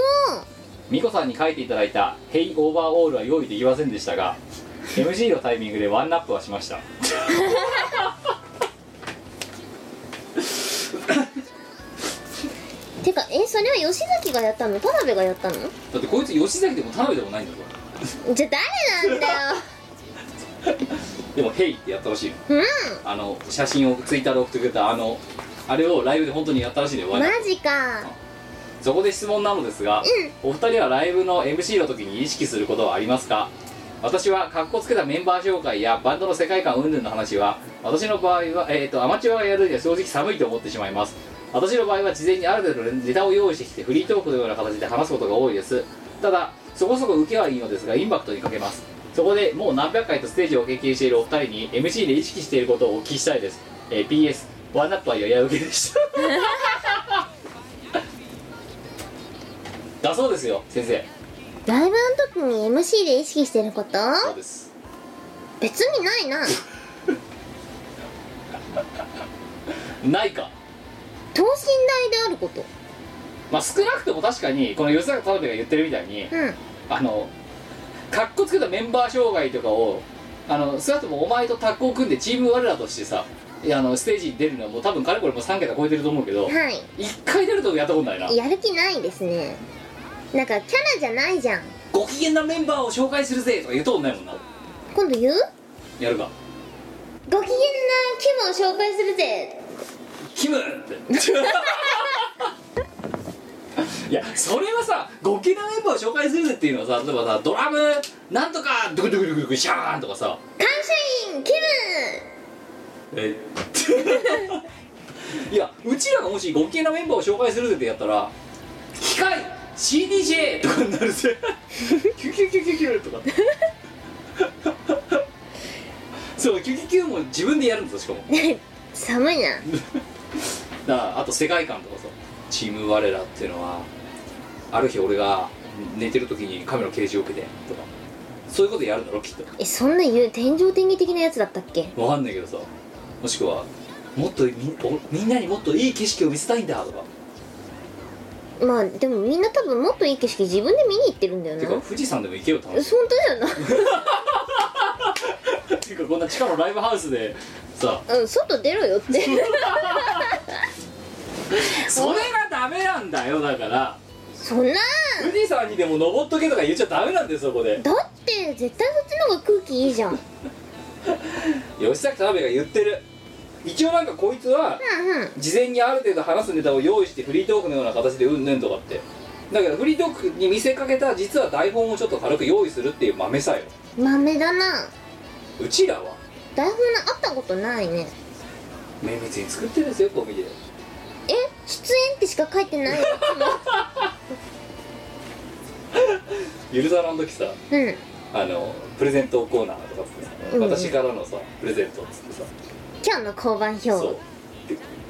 Speaker 1: 美子さんに書いていただいた「Hey オーバーオール」は用意できませんでしたが MC のタイミングでワンナップはしました
Speaker 2: てかえそれは吉崎がやったの田辺がやったの
Speaker 1: だってこいつ吉崎でも田辺でもないんだぞ
Speaker 2: じゃあ誰なんだよ
Speaker 1: *laughs* でも「Hey」ってやったらしいよ
Speaker 2: う
Speaker 1: あの写真をツイッターで送ってくれたあのあれをライブで本当にやったらしいで、ね、ワ
Speaker 2: ん
Speaker 1: ンナップ
Speaker 2: マジか
Speaker 1: そこで質問なのですが、お二人はライブの MC の時に意識することはありますか私はカッコつけたメンバー紹介やバンドの世界観云々の話は私の場合は、えー、とアマチュアがやるには正直寒いと思ってしまいます私の場合は事前にある程度ネタを用意してきてフリートークのような形で話すことが多いですただそこそこ受けはいいのですがインパクトに欠けますそこでもう何百回とステージを経験しているお二人に MC で意識していることをお聞きしたいです、えー PS ワンナップはやや受けでしただそうですよ先生
Speaker 2: ライブの時に MC で意識してること
Speaker 1: そうです
Speaker 2: 別にないな
Speaker 1: ないか
Speaker 2: 等身大であること
Speaker 1: まあ少なくとも確かにこの吉坂田辺が言ってるみたいに
Speaker 2: うん
Speaker 1: あのかっこつけたメンバー障害とかをあの少なくともお前とタッグを組んでチーム我らとしてさいやあのステージに出るのはもう多分かれこれもう3桁超えてると思うけど
Speaker 2: は
Speaker 1: 1回出るとやったことないない
Speaker 2: やる気ないですねなんかキャラじゃないじゃん
Speaker 1: ご機嫌なメンバーを紹介するぜとか言うとことないもんな
Speaker 2: 今度言う
Speaker 1: やるか
Speaker 2: ご機嫌な気分を紹介するぜ
Speaker 1: キムって *laughs* いやそれはさご機嫌なメンバーを紹介するぜっていうのはさ例えばさドラムなんとかドゥクドゥクドゥクドゥクシャーンとかさ
Speaker 2: 感謝員気
Speaker 1: えいやうちらがもしご機嫌なメンバーを紹介するぜってやったら「機械 CDJ」とかになるぜ「キュキュキュキュキュ」とかそうキュキュキュも自分でやるんですよしかも
Speaker 2: 分寒いな
Speaker 1: だからあと世界観とかさチーム我らっていうのはある日俺が寝てる時にカメラの掲示を受けてとかそういうことやるんだろきっと
Speaker 2: えそんな言う天井天気的なやつだったっけ
Speaker 1: わかんないけどさもしくはもっとみおみんなにもっといい景色を見せたいんだとか
Speaker 2: まあでもみんな多分もっといい景色自分で見に行ってるんだよ
Speaker 1: て
Speaker 2: な
Speaker 1: か富士山でも行けよって
Speaker 2: え
Speaker 1: 話
Speaker 2: そ本当だよ
Speaker 1: てかこんな地下のライブハウスでさ
Speaker 2: なうん外出ろよって
Speaker 1: それがダメなんだよだから
Speaker 2: そんな
Speaker 1: 富士山にでも登っとけとか言っちゃダメなんですよそこで
Speaker 2: だって絶対そっちの方が空気いいじゃん
Speaker 1: 吉崎田辺が言ってる一応なんかこいつは
Speaker 2: うんうん
Speaker 1: 事前にある程度話すネタを用意してフリートークのような形でうんぬんとかってだけどフリートークに見せかけた実は台本をちょっと軽く用意するっていう豆さよ
Speaker 2: 豆だな
Speaker 1: うちらは
Speaker 2: 台本な会ったことないね
Speaker 1: 綿密に作ってるんですよコミで
Speaker 2: え出演ってしか書いてな
Speaker 1: *laughs*
Speaker 2: いよ
Speaker 1: ゆるざらの時さ
Speaker 2: うん
Speaker 1: あのプレゼントコーナーとかっつってさ、
Speaker 2: うんうん
Speaker 1: 私からのさプレゼントっつってさ
Speaker 2: 今日の交番表
Speaker 1: そう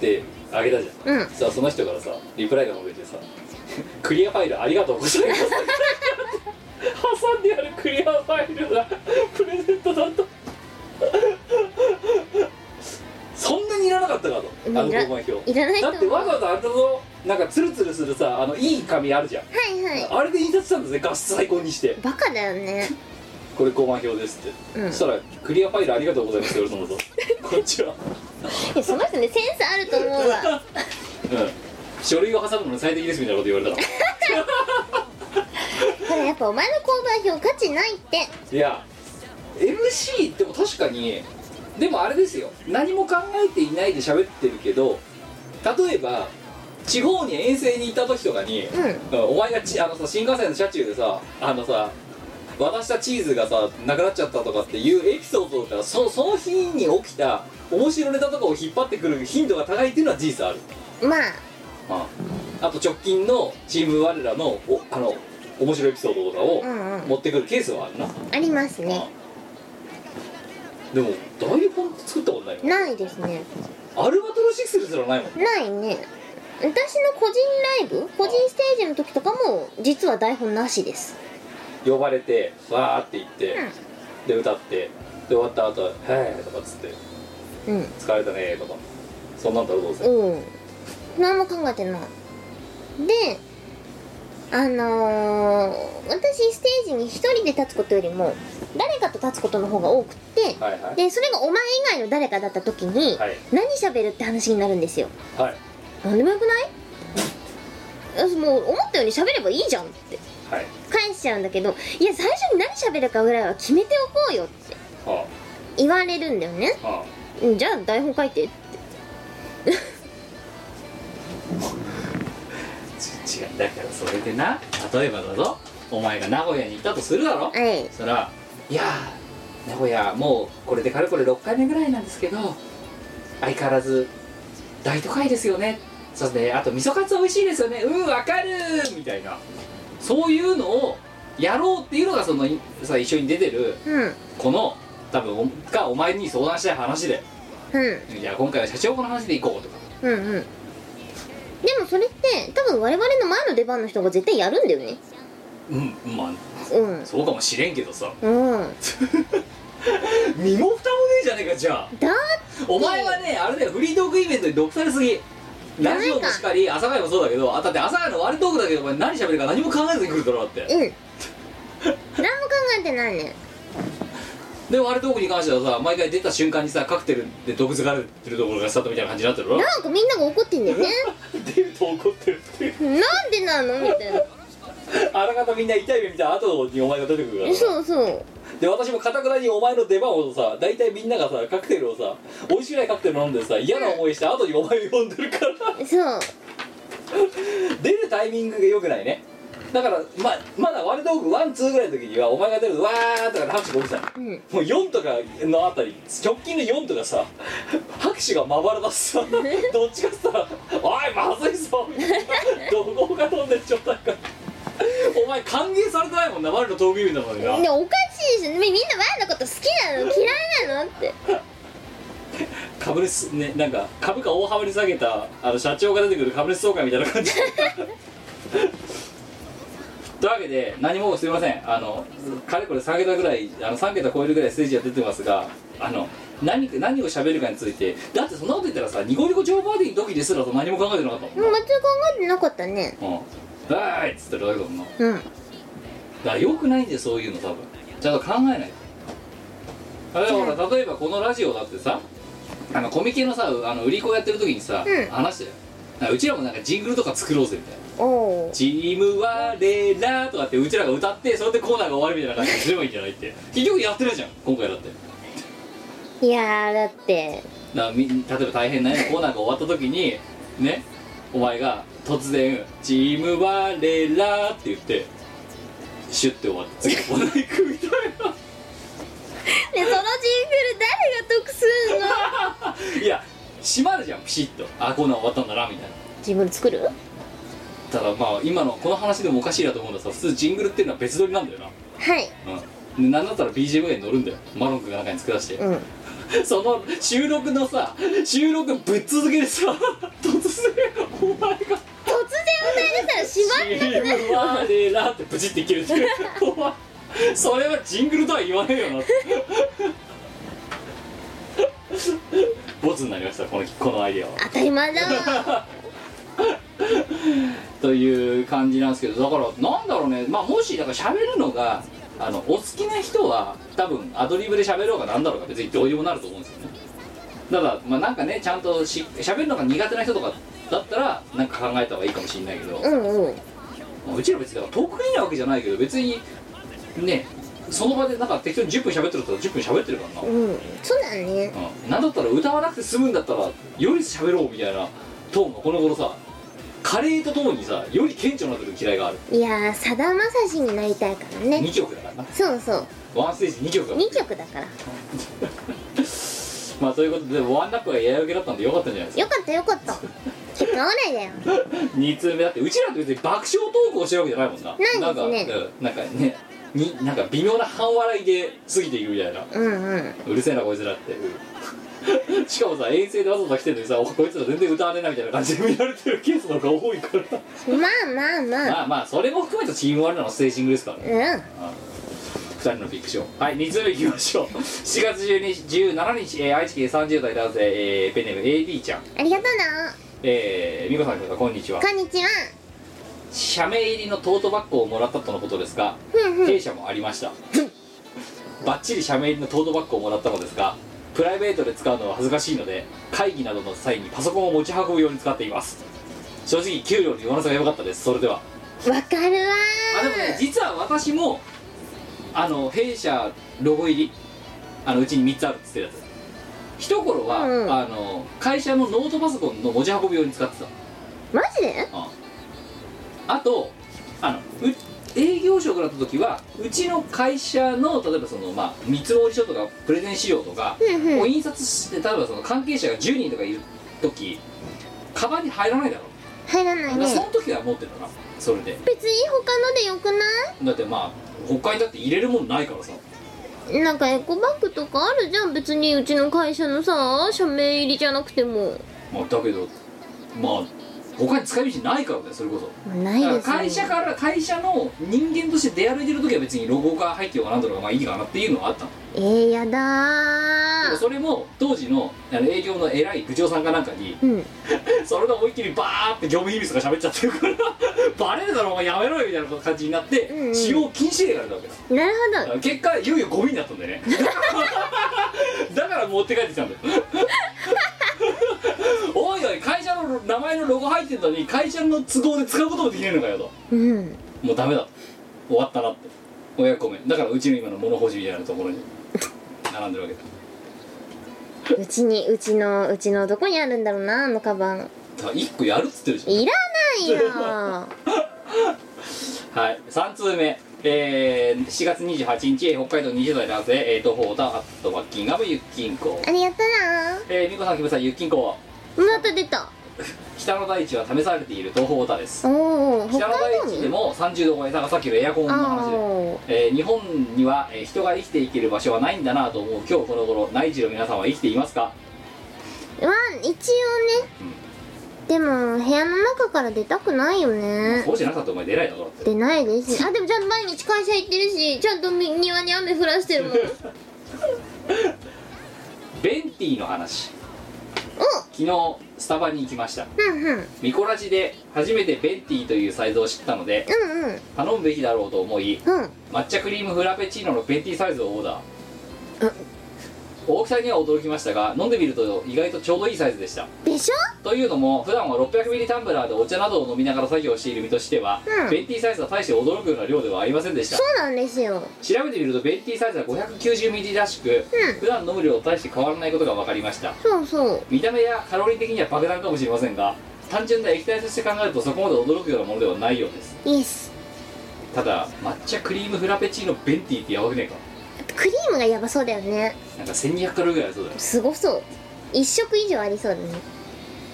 Speaker 1: でであげたじゃん、
Speaker 2: うん
Speaker 1: さあその人からさリプライが述べてさ「クリアファイルありがとうございます」挟んであるクリアファイルがプレゼントだったそんなにいらなかったかとあ
Speaker 2: うん
Speaker 1: の
Speaker 2: いら
Speaker 1: 交番表
Speaker 2: いらないと
Speaker 1: だ
Speaker 2: 思
Speaker 1: っ
Speaker 2: う
Speaker 1: てわざわざあれだぞなんかツルツルするさあのいい紙あるじゃん、
Speaker 2: はいはい
Speaker 1: あれで印刷したんですね画質最高にして
Speaker 2: バカだ
Speaker 1: *laughs*
Speaker 2: よね
Speaker 1: これ交番表ですって、
Speaker 2: うん
Speaker 1: そしたら「クリアファイルありがとうございます」って言われたのとこっちはい
Speaker 2: やその人ねセンスあると思
Speaker 1: *laughs*
Speaker 2: うわ
Speaker 1: うん書類を挟むのに最適ですみたいなこと言われたら
Speaker 2: ただやっぱお前の交番表価値ないって
Speaker 1: *laughs* いや MC でも確かにでもあれですよ何も考えていないで喋ってるけど例えば地方に遠征に行った時とかに、
Speaker 2: う
Speaker 1: お前がちあのさ新幹線の車中でさあのさ渡したチーズがさなくなっちゃったとかっていうエピソードとかそその日に起きた面白ネタとかを引っ張ってくる頻度が高いっていうのは事実ある
Speaker 2: まあ
Speaker 1: あと直近のチーム我らのおあの面白いエピソードとかを
Speaker 2: うんうん
Speaker 1: 持ってくるケースはあるな、
Speaker 2: ありますね
Speaker 1: でも台本作ったことないよ
Speaker 2: ないですね
Speaker 1: アルバトロシックスすらないもん
Speaker 2: ないね私の個人ライブ個人ステージの時とかも実は台本なしです
Speaker 1: 呼ばれてわーって言って、
Speaker 2: うん
Speaker 1: で歌ってで終わった後はい」とかっつって
Speaker 2: うん
Speaker 1: 「疲れたね」とかそんなんだろうどうせ
Speaker 2: うん何も考えてないであのー私ステージに一人で立つことよりも誰かと立つことの方が多くって
Speaker 1: はいはい
Speaker 2: でそれがお前以外の誰かだった時に
Speaker 1: はい
Speaker 2: 何喋るって話になるんですよ
Speaker 1: はい
Speaker 2: 何でもよくないもう思ったように喋ればいいじゃんって
Speaker 1: はい
Speaker 2: 返しちゃうんだけどいや最初に何喋るかぐらいは決めておこうよって
Speaker 1: は
Speaker 2: 言われるんだよね
Speaker 1: あは
Speaker 2: うんじゃあ台本書いて
Speaker 1: あち違うだからそれでな例えばだぞお前が名古屋に行ったとするだろ、
Speaker 2: はい
Speaker 1: そしたら「いやー名古屋もうこれでかれこれ6回目ぐらいなんですけど相変わらず大都会ですよね」そしてあと味噌カツ美味しいですよねうんわかるみたいなそういうのをやろうっていうのがそのさ一緒に出てる
Speaker 2: うん
Speaker 1: この多分おがお前に相談したい話で
Speaker 2: う
Speaker 1: 「
Speaker 2: ん
Speaker 1: いや今回は社長この話でいこう」とか
Speaker 2: うんうんでもそれって多分我々の前の出番の人が絶対やるんだよね
Speaker 1: うんま
Speaker 2: うん
Speaker 1: あそうかもしれんけどさ
Speaker 2: うん
Speaker 1: 身も蓋もねえじゃねえかじゃあ
Speaker 2: だ
Speaker 1: お前はねあれだよフリートークイベントに毒されすぎラジオもしっかり朝会もそうだけどあだって朝会の割りトークだけどお前何喋るか何も考えずに来るからだって
Speaker 2: うん何も考えてないね
Speaker 1: で割りトークに関してはさ毎回出た瞬間にさカクテルで毒づかれてるところがスタートみたいな感じになってるろ
Speaker 2: なんかみんなが怒ってんだよね
Speaker 1: 出ると怒ってるっていう
Speaker 2: なんでなのみたいな
Speaker 1: あらかたみんな痛い目見た後にお前が出てくるから
Speaker 2: えそうそう
Speaker 1: で私もかたくなにお前の出番をさ大体みんながさカクテルをさ美味しくないカクテル飲んでさ嫌な思いして後にお前を呼んでるから
Speaker 2: そう
Speaker 1: 出るタイミングが良くないねだからままだ割れ道具ワンツーぐらいの時にはお前が出るとわーとかで拍手が起きた
Speaker 2: うん
Speaker 1: もう4とかのあたり直近の4とかさ拍手がまばらだしさどっちかっつったら「おいまずいぞ」みたいな怒号が飛んでっちゃったからお前歓迎されてないもんな我の闘技員なのにな
Speaker 2: でおかしいですよみみんな前のこと好きなの嫌いなのって
Speaker 1: 株主ねなんか株価大幅に下げたあの社長が出てくる株主総会みたいな感じ *laughs* というわけで何もすいませんあのかれこれ3桁ぐらいあの3桁超えるぐらいステージが出てますがあの何何を喋るかについてだってそんなこと言ったらさニコニコジョーバーディーの時ですらと何も考えてなかったもん
Speaker 2: 全く考えてなかったね
Speaker 1: うん「わーい!」っつってるだけだもんなだ
Speaker 2: うん
Speaker 1: からよくないんだよそういうの多分ちゃんと考えないあれほら例えばこのラジオだってさあのコミケのさあの売り子やってる時にさ、
Speaker 2: うん
Speaker 1: 話してたよなんかうちらもなんかジングルとか作ろうぜみたいな
Speaker 2: おお
Speaker 1: 「チーム我ら」とかってうちらが歌ってそれでコーナーが終わるみたいな感じにすればいいんじゃないって結局やってるじゃん今回だって
Speaker 2: いやーだって
Speaker 1: だからみ例えば大変な、ね、コーナーが終わった時にねお前が突然「チーム我ら」って言ってシュッて終わって次のコーナー行くみたいな
Speaker 2: でそのジングル誰が得すん
Speaker 1: *laughs*
Speaker 2: の
Speaker 1: いや閉まるじゃんピシッとあコーナー終わったんだなみたいな
Speaker 2: ジングル作る
Speaker 1: ただまあ今のこの話でもおかしいなと思うんだけどさ普通ジングルっていうのは別撮りなんだよな
Speaker 2: はい
Speaker 1: うんでなんだったら BGM が乗るんだよマロン君が中に作らして、
Speaker 2: うん
Speaker 1: その収録のさ収録ぶっ続けでさ *laughs* 突然お前が
Speaker 2: 突然歌い出した
Speaker 1: 「
Speaker 2: らしま
Speaker 1: チームワレラ」ってブチって切れてお前それはジングルとは言わねえ
Speaker 2: *laughs*
Speaker 1: よなってボツになりましたこのこのアイデアは
Speaker 2: 当たり前だわ
Speaker 1: という感じなんですけどだからなんだろうねまあもしだから喋るのがあのお好きな人は多分アドリブで喋ろうがなんだろうが別にどうにもなると思うんですよねただまあなんかねちゃんとし喋るのが苦手な人とかだったらなんか考えた方がいいかもしれないけど、
Speaker 2: うんうん
Speaker 1: まあうちら別にだから得意なわけじゃないけど別にねその場でなんか適当に10分喋ってると10分喋ってるからな、
Speaker 2: うんそうだね
Speaker 1: うん、なんだったら歌わなくて済むんだったらより喋ろうみたいなトーンがこの頃さカレーとともにさより顕著になってくる嫌いがある
Speaker 2: いやーさだまさしになりたいからね
Speaker 1: 2曲だからな
Speaker 2: そうそう
Speaker 1: ワンステージ2曲だから
Speaker 2: 2曲だから
Speaker 1: まあということでワンナップがやや受けだったんでよかったんじゃないです
Speaker 2: よかったよかった結果オーライだよ
Speaker 1: か2通目だってうちらって別に爆笑トークをしてるわけじゃないもんな
Speaker 2: な
Speaker 1: か、
Speaker 2: いですね
Speaker 1: うんなんかねになんか微妙な半笑いで過ぎていくみたいな
Speaker 2: うんうん
Speaker 1: うるせえなこいつらってしかもさ遠征でわざわざ来てるのにさおこいつら全然歌わねえなみたいな感じで見られてるケースの方が多いから
Speaker 2: まあまあまあ
Speaker 1: まあまあそれも含めてチームワンナのステージングですからね
Speaker 2: うん
Speaker 1: 2人のフィクションはい2つ目いきましょう7月12 17日、えー愛知県30代男性、えーペンネーム AB ちゃん
Speaker 2: ありがとう
Speaker 1: えー、美子さんこんにちは
Speaker 2: なこんにちは
Speaker 1: 社名入りのトートバッグをもらったとのことですが
Speaker 2: ふんふん
Speaker 1: 弊社もありましたバッチリ社名入りのトートバッグをもらったのですがプライベートで使うのは恥ずかしいので会議などの際にパソコンを持ち運ぶように使っています正直給料に上乗せが良かったですそれでは
Speaker 2: わかるわ
Speaker 1: あでもね
Speaker 2: ー
Speaker 1: 実は私もあの弊社ロゴ入りあのうちに3つあるっつってるやつ一頃は、
Speaker 2: うんうん
Speaker 1: あの会社のノートパソコンの持ち運び用に使ってた
Speaker 2: マジで
Speaker 1: あとあのう営業職だった時はうちの会社の例えばその、まあ、見積もり書とかプレゼン資料とか
Speaker 2: うんうん
Speaker 1: を印刷して例えばその関係者が10人とかいる時カバンに入らないだろ
Speaker 2: 入らない
Speaker 1: だからその
Speaker 2: ね
Speaker 1: 時は持ってたなそれで
Speaker 2: 別に他のでよくな
Speaker 1: だってまあ他にだって入れるもんないからさ
Speaker 2: いなんかエコバッグとかあるじゃん別にうちの会社のさ社名入りじゃなくても
Speaker 1: まあだけどまあ他に使い道ないからねそれこそ
Speaker 2: ない
Speaker 1: だ
Speaker 2: です
Speaker 1: か
Speaker 2: よ
Speaker 1: ら会社から会社の人間として出歩いてる時は別にロゴが入ってようがなんとかまあいいかなっていうのはあったの
Speaker 2: えー、やだ
Speaker 1: でも
Speaker 2: ー
Speaker 1: それも当時のあの営業の偉い部長さんかなんかに
Speaker 2: うん
Speaker 1: それが思いっきりバーって業務秘密とか喋っちゃってるから *laughs* バレるだろお前やめろよみたいな感じになって、
Speaker 2: うんうん
Speaker 1: 使用禁止令が出たわけだ
Speaker 2: なるほ
Speaker 1: だか
Speaker 2: ど
Speaker 1: ら結果いよいよゴミになったんだ
Speaker 2: *laughs*
Speaker 1: よねだから持って帰ってきたんだよ *laughs* おいおい会社の名前のロゴ入ってんのに会社の都合で使うこともできないのかよと
Speaker 2: うん
Speaker 1: もうダメだ終わったなって親子めんだからうちの今の物干しみたいなところに並んでるわけだ
Speaker 2: うちにうちのうちのどこにあるんだろうなあのカバン
Speaker 1: だから1個やるっつってるじゃん
Speaker 2: いらないよ
Speaker 1: はい、3通目、えー、4月28日、北海道20代男性、えー、と、フォーター、アットバッキンガム、ゆっきんこ
Speaker 2: あ。りがとう
Speaker 1: えー、みこさん、きむさん、ゆっきんこは、
Speaker 2: なまた出た
Speaker 1: 北の大地は試されている東方太です。
Speaker 2: おお
Speaker 1: 北
Speaker 2: 他
Speaker 1: の大
Speaker 2: の
Speaker 1: 地
Speaker 2: に
Speaker 1: でも30度超えたがさっきのエアコンの話で。
Speaker 2: あ
Speaker 1: えー日本には、えー人が生きていける場所はないんだなと思う今日この頃内地の皆さんは生きていますか
Speaker 2: あまあ一応ねでも部屋の中から出たくないよね
Speaker 1: そうじゃなかったらお前出ないだろって
Speaker 2: 出ないですあでもちゃんと毎日会社行ってるしちゃんとみ庭に雨降らしてる *laughs* もん
Speaker 1: ベンティの話
Speaker 2: お
Speaker 1: 昨日スタバに行きました
Speaker 2: うんうん
Speaker 1: ミコラジで初めてベンティというサイズを知ったので
Speaker 2: うんうん
Speaker 1: 頼むべきだろうと思い
Speaker 2: うん
Speaker 1: 抹茶クリームフラペチーノのベンティサイズをオーダー大きさには驚きましたが飲んでみると意外とちょうどいいサイズでした
Speaker 2: でしょ
Speaker 1: というのも普段は 600ml タンブラーでお茶などを飲みながら作業している身としては、
Speaker 2: うん
Speaker 1: ベンティサイズは大して驚くような量ではありませんでした
Speaker 2: そうなんですよ
Speaker 1: 調べてみるとベンティサイズは 590ml らしく、
Speaker 2: うん
Speaker 1: 普段飲む量と大して変わらないことが分かりました
Speaker 2: そうそう
Speaker 1: 見た目やカロリー的には爆弾かもしれませんが単純な液体として考えるとそこまで驚くようなものではないようです
Speaker 2: イエス
Speaker 1: ただ抹茶クリームフラペチーノベンティってやばくねえか
Speaker 2: クリームがやばそうだよね
Speaker 1: なんか1200カロリーぐらいありそうだよね
Speaker 2: すごそう一食以上ありそうだね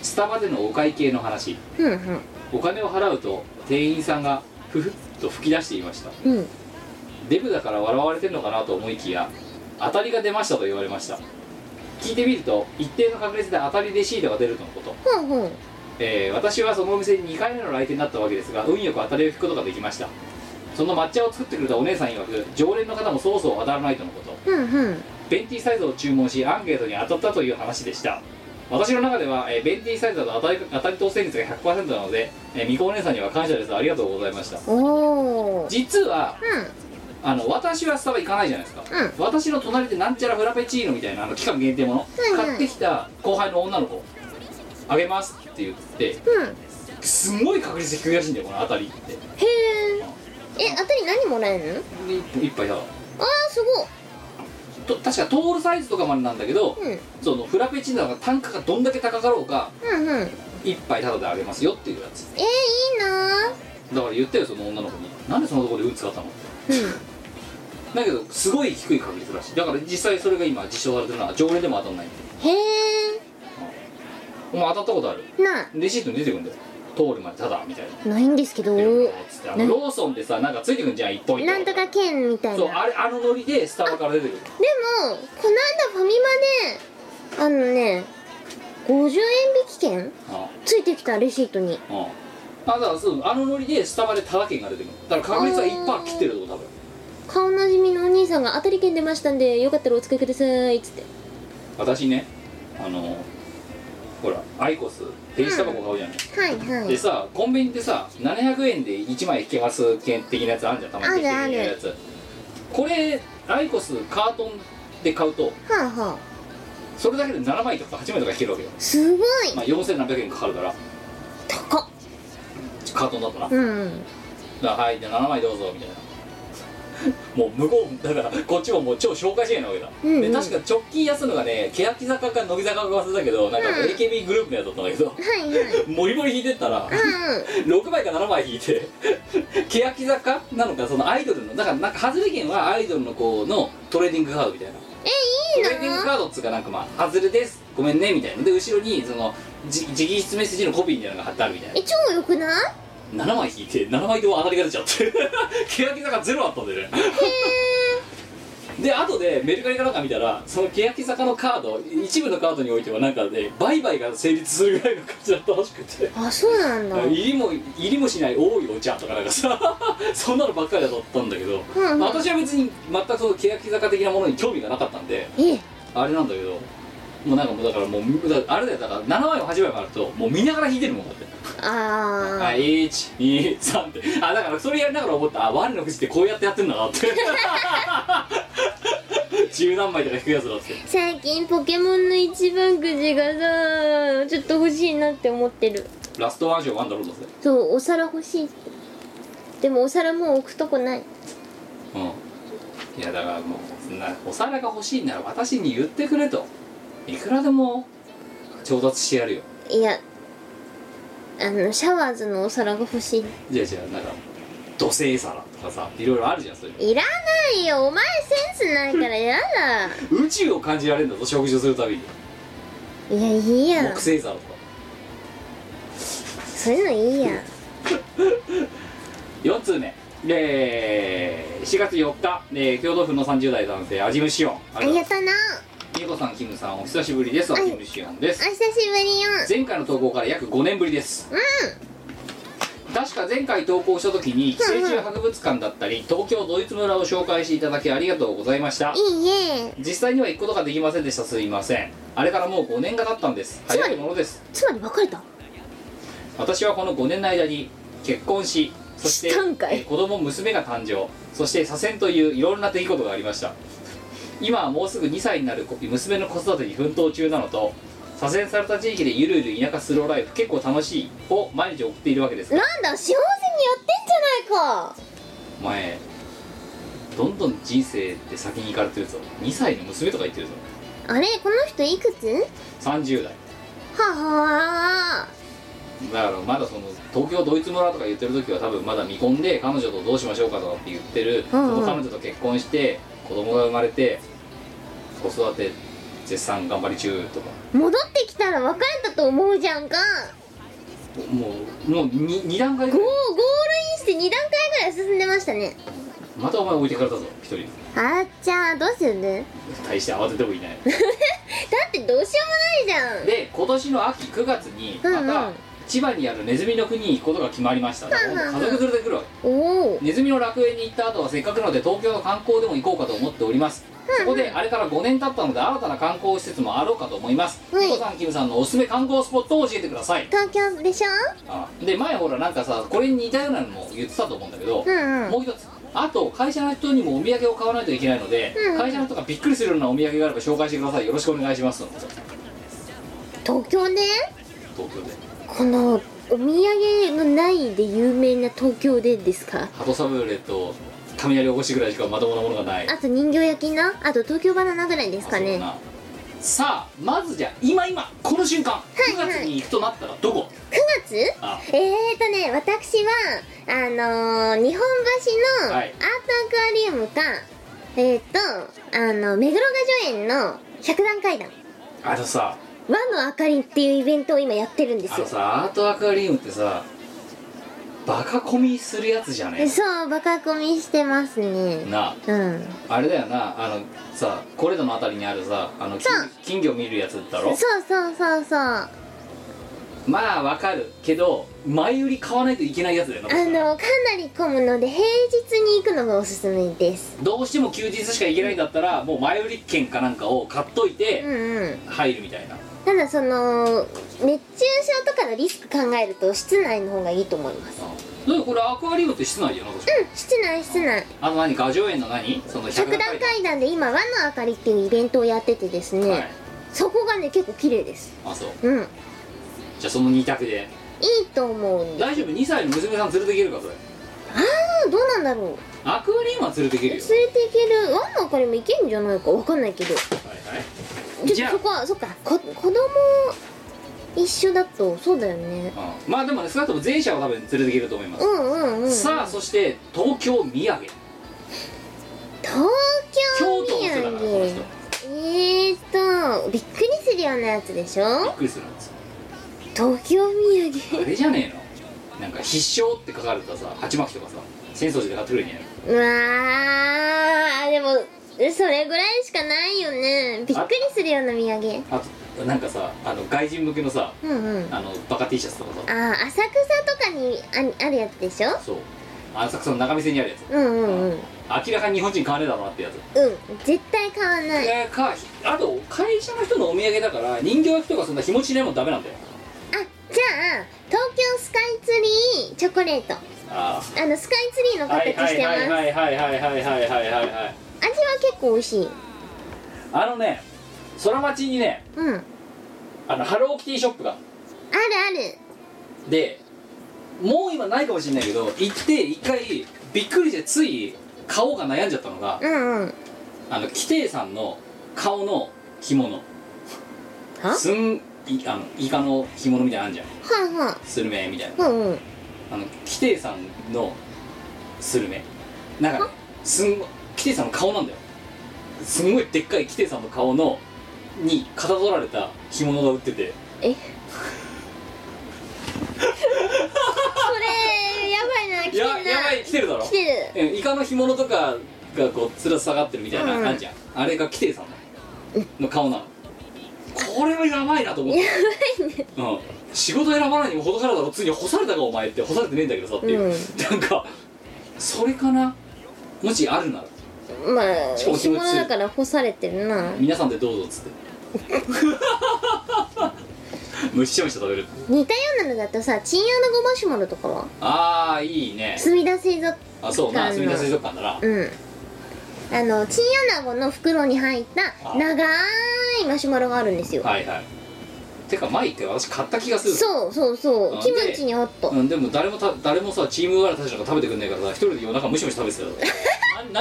Speaker 1: スタバでのお会計の話
Speaker 2: うんうん
Speaker 1: お金を払うと店員さんがふふっと吹き出していました
Speaker 2: うん
Speaker 1: デブだから笑われてるのかなと思いきや当たりが出ましたと言われました聞いてみると一定の確率で当たりレシートが出るとのこと、
Speaker 2: ほんほん
Speaker 1: えー私はそのお店に2回目の来店だったわけですが運よく当たりを引くことができましたその抹茶を作ってくれたお姉さん曰く常連の方もそうそう当たらないとのこと
Speaker 2: うんうん
Speaker 1: ベンティサイズを注文しアンケートに当たったという話でした私の中では、えーベンティサイズだと当たり当たり当選率が100%なので、えー、みこお姉さんには感謝ですありがとうございました
Speaker 2: おお
Speaker 1: 実は
Speaker 2: う
Speaker 1: あの私はスタバ行かないじゃないですか、
Speaker 2: う
Speaker 1: 私の隣でなんちゃらフラペチーノみたいなあの期間限定もの、
Speaker 2: うんうん
Speaker 1: 買ってきた後輩の女の子あげますって言って
Speaker 2: んうん
Speaker 1: すんごい確率低いらしいんだよこの当たりって
Speaker 2: へええあたり何もらえるの
Speaker 1: いっぱいだわ
Speaker 2: あーす
Speaker 1: と確かトールサイズとかまでなんだけど、
Speaker 2: ごいうん
Speaker 1: そのフラペチーノが単価がどんだけ高かろうか
Speaker 2: うんうんえー、い
Speaker 1: 一杯タダであげますよっていうやつ
Speaker 2: いなー
Speaker 1: だから言ったよその女の子になんでそのところで運使ったのって
Speaker 2: うん
Speaker 1: だけどすごい低い確率らしいだから実際それが今実証されてるのは常連でも当たんないって
Speaker 2: へ
Speaker 1: お前当たったことある
Speaker 2: えな
Speaker 1: レシートに出てくるんだよ通るまでタダみたいな
Speaker 2: ないんですけど
Speaker 1: ベロベロっ
Speaker 2: な
Speaker 1: つってあのローソンでさなんかついてくんじゃん1ポイント
Speaker 2: んとか券みたいな
Speaker 1: そ
Speaker 2: で
Speaker 1: う
Speaker 2: も
Speaker 1: あれあのノリでスタバから出てくる
Speaker 2: この間ファミマであのね50円引き券
Speaker 1: あ
Speaker 2: ついてきたレシートに
Speaker 1: あああだからそうあのノリでスタバでタダ券が出てくるだから確率は1パー切ってるとこ多分
Speaker 2: 顔なじみのお兄さんが当たり券出ましたんでよかったらお使いくださいっつって
Speaker 1: 私ねあのほらアイコス電子タバコ買うじゃない、
Speaker 2: はいは
Speaker 1: で
Speaker 2: い
Speaker 1: さコンビニでさ700円で1枚引けます券的なやつあるじゃんたまに
Speaker 2: あるある
Speaker 1: 引けるやつこれアイコスカートンで買うと
Speaker 2: はあはあ
Speaker 1: それだけで7枚とか8枚とか引けるわけよ
Speaker 2: すごい
Speaker 1: まあ4700円かかるから
Speaker 2: 高っ
Speaker 1: カートンだとな、
Speaker 2: うん
Speaker 1: だからはいじゃあ7枚どうぞみたいな *laughs* もう向こうだからこっちももう超紹介試合なわけだ、
Speaker 2: うんうん
Speaker 1: で確か直近やすのがね欅坂か乃木坂か忘れたけどなんか
Speaker 2: うん
Speaker 1: AKB グループのやつだったんだけど *laughs*
Speaker 2: はいはい
Speaker 1: モリモリ引いてったら
Speaker 2: うん
Speaker 1: 6枚か7枚引いて *laughs* 欅坂なのかそのアイドルのだからなんか外れ券はアイドルの子のトレーディングカードみたいな
Speaker 2: えいい
Speaker 1: トレーディング
Speaker 2: な
Speaker 1: カードっつうかなんかまあ外れですごめんねみたいなで後ろにそのじ直筆メッセージのコピーみたいなのが貼ってあるみたいな
Speaker 2: え超良くない
Speaker 1: 7枚引いて7枚とも当たりが出ちゃって *laughs* 欅坂ゼロだったんだよねで後でメルカリかなんか見たらその欅坂のカード一部のカードにおいてはなんかで売買が成立するぐらいの感じだったらしくて
Speaker 2: あそうなんだ
Speaker 1: 入りも入りもしない多いお茶とかなんかさ *laughs* そんなのばっかりだったんだけど、
Speaker 2: うんうん
Speaker 1: まあ私は別に全くその欅坂的なものに興味がなかったんで
Speaker 2: え
Speaker 1: あれなんだけどもうなんかもうだからもうだあれだよだから7枚も8枚もあるともう見ながら弾いてるもんだって
Speaker 2: あ
Speaker 1: あ123ってあだからそれやりながら思ったあ我のくじってこうやってやってんだなって *laughs* 十何枚とか引くやつだって
Speaker 2: ー最近ポケモンの一番くじがさちょっと欲しいなって思ってる
Speaker 1: ラストワンションワンだろうとせ
Speaker 2: そうお皿欲しいでもお皿もう置くとこない
Speaker 1: うんいやだからもうそんなお皿が欲しいなら私に言ってくれといくらでも調達してやるよ
Speaker 2: いやあのシャワーズのお皿が欲しい
Speaker 1: じゃあじゃあなんか土星皿とかさいろいろあるじゃんそういう
Speaker 2: いらないよお前センスないからやだ
Speaker 1: の宇宙を感じられるんだぞ食事をするたびに
Speaker 2: いやいい
Speaker 1: 木
Speaker 2: や
Speaker 1: 星皿とか
Speaker 2: そういうのいいや
Speaker 1: 4通目えー、4月4日、えー、京都府の30代男性アジムシオン
Speaker 2: ありがとな
Speaker 1: ゆうこさんキムさんお久しぶりですあキムシオンです
Speaker 2: お久しぶりよ
Speaker 1: 前回の投稿から約5年ぶりです確か前回投稿した時に寄生虫博物館だったり東京ドイツ村を紹介していただきありがとうございました
Speaker 2: いいえ
Speaker 1: 実際には行くことができませんでしたすいませんあれからもう5年が経ったんです
Speaker 2: つま
Speaker 1: 早
Speaker 2: り
Speaker 1: いものです
Speaker 2: つまり別れた
Speaker 1: 私はこの5年の間に結婚しそして
Speaker 2: したんか
Speaker 1: え
Speaker 2: い
Speaker 1: ー子供娘が誕生そして左遷といういろんな出来事がありました今はもうすぐ2歳になる子娘の子育てに奮闘中なのと左遷された地域でゆるゆる田舎スローライフ結構楽しいを毎日送っているわけです
Speaker 2: なんだ幸せにやってんじゃないか
Speaker 1: お前どんどん人生って先に行かれてるぞ2歳の娘とか言ってるぞ
Speaker 2: あれこの人いくつ
Speaker 1: 30代
Speaker 2: はは
Speaker 1: だからまだその東京ドイツ村とか言ってる時は多分まだ未婚で彼女とどうしましょうかとかって言ってる、
Speaker 2: うんうん
Speaker 1: その彼女と結婚して子供が生まれて子育て絶賛頑張り中とか
Speaker 2: 戻ってきたら別れたと思うじゃんか
Speaker 1: もうもう 2, 段階
Speaker 2: ゴ
Speaker 1: ぐ
Speaker 2: ー
Speaker 1: らい
Speaker 2: ゴールインして2段階ぐらい進んでましたね
Speaker 1: またお前置いてかれたぞ一人
Speaker 2: あっちゃーどうするだ
Speaker 1: 大して慌ててもいない
Speaker 2: ってどうしようもないじ
Speaker 1: で今年の秋9月に
Speaker 2: うん
Speaker 1: ま
Speaker 2: う
Speaker 1: た、
Speaker 2: ん
Speaker 1: 千葉にあるネズミの国に行くことが決まりました、だから
Speaker 2: うんうんうん
Speaker 1: 家族連れてくるわけ
Speaker 2: ゃんおお
Speaker 1: ネズミの楽園に行った後はせっかくなので東京の観光でも行こうかと思っておりますそこであれから5年経ったので新たな観光施設もあろうかと思います
Speaker 2: はい
Speaker 1: ニコさんキムさんのおすすめ観光スポットを教えてください
Speaker 2: 東京でしょ
Speaker 1: あで前ほらなんかさこれに似たようなのも言ってたと思うんだけど
Speaker 2: うんうん
Speaker 1: もう一つあと会社の人にもお土産を買わないといけないので
Speaker 2: うん
Speaker 1: 会社の人がびっくりするようなお土産があれば紹介してくださいよろしくお願いしますのこと
Speaker 2: 東京ね
Speaker 1: 東京で
Speaker 2: このお土産のないで有名な東京でですか
Speaker 1: 鳩サブレーと雷おこしぐらいしかまともなものがない
Speaker 2: あと人形焼きなあと東京バナナぐらいですか
Speaker 1: そうだ
Speaker 2: ね
Speaker 1: なさあまずじゃあ今今この瞬間9
Speaker 2: はい
Speaker 1: 月に行くとなったらどこ
Speaker 2: 9月え
Speaker 1: あ
Speaker 2: ーとね私はあのー日本橋のア
Speaker 1: は
Speaker 2: ー
Speaker 1: い
Speaker 2: トアクアリウムか、えっ、とあの目黒雅叙園の百段階段
Speaker 1: あのさ
Speaker 2: 和のあかりっていうイベントを今やってるんです
Speaker 1: あ
Speaker 2: よ
Speaker 1: のさアートアクアリウムってさバカ込みするやつじゃね
Speaker 2: そうバカコミしてますね
Speaker 1: なあ
Speaker 2: うん
Speaker 1: あれだよなあのさコレドのあたりにあるさあの金
Speaker 2: そう
Speaker 1: 金魚見るやつだ
Speaker 2: そ
Speaker 1: ろ
Speaker 2: うそうそうそうあ
Speaker 1: まあわかるけど前売り買わないといけないやつだよな
Speaker 2: のかなり混むので平日に行くのがおすすめです
Speaker 1: どうしても休日しか行けないんだったらもう前売り券かなんかを買っとい
Speaker 2: うん
Speaker 1: て
Speaker 2: うん
Speaker 1: 入るみたいな
Speaker 2: ただその熱中症とかのリスク考えると室内の方がいいと思います
Speaker 1: だからこれアクアリウムって室内じゃなかった
Speaker 2: うん室内室内
Speaker 1: あの何画上園の何その
Speaker 2: 百段階段で今「和のあかり」っていうイベントをやっててですね、
Speaker 1: はい
Speaker 2: そこがね結構綺麗です
Speaker 1: あそう
Speaker 2: うんい
Speaker 1: じゃあその2択で
Speaker 2: いと思うんだ
Speaker 1: 大丈夫2歳の娘さん連れていけるかそれ
Speaker 2: あーどうなんだろう
Speaker 1: アクアリウムは連れていける
Speaker 2: 連
Speaker 1: よ
Speaker 2: れていける和のあかりもいけんじゃないかわかんないけど
Speaker 1: はいはい
Speaker 2: ち
Speaker 1: じ
Speaker 2: ょっ
Speaker 1: ゃ
Speaker 2: とそこはそっかこ子供一緒だとそうだよね
Speaker 1: あ、うんまあでもね少なくとも前者は多分連れていけると思いま
Speaker 2: う
Speaker 1: す、
Speaker 2: んうんうん
Speaker 1: さあそして東京土産京都の人だからこ
Speaker 2: 東京土
Speaker 1: の人
Speaker 2: 産えーとびっくりするようなやつでし
Speaker 1: びっ
Speaker 2: ょ
Speaker 1: くりするんですよ
Speaker 2: 東京土
Speaker 1: あれじゃねえのなんか必勝って書かれたさ鉢巻きとかさ浅草寺で買ってくれんじゃね
Speaker 2: 産うわーでもそれぐらいしかないよねびっくりするような土産
Speaker 1: えのあとなんかさあの外人向けのさ
Speaker 2: うんうんあ
Speaker 1: あのバカ T シャツとかさ
Speaker 2: ー浅草とかにああるやつでしょ
Speaker 1: そう浅草の仲見世にあるやつ
Speaker 2: うんうんうん
Speaker 1: 明らかに日本人買わねえだろうなってやつ
Speaker 2: うん絶対買わない
Speaker 1: えーかあと会社の人のお土産だから人形焼きとかそんな日持ちしないもんダメなんだよ
Speaker 2: あじゃあ東京スカイツリーチョコレート
Speaker 1: あ
Speaker 2: あのスカイツリーの
Speaker 1: あはい
Speaker 2: 形
Speaker 1: は
Speaker 2: し
Speaker 1: い
Speaker 2: てま
Speaker 1: は
Speaker 2: す
Speaker 1: い
Speaker 2: 味は
Speaker 1: はいはいはいはいはいはいはいはい
Speaker 2: 結構美味しい
Speaker 1: あのね空町にね
Speaker 2: うんある
Speaker 1: あのハローキティショップが
Speaker 2: ある
Speaker 1: でもう今ないかもしれないけど行って一回びっくりしてつい買おうか悩んじゃったのが
Speaker 2: うんうん
Speaker 1: あのキテイさんの顔の着物
Speaker 2: は
Speaker 1: すんいあのイカの着物みたいなのあんじゃん
Speaker 2: はいは
Speaker 1: スルメみたいない
Speaker 2: うんうん
Speaker 1: あのキテイさんのスルメなんかねすんごキテイさんの顔なんだよすんごいでっかいキテイさんの顔のにかたどられた着物が売ってて
Speaker 2: えそれやばいな来て
Speaker 1: や
Speaker 2: る
Speaker 1: や
Speaker 2: な
Speaker 1: ばい来てるだろ
Speaker 2: 来て
Speaker 1: うんイカの干物とかがこうつら下がってるみたいな感じやん、あれがキテイさんだ
Speaker 2: る
Speaker 1: の顔なのこれはやばいなと思ってやばいね、うん、仕事選ばないにも程からだろついに干されたかお前って干されてねえんだけどさっていう、なんかそれかなもしあるなら
Speaker 2: まあ
Speaker 1: しかも気持ち
Speaker 2: 紐だから干されてるな
Speaker 1: 皆さんでどうぞっつって *laughs* 虫しゃぶして食べる
Speaker 2: 似たようなのだとさチンアナゴマシュマロとかは
Speaker 1: ああいいね
Speaker 2: すみだ水族
Speaker 1: あそうな住田水族館だな
Speaker 2: うんあのチンアナゴの袋に入った
Speaker 1: あ
Speaker 2: 長いマシュマロがあるんですよ、
Speaker 1: はいはいてか前って私買った気がする
Speaker 2: そうそうそう
Speaker 1: あ
Speaker 2: キムチにあった
Speaker 1: うん、でも誰もた誰もさチームワールたちなんか食べてくんないからさ一人で夜中ムシムシ食べてた
Speaker 2: *laughs*
Speaker 1: よな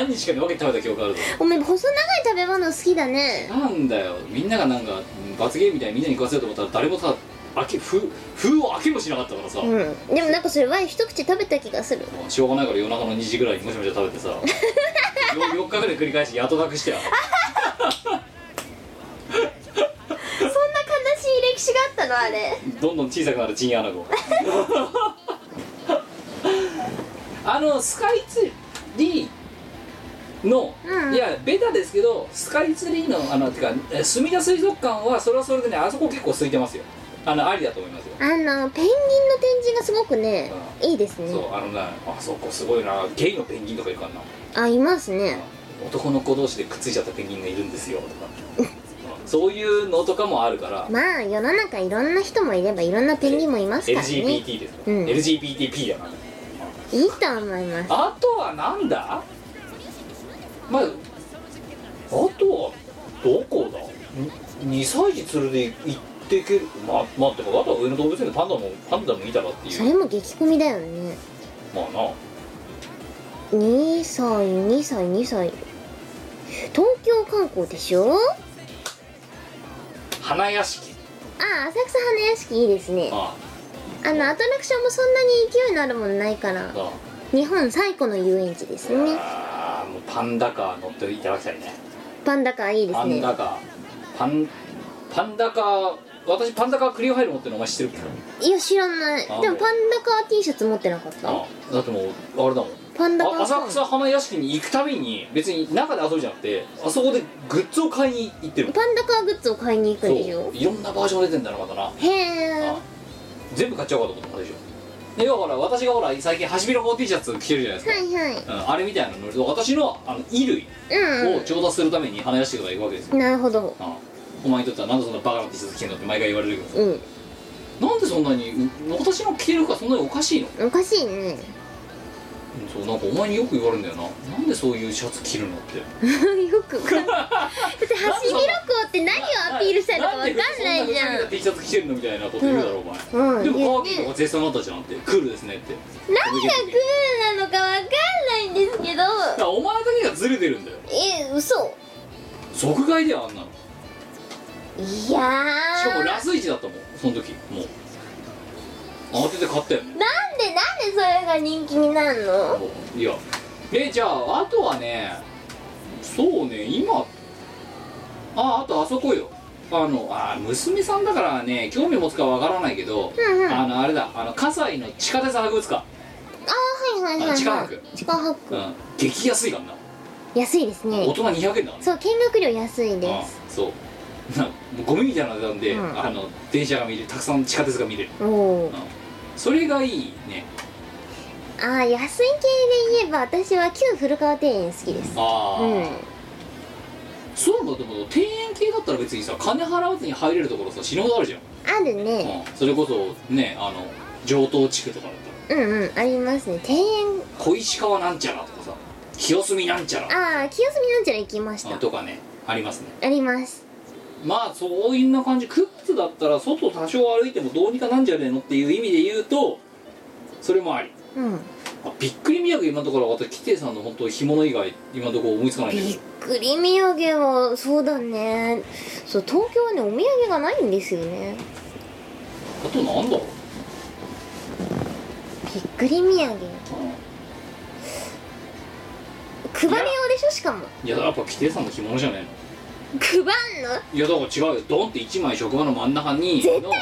Speaker 1: 何日かに分けて食べた記憶あるぞ
Speaker 2: お前細長い食べ物好きだね
Speaker 1: なんだよみんながなんか罰ゲームみたいにみんなに食わせようと思ったら誰もさ開け封封を開けもしなかったからさ、
Speaker 2: う
Speaker 1: も
Speaker 2: んでもなんかそれは一口食べた気が *laughs* する
Speaker 1: うしょうがないから夜中の2時ぐらいにムシムシ食べ
Speaker 2: *laughs*
Speaker 1: てさよ4日ぐらい繰り返しやっとなくしてよ
Speaker 2: そんな悲しい歴史があったのあれ
Speaker 1: どんどん小さくなるチンアナゴあのスカイツリーの、
Speaker 2: うん
Speaker 1: いやベタですけどスカイツリーのあのてかえすみだ水族館はそれはそれでねあそこ結構空いてますよあのありだと思いますよ、
Speaker 2: あのペンギンの展示がすごくねいいですね
Speaker 1: そうあのねあそこすごいなゲイのペンギンとかいるからな
Speaker 2: あいますね
Speaker 1: 男の子同士でくっついちゃったペンギンがいるんですよとかそういうのとかもあるから
Speaker 2: まあ世の中いろんな人もいればいろんなペンギンもいますからねいい
Speaker 1: LGBT ですよ、
Speaker 2: うん
Speaker 1: LGBTP だな
Speaker 2: と思います
Speaker 1: あとはなんだまああとはどこだ2歳児連れで行ってけるまあまあてかあとは上野動物園でパンダもパンダもいたらって
Speaker 2: そ
Speaker 1: い
Speaker 2: れ
Speaker 1: う
Speaker 2: も激コミだよね
Speaker 1: まあな
Speaker 2: 2歳2歳2歳東京観光でしょあ
Speaker 1: 花屋敷
Speaker 2: あ浅草花屋敷いいですね
Speaker 1: あ
Speaker 2: あのアトラクションもそんなに勢いのあるものないから
Speaker 1: ああ
Speaker 2: 日本最古の遊園地です
Speaker 1: あ
Speaker 2: ね
Speaker 1: ああもうパンダカー乗っていただきたいね
Speaker 2: パンダカーいいで
Speaker 1: パ
Speaker 2: す
Speaker 1: ン
Speaker 2: ね
Speaker 1: ダカーパンパンダカー私パンダカークリオファイル持ってるのお前知ってるっけ
Speaker 2: いや知らないで
Speaker 1: あ
Speaker 2: もパンダカー T シャツ持ってなかった
Speaker 1: ああだってもうあれだもん
Speaker 2: パンダカー
Speaker 1: あ浅草花屋敷に行くたびに別に中で遊ぶじゃなくてあそこでグッズを買いに行ってるもん
Speaker 2: パンダカーグッズを買いに行くんでし
Speaker 1: そ
Speaker 2: ょ
Speaker 1: ういろんなバージョン出てんだなまたな
Speaker 2: へえ
Speaker 1: あ全部買っちゃおうかと思ったでしょで要はほら私がほら最近ハシビロコウ T シャツ着てるじゃないです
Speaker 2: は
Speaker 1: か、
Speaker 2: いはい
Speaker 1: うん、あれみたいなの私のあの衣類
Speaker 2: うん
Speaker 1: を調達するために花屋敷とか行くわけですよ、
Speaker 2: うんなるほど
Speaker 1: あお前にとってはなんでそんなバカな T シャツ着てんのって毎回言われるけどさ
Speaker 2: うん
Speaker 1: なんでそんなにう私の着てるかそんなにおかしいの
Speaker 2: おかしいね *laughs*
Speaker 1: うんそうなんかお前によく言われるんだよななんでそういうシャツ着るのって
Speaker 2: よくわ
Speaker 1: *laughs*
Speaker 2: かんないだってハシビロコウって何をアピールしたいのかわかんないじゃ
Speaker 1: なんでそなふざけた T シャツ着てるのみたいなこと言うだろお前、
Speaker 2: んうん
Speaker 1: でも
Speaker 2: 言
Speaker 1: カ
Speaker 2: う
Speaker 1: ー
Speaker 2: ね
Speaker 1: キとか絶賛だったじゃんってクールですねって
Speaker 2: ん何がクールなのかわかんないんですけど
Speaker 1: だからお前だけがずれてるんだよ
Speaker 2: え嘘
Speaker 1: 即買いだよあんなのし
Speaker 2: いやー
Speaker 1: かも
Speaker 2: なん
Speaker 1: ラスイチだったもんその時もう慌てて買ったよね
Speaker 2: でなんでそれが人気になるの
Speaker 1: もういやえじゃああとはねそうね今ああとあそこよあのあ娘さんだからね興味持つかわからないけど、
Speaker 2: うんうん
Speaker 1: あのあれだあの葛西の地下鉄博物館、
Speaker 2: ああはいはいはい、はい、
Speaker 1: あ地下博
Speaker 2: 地下博
Speaker 1: うん、激安いからな
Speaker 2: 安いです
Speaker 1: 大
Speaker 2: ね
Speaker 1: 人200円だから
Speaker 2: そう見学料安い
Speaker 1: あ
Speaker 2: です
Speaker 1: そうなゴミみたいな値段で、
Speaker 2: うん
Speaker 1: あの電車が見れるたくさん地下鉄が見れる
Speaker 2: おおー
Speaker 1: それがいいね
Speaker 2: ああ安い系で言えば私は旧古川庭園好きです
Speaker 1: ああ、
Speaker 2: うん
Speaker 1: そうだでも庭園系だったら別にさ金払わずに入れるところさ死ぬほどあるじゃん、
Speaker 2: あるね
Speaker 1: うんそれこそねあの上東地区とかだったら
Speaker 2: うんうんありますね庭園
Speaker 1: 小石川なんちゃらとかさ清澄なんちゃら
Speaker 2: ああ清澄なんちゃら行きまし
Speaker 1: あ
Speaker 2: た
Speaker 1: とかねありますね
Speaker 2: あります
Speaker 1: まあそういうな感じ9月だったら外多少歩いてもどうにかなんじゃねえのっていう意味で言うとそれもあり
Speaker 2: うん
Speaker 1: あびっくり土産今のところ私キティさんの本当干物以外今のところ思いつかないんだけ
Speaker 2: び
Speaker 1: ど
Speaker 2: っくり土産はそうだねそう東京はねお土産がないんですよね
Speaker 1: あとなんだろう
Speaker 2: びっくり土産配れようでしょしかも
Speaker 1: いややっぱキティさんの干物じゃないの
Speaker 2: 配んの
Speaker 1: いやだから違うよドンって1枚職場の真ん中に絶
Speaker 2: 誰も
Speaker 1: 置い
Speaker 2: 食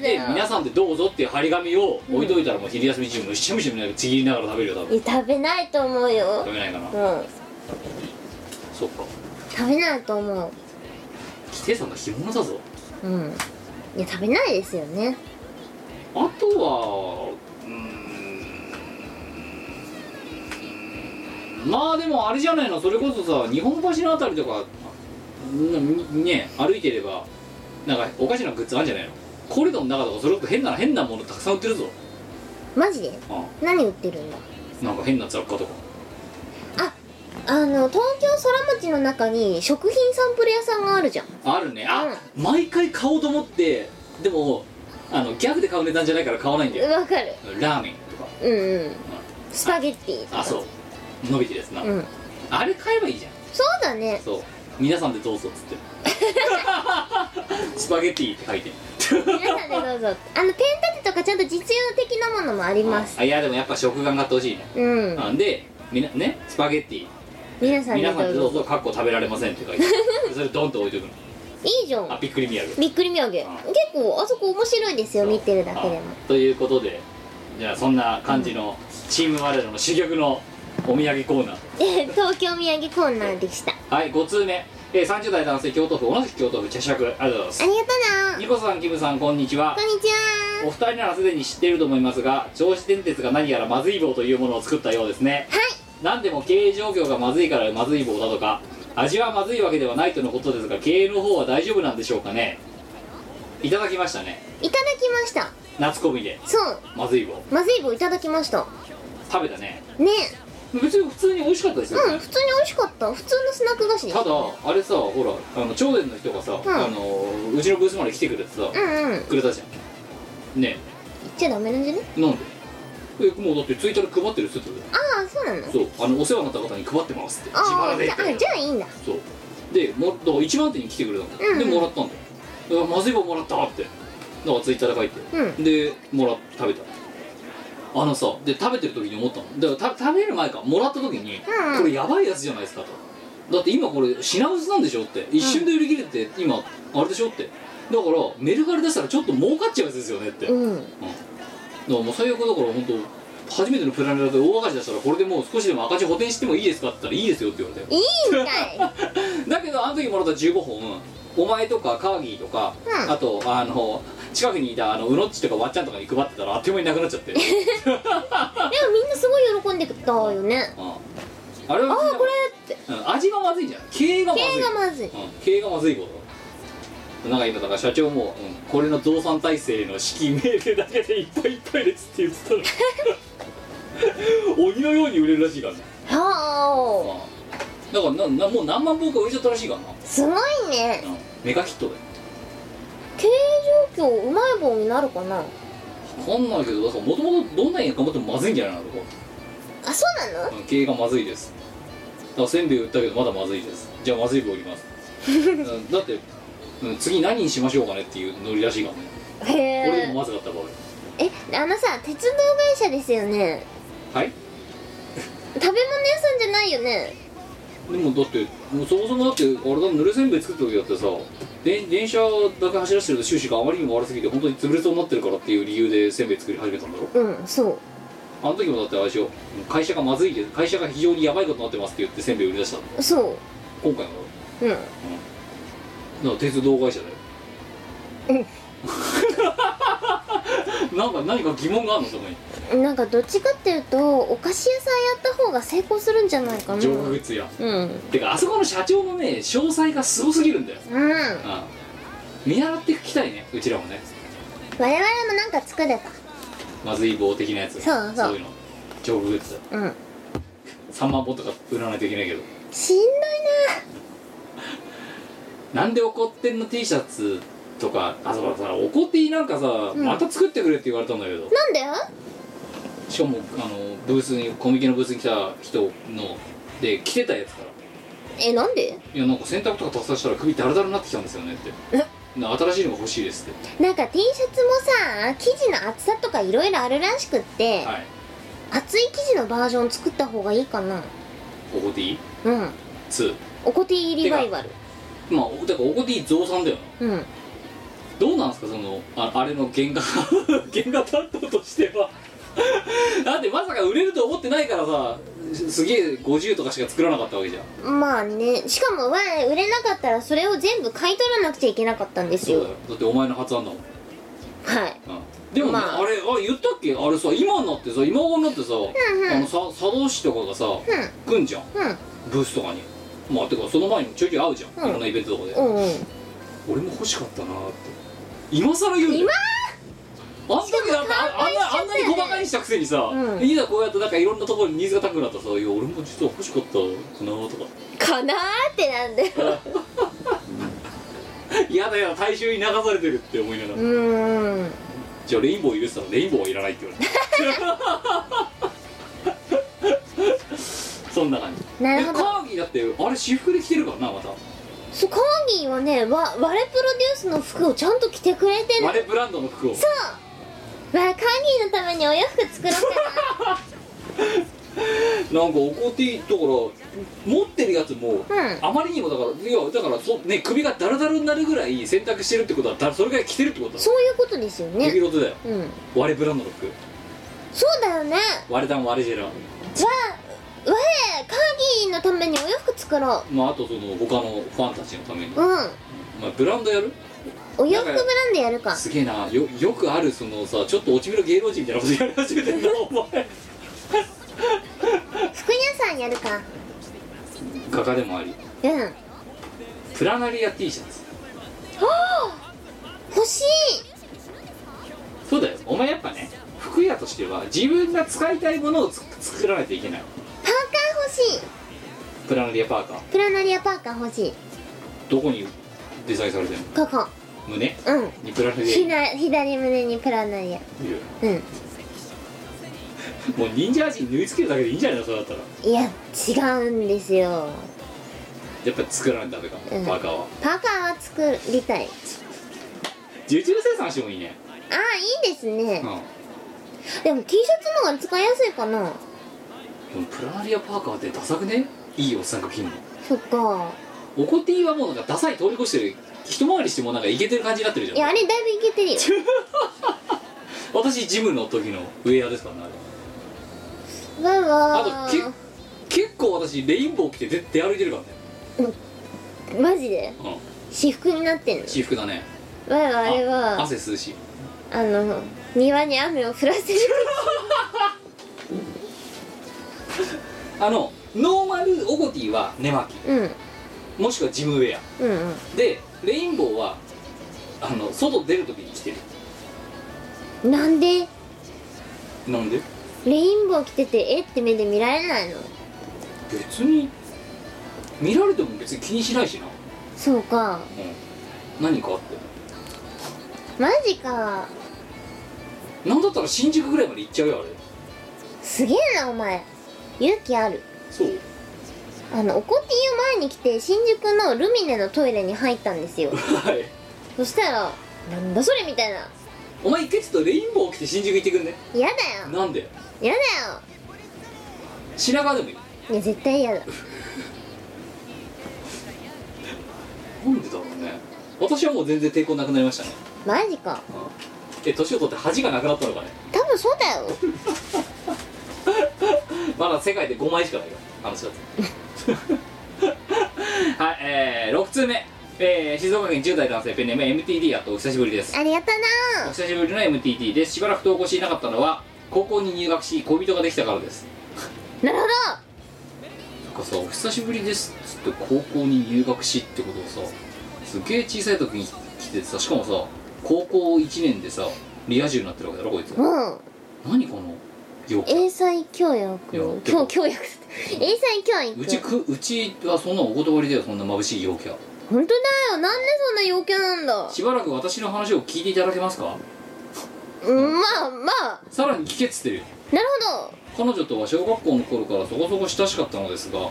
Speaker 2: べ
Speaker 1: て
Speaker 2: ないや
Speaker 1: 皆さんでどうぞっていう張り紙を置いといたらもう昼休み中むしゃむしゃちぎりながら食べるよ多分
Speaker 2: つだよいや食べないと思うよ
Speaker 1: 食べないかな
Speaker 2: うん
Speaker 1: そっか
Speaker 2: 食べないと思う
Speaker 1: 規定さんが干物だぞ
Speaker 2: うんいや食べないですよね
Speaker 1: あとはうーんまあでもあれじゃないのそれこそさ日本橋のあたりとかんね歩いてればなんかおかしなグッズあるんじゃないのコリドンの中とかそれこそ変な変なものたくさん売ってるぞ、
Speaker 2: マジで
Speaker 1: う
Speaker 2: 何売ってるんだ
Speaker 1: ん、なんか変な雑貨とか
Speaker 2: ああの東京空町の中に食品サンプル屋さんがあるじゃん
Speaker 1: あるねあ、毎回買おうと思ってでもあのギャグで買う値段じゃないから買わないんだよ
Speaker 2: わかる
Speaker 1: ラーメンとか
Speaker 2: うんうんスパゲッティとか
Speaker 1: あそう伸びてるやつな、
Speaker 2: うん
Speaker 1: あれ買えばいいじゃん
Speaker 2: そうだね
Speaker 1: そう皆さんでどうぞっ
Speaker 2: *laughs*
Speaker 1: つってスパゲッティって書いて
Speaker 2: 皆さんでどうぞあのペン立てとかちゃんと実用的なものもあります
Speaker 1: あいやでもやっぱ食感買ってほしいね、
Speaker 2: うん
Speaker 1: あでみなねスパゲッティ
Speaker 2: 皆さんで
Speaker 1: 皆さん
Speaker 2: ど
Speaker 1: で
Speaker 2: う
Speaker 1: ど
Speaker 2: ぞ
Speaker 1: うぞかっこ食べられませんって書いてそれドンと置いとくの
Speaker 2: いいじゃ
Speaker 1: あ
Speaker 2: ん
Speaker 1: びっくり土産
Speaker 2: びっくり土産結構あそこ面白いですよ見てるだけでも
Speaker 1: あということでじゃあそんな感じのチーム我らの珠玉のお土産コーナー
Speaker 2: *laughs* 東京土産コーナーでしたあ
Speaker 1: はい5通目、えー、30代男性京都府同じく京都府茶尺ありがとうございます
Speaker 2: りがとうな
Speaker 1: ニコさんキムさんこんにちは
Speaker 2: こんにち
Speaker 1: お二人ならすでに知っていると思いますが銚子電鉄が何やらまずい棒というものを作ったようですねはい何でも経営状況がまずいからまずい棒だとか味はまずいわけではないとのことですが経営の方は大丈夫なんでしょうかねいただきましたね
Speaker 2: はいいただきました
Speaker 1: 夏コミで
Speaker 2: そう
Speaker 1: まずい棒
Speaker 2: まずい棒いただきました
Speaker 1: 食べたね
Speaker 2: ね
Speaker 1: 別に普通に美味しかったですよ、
Speaker 2: う
Speaker 1: ね
Speaker 2: ん普通に美味しかった普通のスナック菓子でした
Speaker 1: だあれさほらあの頂点の人がさ、
Speaker 2: ん
Speaker 1: あのうちのブースまで来てくれてさ、
Speaker 2: うんうん言っ
Speaker 1: くれたじゃんね
Speaker 2: ちゃダメなんじゃね
Speaker 1: えなんでえもうだってツイッターで配ってるっつってたよ
Speaker 2: ああそうなの
Speaker 1: そうあのお世話になった方に配ってますって自
Speaker 2: あ
Speaker 1: 腹
Speaker 2: あ
Speaker 1: で
Speaker 2: じゃああじゃあいいんだ
Speaker 1: そうでもだから一番手に来てくれたの、
Speaker 2: うん
Speaker 1: でもらったんだよだからまずい棒もらったってだからツイッターで書いて、
Speaker 2: う
Speaker 1: でもらっ食べたあのさで食べてる時に思ったのだからた食べる前かもらった時に、
Speaker 2: うん
Speaker 1: これやばいやつじゃないですかとだって今これ品薄なんでしょって一瞬で売り切れて今あれでしょってだからメルカリ出したらちょっと儲かっちゃうやつですよねって、
Speaker 2: うん
Speaker 1: だからもう最悪だから本当初めてのプラネタで大赤字出したらこれでもう少しでも赤字補填してもいいですかって言ったらいいですよって言われて
Speaker 2: いいん
Speaker 1: *laughs*
Speaker 2: かい
Speaker 1: だけどあの時もらった15本お前とかカーギーとか、
Speaker 2: うん
Speaker 1: あとあの近くにいたあのうのっちとかわっちゃんとかに配ってたらあっという間になくなっちゃって、うん
Speaker 2: でもみんなすごい喜んでたよね
Speaker 1: あれは
Speaker 2: あ
Speaker 1: 別に
Speaker 2: あこれって
Speaker 1: うん味がまずいんじゃない経営がまずい
Speaker 2: 経営がまず
Speaker 1: う
Speaker 2: い
Speaker 1: ん経営がまずいことなんか今だから社長も、うんこれの増産体制の指揮命令だけでいっぱいいっぱいですって言ってた
Speaker 2: *laughs*
Speaker 1: の鬼のように売れるらしいからね、
Speaker 2: は
Speaker 1: うんだからななもう何万本か売れちゃったらしいからな、
Speaker 2: あすごいね
Speaker 1: うんメガヒットで
Speaker 2: 経営状況うまい棒になるかな
Speaker 1: わかんないけどだからもともとどんなに頑張ってもまずいんじゃないのとこ
Speaker 2: あそうなの
Speaker 1: うん経営がまずいですだからせんべい売ったけどまだまずいですじゃあまずい棒売りますうんだって、うん次何にしましょうかねっていうノリらしいからね
Speaker 2: へ
Speaker 1: 俺でも
Speaker 2: え
Speaker 1: まずかった場合
Speaker 2: えあのさ鉄道会社ですよね
Speaker 1: はい
Speaker 2: 食べ物屋さんじゃないよね
Speaker 1: でもだってもうそもそもだってあれだ濡れせんべい作った時だってさで電車だけ走らせてると収支があまりにも悪すぎて本当に潰れそうになってるからっていう理由でせんべい作り始めたんだろ
Speaker 2: うんそう
Speaker 1: あの時もだってあれでしょ会社がまずいで会社が非常にやばいことになってますって言ってせんべい売り出したの
Speaker 2: そ
Speaker 1: 今回もだろ
Speaker 2: ううん
Speaker 1: だから鉄道会社だようんなんか何か疑問があるのそこに
Speaker 2: なんかどっちかっていうとお菓子屋さんやった方が成功するんじゃないかな
Speaker 1: ジョークグッズや
Speaker 2: うん
Speaker 1: てかあそこの社長のね詳細がすごすぎるんだよ、
Speaker 2: うん
Speaker 1: うん、見習ってきたいねうちらもね
Speaker 2: 我々もなんか作れ
Speaker 1: まずい棒的なやつ
Speaker 2: そうそう
Speaker 1: いうの丈夫グッズ
Speaker 2: たうん
Speaker 1: 3万本とか売らないといけないけど
Speaker 2: しんどい
Speaker 1: なんで怒ってんの T シャツとかあそうださ怒っていなんかさ、また作ってくれって言われたんだけど
Speaker 2: ななんで
Speaker 1: しかもあのブースにコミケのブースに来た人ので着てたやつから
Speaker 2: えなんで
Speaker 1: 「いやなんか洗濯とか達成したら首ダラダラになってきたんですよね」って「な新しいのが欲しいです」って
Speaker 2: なんか T シャツもさ生地の厚さとかいろいろあるらしくって、
Speaker 1: はい
Speaker 2: 厚い生地のバージョン作った方がいいかな
Speaker 1: おこていい
Speaker 2: うん
Speaker 1: 2
Speaker 2: おこていリバイバル
Speaker 1: まあだからおこてい増産だよな
Speaker 2: うん
Speaker 1: どうなんですかそのああれの *laughs* 原画 *laughs* 原画担当としてはだってまさか売れると思ってないからさすげえ50とかしか作らなかったわけじゃん
Speaker 2: まあねしかもわあ売れなかったらそれを全部買い取らなくちゃいけなかったんです
Speaker 1: そう
Speaker 2: よ
Speaker 1: だよだってお前の発案だもん、う
Speaker 2: は
Speaker 1: ん、
Speaker 2: い
Speaker 1: でもね、
Speaker 2: まあ
Speaker 1: あ、れあ言ったっけあれさ今になってさ今頃になってさ、
Speaker 2: ん
Speaker 1: あのさ佐渡市とかがさ、来んじゃん
Speaker 2: うん
Speaker 1: ブースとかにまあてかその前にもちょいちょい会うじゃん、
Speaker 2: うん
Speaker 1: いろんなイベントとかで、
Speaker 2: うんうん
Speaker 1: 俺も欲しかったなーって今更言うんだよあん時なんかああんなあんなに小バカにしたくせにさ、
Speaker 2: うん
Speaker 1: いざこうやってなんかいろんなところにニーズが高くなったらさ「いや俺も実は欲しかったな」とか *laughs*
Speaker 2: かなーってなんだよ
Speaker 1: 「いやだやだ大衆に流されてる」って思いながら、
Speaker 2: うーん
Speaker 1: じゃあレインボー入れてたらレインボーはいらないって言われた *laughs* そんな感じ
Speaker 2: なる
Speaker 1: え
Speaker 2: ほ
Speaker 1: カ
Speaker 2: ど
Speaker 1: ーギーだってあれ私服で着てるからなまた
Speaker 2: そうカーギーはねわ我プロデュースの服をちゃんと着てくれてる
Speaker 1: あれブランドの服を
Speaker 2: そうわあカーギーのためにお洋服作ろうか *laughs*
Speaker 1: なんか怒っていいところ持ってるやつも、
Speaker 2: ん
Speaker 1: あまりにもだからいやだからそ、ね、首がダルダルになるぐらい洗濯してるってことはだそれぐらい着てるってこと
Speaker 2: な
Speaker 1: だ
Speaker 2: そういうことですよ
Speaker 1: とい
Speaker 2: ね
Speaker 1: うことだよ
Speaker 2: うん
Speaker 1: 割れブランドの服
Speaker 2: そうだよねわ
Speaker 1: 割れたん割れジェラ
Speaker 2: あわあカーギーのためにお洋服作ろ
Speaker 1: まああとその他のファンたちのために、
Speaker 2: ううん
Speaker 1: まあ、ブランドやる
Speaker 2: お洋服ブランドやるか
Speaker 1: すげえなよよくあるそのさちょっと落ち目の芸能人みたいなことやり始めて
Speaker 2: *laughs*
Speaker 1: んなお前
Speaker 2: 服屋さんやるか
Speaker 1: 画家でもあり
Speaker 2: うん
Speaker 1: プラナリア T シャツ
Speaker 2: 欲しい
Speaker 1: そうだよお前やっぱね服屋としては自分が使いたいものをつ作らないといけない
Speaker 2: パーカー欲しい
Speaker 1: プラナリアパーカー
Speaker 2: プラナリアパーカー欲しい
Speaker 1: どこにデザインされてるの
Speaker 2: ここ
Speaker 1: 胸
Speaker 2: うん
Speaker 1: にプラナリア
Speaker 2: ひな左胸にプラナリアうん
Speaker 1: もう忍者味に縫い付けるだけでいいんじゃないのそれだったら
Speaker 2: いや違うんですよ
Speaker 1: やっぱ作らないとダメか、
Speaker 2: うん
Speaker 1: パーカーは
Speaker 2: パーカーは作りたい
Speaker 1: 受注生産してもいいね
Speaker 2: ああいいですね
Speaker 1: うんでも
Speaker 2: でも T シャツの方が使いやすいかな
Speaker 1: プラナリアパーカーってダサくねいいおっさんが着んの
Speaker 2: そっか
Speaker 1: オコティはもうなんかダサい通り越してる一回りしてもうなんかイケてる感じになってるじゃん
Speaker 2: いやあれだいぶいけてるよ
Speaker 1: 私ジムの時のウェアですからねあれ
Speaker 2: わー
Speaker 1: あ
Speaker 2: わ
Speaker 1: と
Speaker 2: ー
Speaker 1: け結構私レインボー着て出出歩いてるからね
Speaker 2: マジで
Speaker 1: うん
Speaker 2: 私服になってんの
Speaker 1: 私服だね
Speaker 2: わーわーあれは
Speaker 1: 汗吸うし
Speaker 2: あの庭に雨を降らせる
Speaker 1: あのノーマルオコティは寝巻
Speaker 2: うん
Speaker 1: きもしくはジムウェア
Speaker 2: うんうん
Speaker 1: でレインボーはあの外出るときに着てる
Speaker 2: なんで
Speaker 1: なんで
Speaker 2: レインボー着ててえって目で見られないの
Speaker 1: 別に見られても別に気にしないしな、
Speaker 2: そうか
Speaker 1: うん、何かあって
Speaker 2: マジか
Speaker 1: なんだったら新宿ぐらいまで行っちゃうよあれ
Speaker 2: すげえなお前勇気ある
Speaker 1: そう *laughs*
Speaker 2: あのおこっていう前に来て新宿のルミネのトイレに入ったんですよ
Speaker 1: はい
Speaker 2: そしたらなんだそれみたいな
Speaker 1: お前一回ちょっとレインボー着て新宿行ってくんね
Speaker 2: 嫌だよ
Speaker 1: なんで
Speaker 2: 嫌だよ
Speaker 1: 品川でもいい
Speaker 2: いや絶対嫌だ
Speaker 1: なんでだろうね私はもう全然抵抗なくなりましたね
Speaker 2: マジか
Speaker 1: え年を取って恥がなくなったのかね
Speaker 2: 多分そうだよ
Speaker 1: まだ世界で5枚しかないよあの人だ *laughs* ってはいえー、6通目、えー、静岡県10代男性ペンネーム MTD あとお久しぶりです
Speaker 2: ありがと
Speaker 1: お久しぶりの MTD ですしばらく投稿していなかったのは高校に入学し恋人ができたからです
Speaker 2: ななるほ
Speaker 1: なんかさお久しぶりですっつって高校に入学しってことをさすげえ小さい時に来ててさしかもさ高校1年でさリア充になってるわけだろこいつ
Speaker 2: どうん
Speaker 1: 何このよ
Speaker 2: 英才教育
Speaker 1: いや
Speaker 2: 教教育英才教育
Speaker 1: うちくうちはそんなお断りだよそんな眩しい陽キャ
Speaker 2: 本当だよなんでそんな陽キャなんだ
Speaker 1: しばらく私の話を聞いていただけますか
Speaker 2: うんまあまあ
Speaker 1: さらに聞けっつってるよ
Speaker 2: なるほ
Speaker 1: 彼女とは小学校の頃からそこそこ親しかったのですが
Speaker 2: ど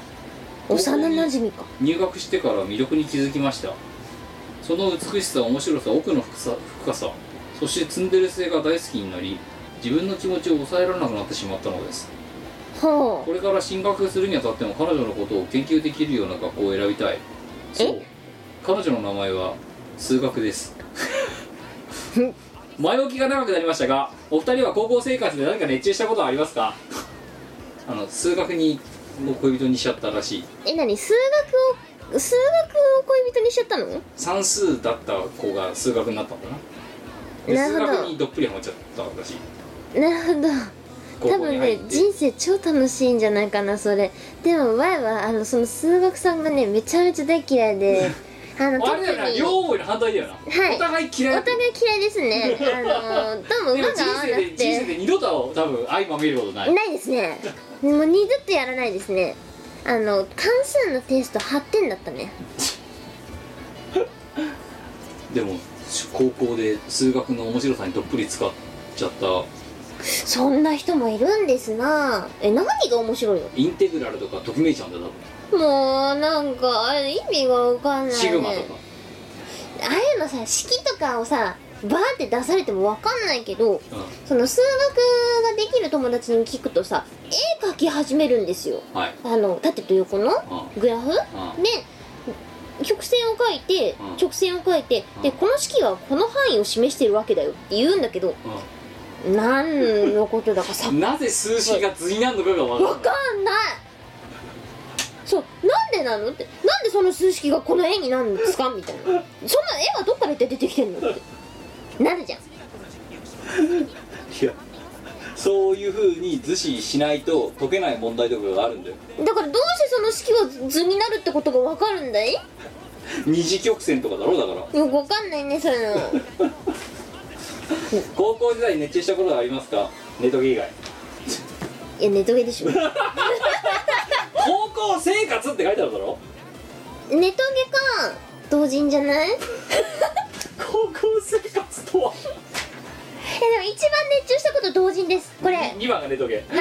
Speaker 2: 幼馴染みか
Speaker 1: 入学してから魅力に気づきましたその美しさ面白さ奥の深さ深さそしてツンデレ性が大好きになり自分の気持ちを抑えられなくなってしまったのです
Speaker 2: ほ
Speaker 1: これから進学するにあたっても彼女のことを研究できるような学校を選びたいそう彼女の名前は数学です前置きが長くなりましたがお二人は高校生活で何か熱中したことはありますかあの数学にも恋人にしちゃったらしい
Speaker 2: え何数学を数学を恋人にしちゃったの
Speaker 1: 算数だった子が数学になったんだなで
Speaker 2: なるほど
Speaker 1: 数学にどっぷりハマっちゃったらしい
Speaker 2: なるほど
Speaker 1: 高
Speaker 2: 多
Speaker 1: 校に
Speaker 2: 分
Speaker 1: 入
Speaker 2: ね
Speaker 1: って
Speaker 2: 人生超楽しいんじゃないかなそれでも前はあのその数学さんがねめちゃめちゃ大嫌
Speaker 1: *laughs*
Speaker 2: いであの
Speaker 1: あ
Speaker 2: 特
Speaker 1: れだよな
Speaker 2: に
Speaker 1: 両思いの反対だよな、
Speaker 2: はい
Speaker 1: お互い
Speaker 2: お
Speaker 1: 嫌い
Speaker 2: 互い嫌いですねあのどうも
Speaker 1: でも
Speaker 2: 馬
Speaker 1: 人
Speaker 2: が合わな
Speaker 1: 生
Speaker 2: く
Speaker 1: で人生
Speaker 2: て
Speaker 1: で二度と多分相まみえることない
Speaker 2: ないですねもう二度とやらないですねあの関数のテスト8点だったね
Speaker 1: でも高校で数学の面白さにどっぷり使っちゃった
Speaker 2: そんな人もいるんですなえ何が面白いの
Speaker 1: インテグラルとかときめいちゃうんだよ多分
Speaker 2: もうなんかあれ意味がわかんない、ね、
Speaker 1: シグマとか
Speaker 2: ああいうのさ式とかをさバーって出されてもわかんないけど
Speaker 1: う
Speaker 2: その数学ができる友達に聞くとさ絵描き始めるんですよ
Speaker 1: んはい
Speaker 2: あの縦と横のグラフ
Speaker 1: うん
Speaker 2: で曲線を描いて
Speaker 1: うん
Speaker 2: 直線を描いて
Speaker 1: うん
Speaker 2: でこの式はこの範囲を示してるわけだよって言うんだけど
Speaker 1: う
Speaker 2: 何のことだか
Speaker 1: *laughs*
Speaker 2: さ
Speaker 1: んなぜ数式が図になるのかが分かんな
Speaker 2: わ
Speaker 1: い
Speaker 2: かんないそうなんでなのってなんでその数式がこの絵になるんですかみたいなそんな絵はどっから出てきてんのってなるじゃ
Speaker 1: い
Speaker 2: ん
Speaker 1: やそういうふうに図示しないと解けない問題とかがあるんだよ
Speaker 2: だからどうしてその式は図になるってことがわかるんだいよ
Speaker 1: 二次曲線とかだろうだから
Speaker 2: くわかんないねそういうの
Speaker 1: 高校時代に熱中したことがありますか寝とき以外
Speaker 2: いやネトゲでしょネト
Speaker 1: 高校生活って書いてあるだろ
Speaker 2: ゲか同人じゃないえでも
Speaker 1: 高校生活とは
Speaker 2: 一番熱中したこと同人ですこれはい
Speaker 1: 2番が寝とけ
Speaker 2: これ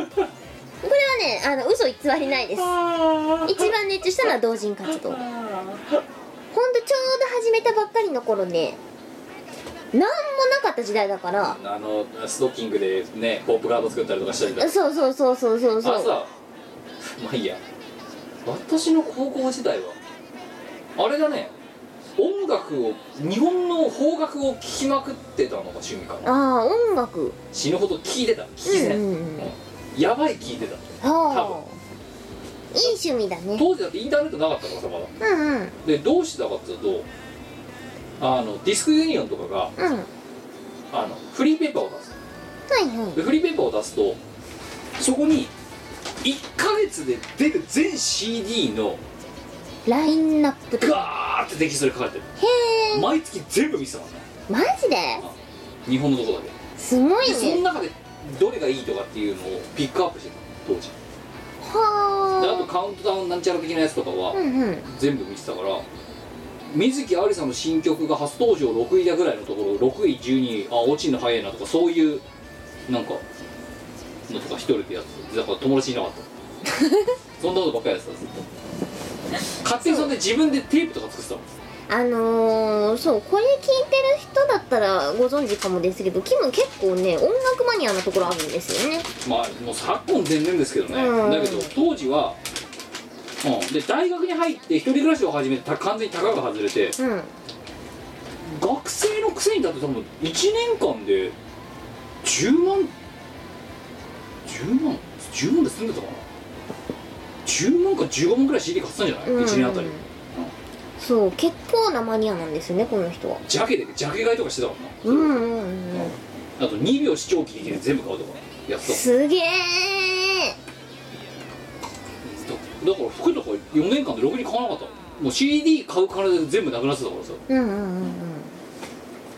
Speaker 2: はねあの嘘偽りないです一番熱中したのは同人活動ほんとちょうど始めたばっかりの頃ねなんもなかった時代だから
Speaker 1: あのストッキングでねポップカード作ったりとかしたりとか
Speaker 2: そうそうそうそうそう
Speaker 1: あ
Speaker 2: そう
Speaker 1: さまあいいや私の高校時代はあれだね音楽を日本の邦楽を聴きまくってたのが趣味か
Speaker 2: あ
Speaker 1: な
Speaker 2: あ音楽
Speaker 1: 死ぬほど聴いてた聴きね、
Speaker 2: うんうんうん
Speaker 1: やばい聴いてた
Speaker 2: はあいい趣味だね
Speaker 1: 当時だってインターネットなかったからさまだ
Speaker 2: うんうん
Speaker 1: でどうしてたかっていうとあのディスクユニオンとかが
Speaker 2: うんは
Speaker 1: あのフリーペーパーを出す
Speaker 2: いはい
Speaker 1: でフリーペーパーを出すとそこに1ヶ月で出る全 CD の
Speaker 2: ラインナップとか
Speaker 1: ガーってテキストで書かれてる
Speaker 2: へえ
Speaker 1: 毎月全部見てたからね
Speaker 2: マジで
Speaker 1: 日本のとこだけ
Speaker 2: すごい
Speaker 1: でその
Speaker 2: ね
Speaker 1: 中でどれがいいとかっていうのをピックアップしてた当時であと
Speaker 2: は
Speaker 1: カウントダウンなんちゃら的なやつとか
Speaker 2: あ
Speaker 1: は
Speaker 2: うんうん
Speaker 1: 全部見てたから水木有りさんの新曲が初登場6位だぐらいのところ6位12位あ落ちるの早いなとかそういうなんかのとか一人でやってただから友達いなかった
Speaker 2: *laughs*
Speaker 1: そんなことばっかりやってたずっと勝手にそんで自分でテープとか作ってたもん
Speaker 2: あのー、そうこれ聞いてる人だったらご存知かもですけどキム結構ね音楽マニアなところあるんですよね
Speaker 1: まあもう昨今全然ですけどね、
Speaker 2: うん
Speaker 1: だけど当時は、うん、で大学に入って一人暮らしを始めてた完全に高が外れて
Speaker 2: うん
Speaker 1: 学生のくせにだって多分1年間で10万10万10万で済んでたかな10万か15万くらい CD 買ってたんじゃない、
Speaker 2: うん
Speaker 1: 1年あたり
Speaker 2: そう結構なマニアなんですよねこの人は
Speaker 1: ジャケでジャケ買いとかしてたから
Speaker 2: うん
Speaker 1: な、
Speaker 2: うんうん
Speaker 1: あと2秒視聴機で全部買うとかねやってたもん
Speaker 2: すげえ
Speaker 1: だだから服とか4年間でろくに買わなかったもう CD 買う金で全部なくなってたからさ、
Speaker 2: うんうんうんうん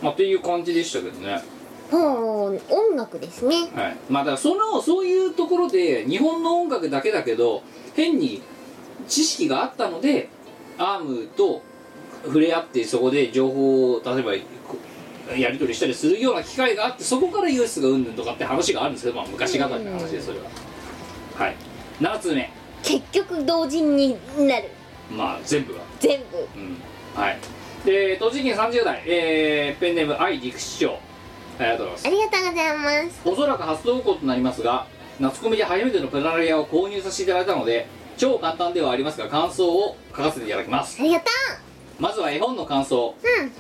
Speaker 1: まあ、っていう感じでしたけどね
Speaker 2: ほう音楽ですね
Speaker 1: はい、まあだからそのそういうところで日本の音楽だけだけど変に知識があったのでアームと触れ合ってそこで情報を例えばこうやり取りしたりするような機会があってそこからユースがうんぬんとかって話があるんですけど、まあ、昔語りの話でそれははい7つ目
Speaker 2: 結局同人になる
Speaker 1: まあ全部が
Speaker 2: 全部
Speaker 1: うんはいで栃木県30代、えーペンネーム愛陸市長ありがとうございます
Speaker 2: ありがとうございます
Speaker 1: おそらく初投稿となりますが夏コミで初めてのプラナリアを購入させていただいたので超簡単ではありますが感想を書かせていただきます
Speaker 2: ありがと
Speaker 1: まずは絵本の感想
Speaker 2: ううん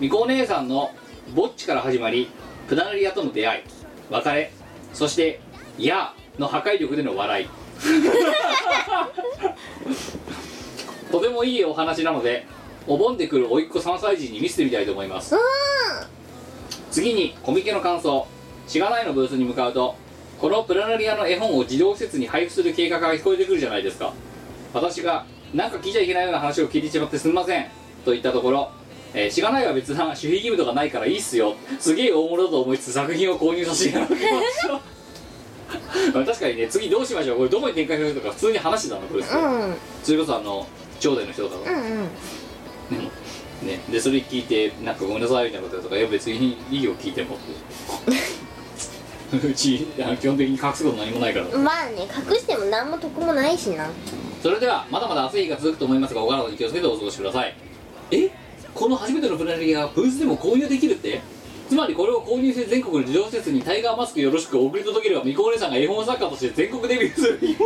Speaker 1: みこお姉さんの「ぼっち」から始まりプラナリアとの出会い別れそして「やあの破壊力での笑いとてもいいお話なのでお盆で来る甥っ子3歳児に見せてみたいと思います次にコミケの感想しがないのブースに向かうとこのプラナリアの絵本を児童施設に配布する計画が聞こえてくるじゃないですか私が「なんか聞いちゃいけないような話を聞いてしまってすみません」と言ったところ「えーしがないは別な守秘義務とかないからいいっすよすげえ大物だと思いつつ作品を購入させていただきました」 *laughs* まあ確かにね次どうしましょうこれどこに展開するとか普通に話してたのこれです
Speaker 2: う
Speaker 1: ね
Speaker 2: んうん
Speaker 1: それこそあの頂点の人とかが
Speaker 2: うん
Speaker 1: ね、でそれ聞いてなんかごめんなさいみたいなこととかいや別にいいよ聞いてもって *laughs* うちあの基本的に隠すこと何もないから
Speaker 2: うんまあね隠しても何も得もないしな
Speaker 1: それではまだまだ暑い日が続くと思いますがお体に気をつけてお過ごしくださいえこの初めてのプラネリアがブースでも購入できるってつまりこれを購入して全国の児童施設にタイガーマスクよろしく送り届ければみこお姉さんが絵本作家として全国デビューするよ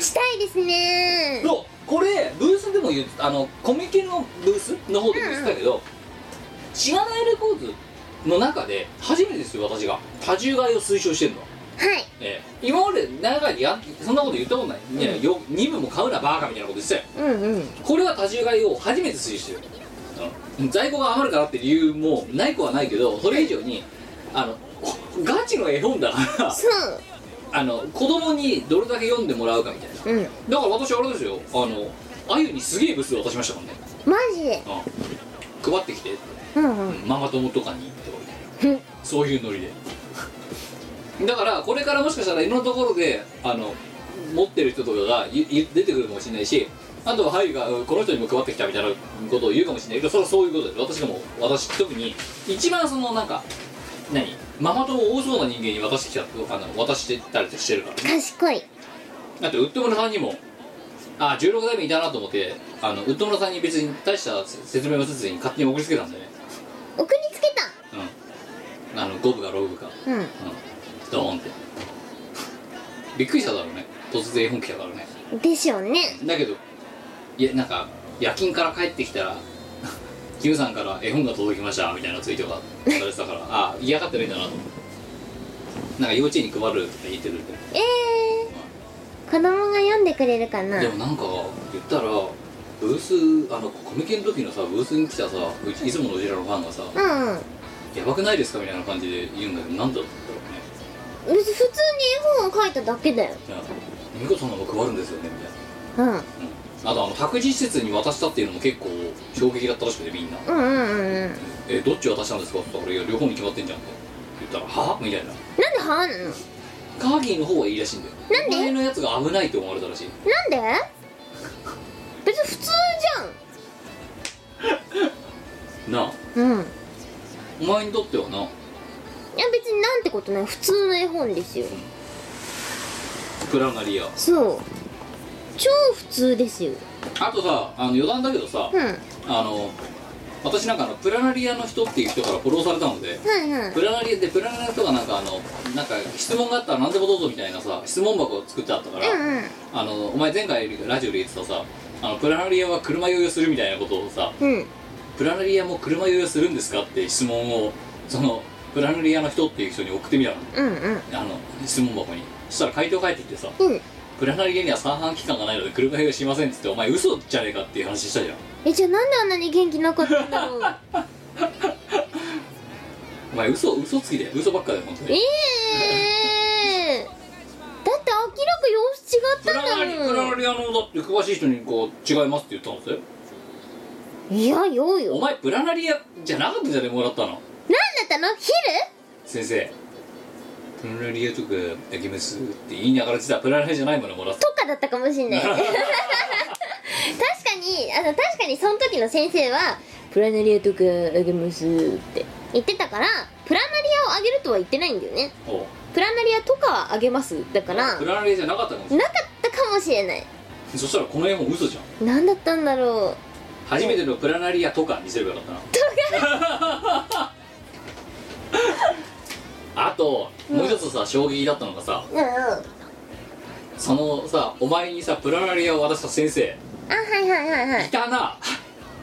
Speaker 2: したいですね
Speaker 1: そうこれブースでも言うあのコミケのブースの方で言ってたけど知らないレコーズの中で初めてですよ私が多重買いを推奨してるのは、
Speaker 2: はい
Speaker 1: ええ今まで長いでやそんなこと言ったことない、いやよ2部も買うなバーカみたいなこと言ってたよ
Speaker 2: うんうん
Speaker 1: これは多重買いを初めて推奨してる、うん在庫が余るからって理由もない子はないけどそれ以上にあのガチの絵本だから
Speaker 2: そう
Speaker 1: あの子供にどれだけ読んでもらうかみたいな
Speaker 2: うん
Speaker 1: だから私あれですよあのあゆにすげえブス渡しましたもんね、
Speaker 2: マジで
Speaker 1: うん、配ってきて、
Speaker 2: うんう
Speaker 1: うん
Speaker 2: ん
Speaker 1: ママ友とかにとか
Speaker 2: う
Speaker 1: み
Speaker 2: ん
Speaker 1: そういうノリでだからこれからもしかしたらいろんなところであの持ってる人とかがゆゆ出てくるかもしれないしあとははいがうんこの人にも配ってきたみたいなことを言うかもしれないけどそれはそういうことです私がもう私特に一番そのなんか何ママ友多そうな人間に渡してきたとかの渡してたりしてるから
Speaker 2: 賢い
Speaker 1: だってウッド村さんにもあ16代目いたなと思ってあのウッド村さんに別に大した説明もせずに勝手に送りつけたんだよね
Speaker 2: 送りつけた
Speaker 1: うんあの5部か6部か
Speaker 2: うん
Speaker 1: うんドーンってびっくりしただろうね突然絵本来たからね
Speaker 2: でしょうね
Speaker 1: だけどいやなんか夜勤から帰ってきたら *laughs* Q さんから絵本が届きましたみたいなツイートがされてたからあ嫌がってないんだなと思ってなんか幼稚園に配るとか言ってるって
Speaker 2: えー、子供が読んでくれるかな
Speaker 1: でもなんか言ったらブースあのコミケの時のさブースに来たさうちいつものうちらのファンがさ「
Speaker 2: うんうん
Speaker 1: やばくないですか?」みたいな感じで言うんだけどなんだろう
Speaker 2: 別に普通に絵本を書いただけだよ
Speaker 1: ね「美子さんのも配るんですよね」みたい
Speaker 2: うんうん
Speaker 1: なあとあの託児施設に渡したっていうのも結構衝撃だったらしくてみんな
Speaker 2: うんうんうん
Speaker 1: 「えどっち渡したんですか?」って言ったらいや「両方に決まってんじゃん」って言ったら「はみたいな
Speaker 2: なんではあんのなん
Speaker 1: カーギーの方はいいらしいんだよ
Speaker 2: なんで
Speaker 1: お前のやつが危ないって思われたらしい
Speaker 2: で別に普通
Speaker 1: なあ
Speaker 2: じゃんうんい
Speaker 1: お前にとってはな
Speaker 2: や別になんてことない普通の絵本ですよ
Speaker 1: プラナリア
Speaker 2: そう超普通ですよ
Speaker 1: あとさあの余談だけどさ、
Speaker 2: うんはい
Speaker 1: あの私なんかあのプラナリアの人っていう人からフォローされたので
Speaker 2: はい
Speaker 1: プラナリアでプラナリアの人がなんかあのなんか質問があったら何でもどうぞみたいなさ質問箱を作ってあったから、
Speaker 2: うんうん
Speaker 1: あのお前前回ラジオで言ってたさあのプラナリアは車酔いをするみたいなことをさ
Speaker 2: うん
Speaker 1: プラナリアも車酔いをするんですかって質問をそのプラナリアの人っていう人に送ってみたの
Speaker 2: うんうん
Speaker 1: あの質問箱にそしたら回答返ってきてさ
Speaker 2: うん
Speaker 1: プラナリアには三半期間がないので車酔いをしませんっつってお前嘘じゃねえかっていう話したじゃん
Speaker 2: えじゃあなんであんなに元気なかったんだろう
Speaker 1: お前嘘嘘つきで嘘ばっかだよ本当に
Speaker 2: *laughs* ええー、だって明らか様子違っ
Speaker 1: プ
Speaker 2: た
Speaker 1: ラナリ
Speaker 2: んだ
Speaker 1: プラ
Speaker 2: も
Speaker 1: ナリアのだって詳しい人にこう違いますって言ったんですよ
Speaker 2: んいやようよ
Speaker 1: お前プラナリアじゃなかったじゃねえもらったの
Speaker 2: なんだったのヒ
Speaker 1: 先生プラナリアとか焼き飯って言いながら実はプラナリアじゃないものもらっ
Speaker 2: ル
Speaker 1: た
Speaker 2: とかだったかもし *laughs* んない確かにあの確かにその時の先生は「プラナリアとかあげます」って言ってたからプラナリアをあげるとは言ってないんだよね
Speaker 1: おう
Speaker 2: プラナリアとかはあげますだからな
Speaker 1: プ
Speaker 2: か
Speaker 1: ラナリアじゃなかったかもしれ
Speaker 2: ったかもしれない
Speaker 1: ないそしたらこの絵本嘘じゃん
Speaker 2: なんだったんだろ
Speaker 1: 初めてのプラナリアとか見せればよかったな
Speaker 2: *laughs*
Speaker 1: とかあともう一つさ衝撃だったのがさ
Speaker 2: ううんうんあ
Speaker 1: そのさお前にさプラナリアを渡した先生
Speaker 2: はいはいはいはい
Speaker 1: いたな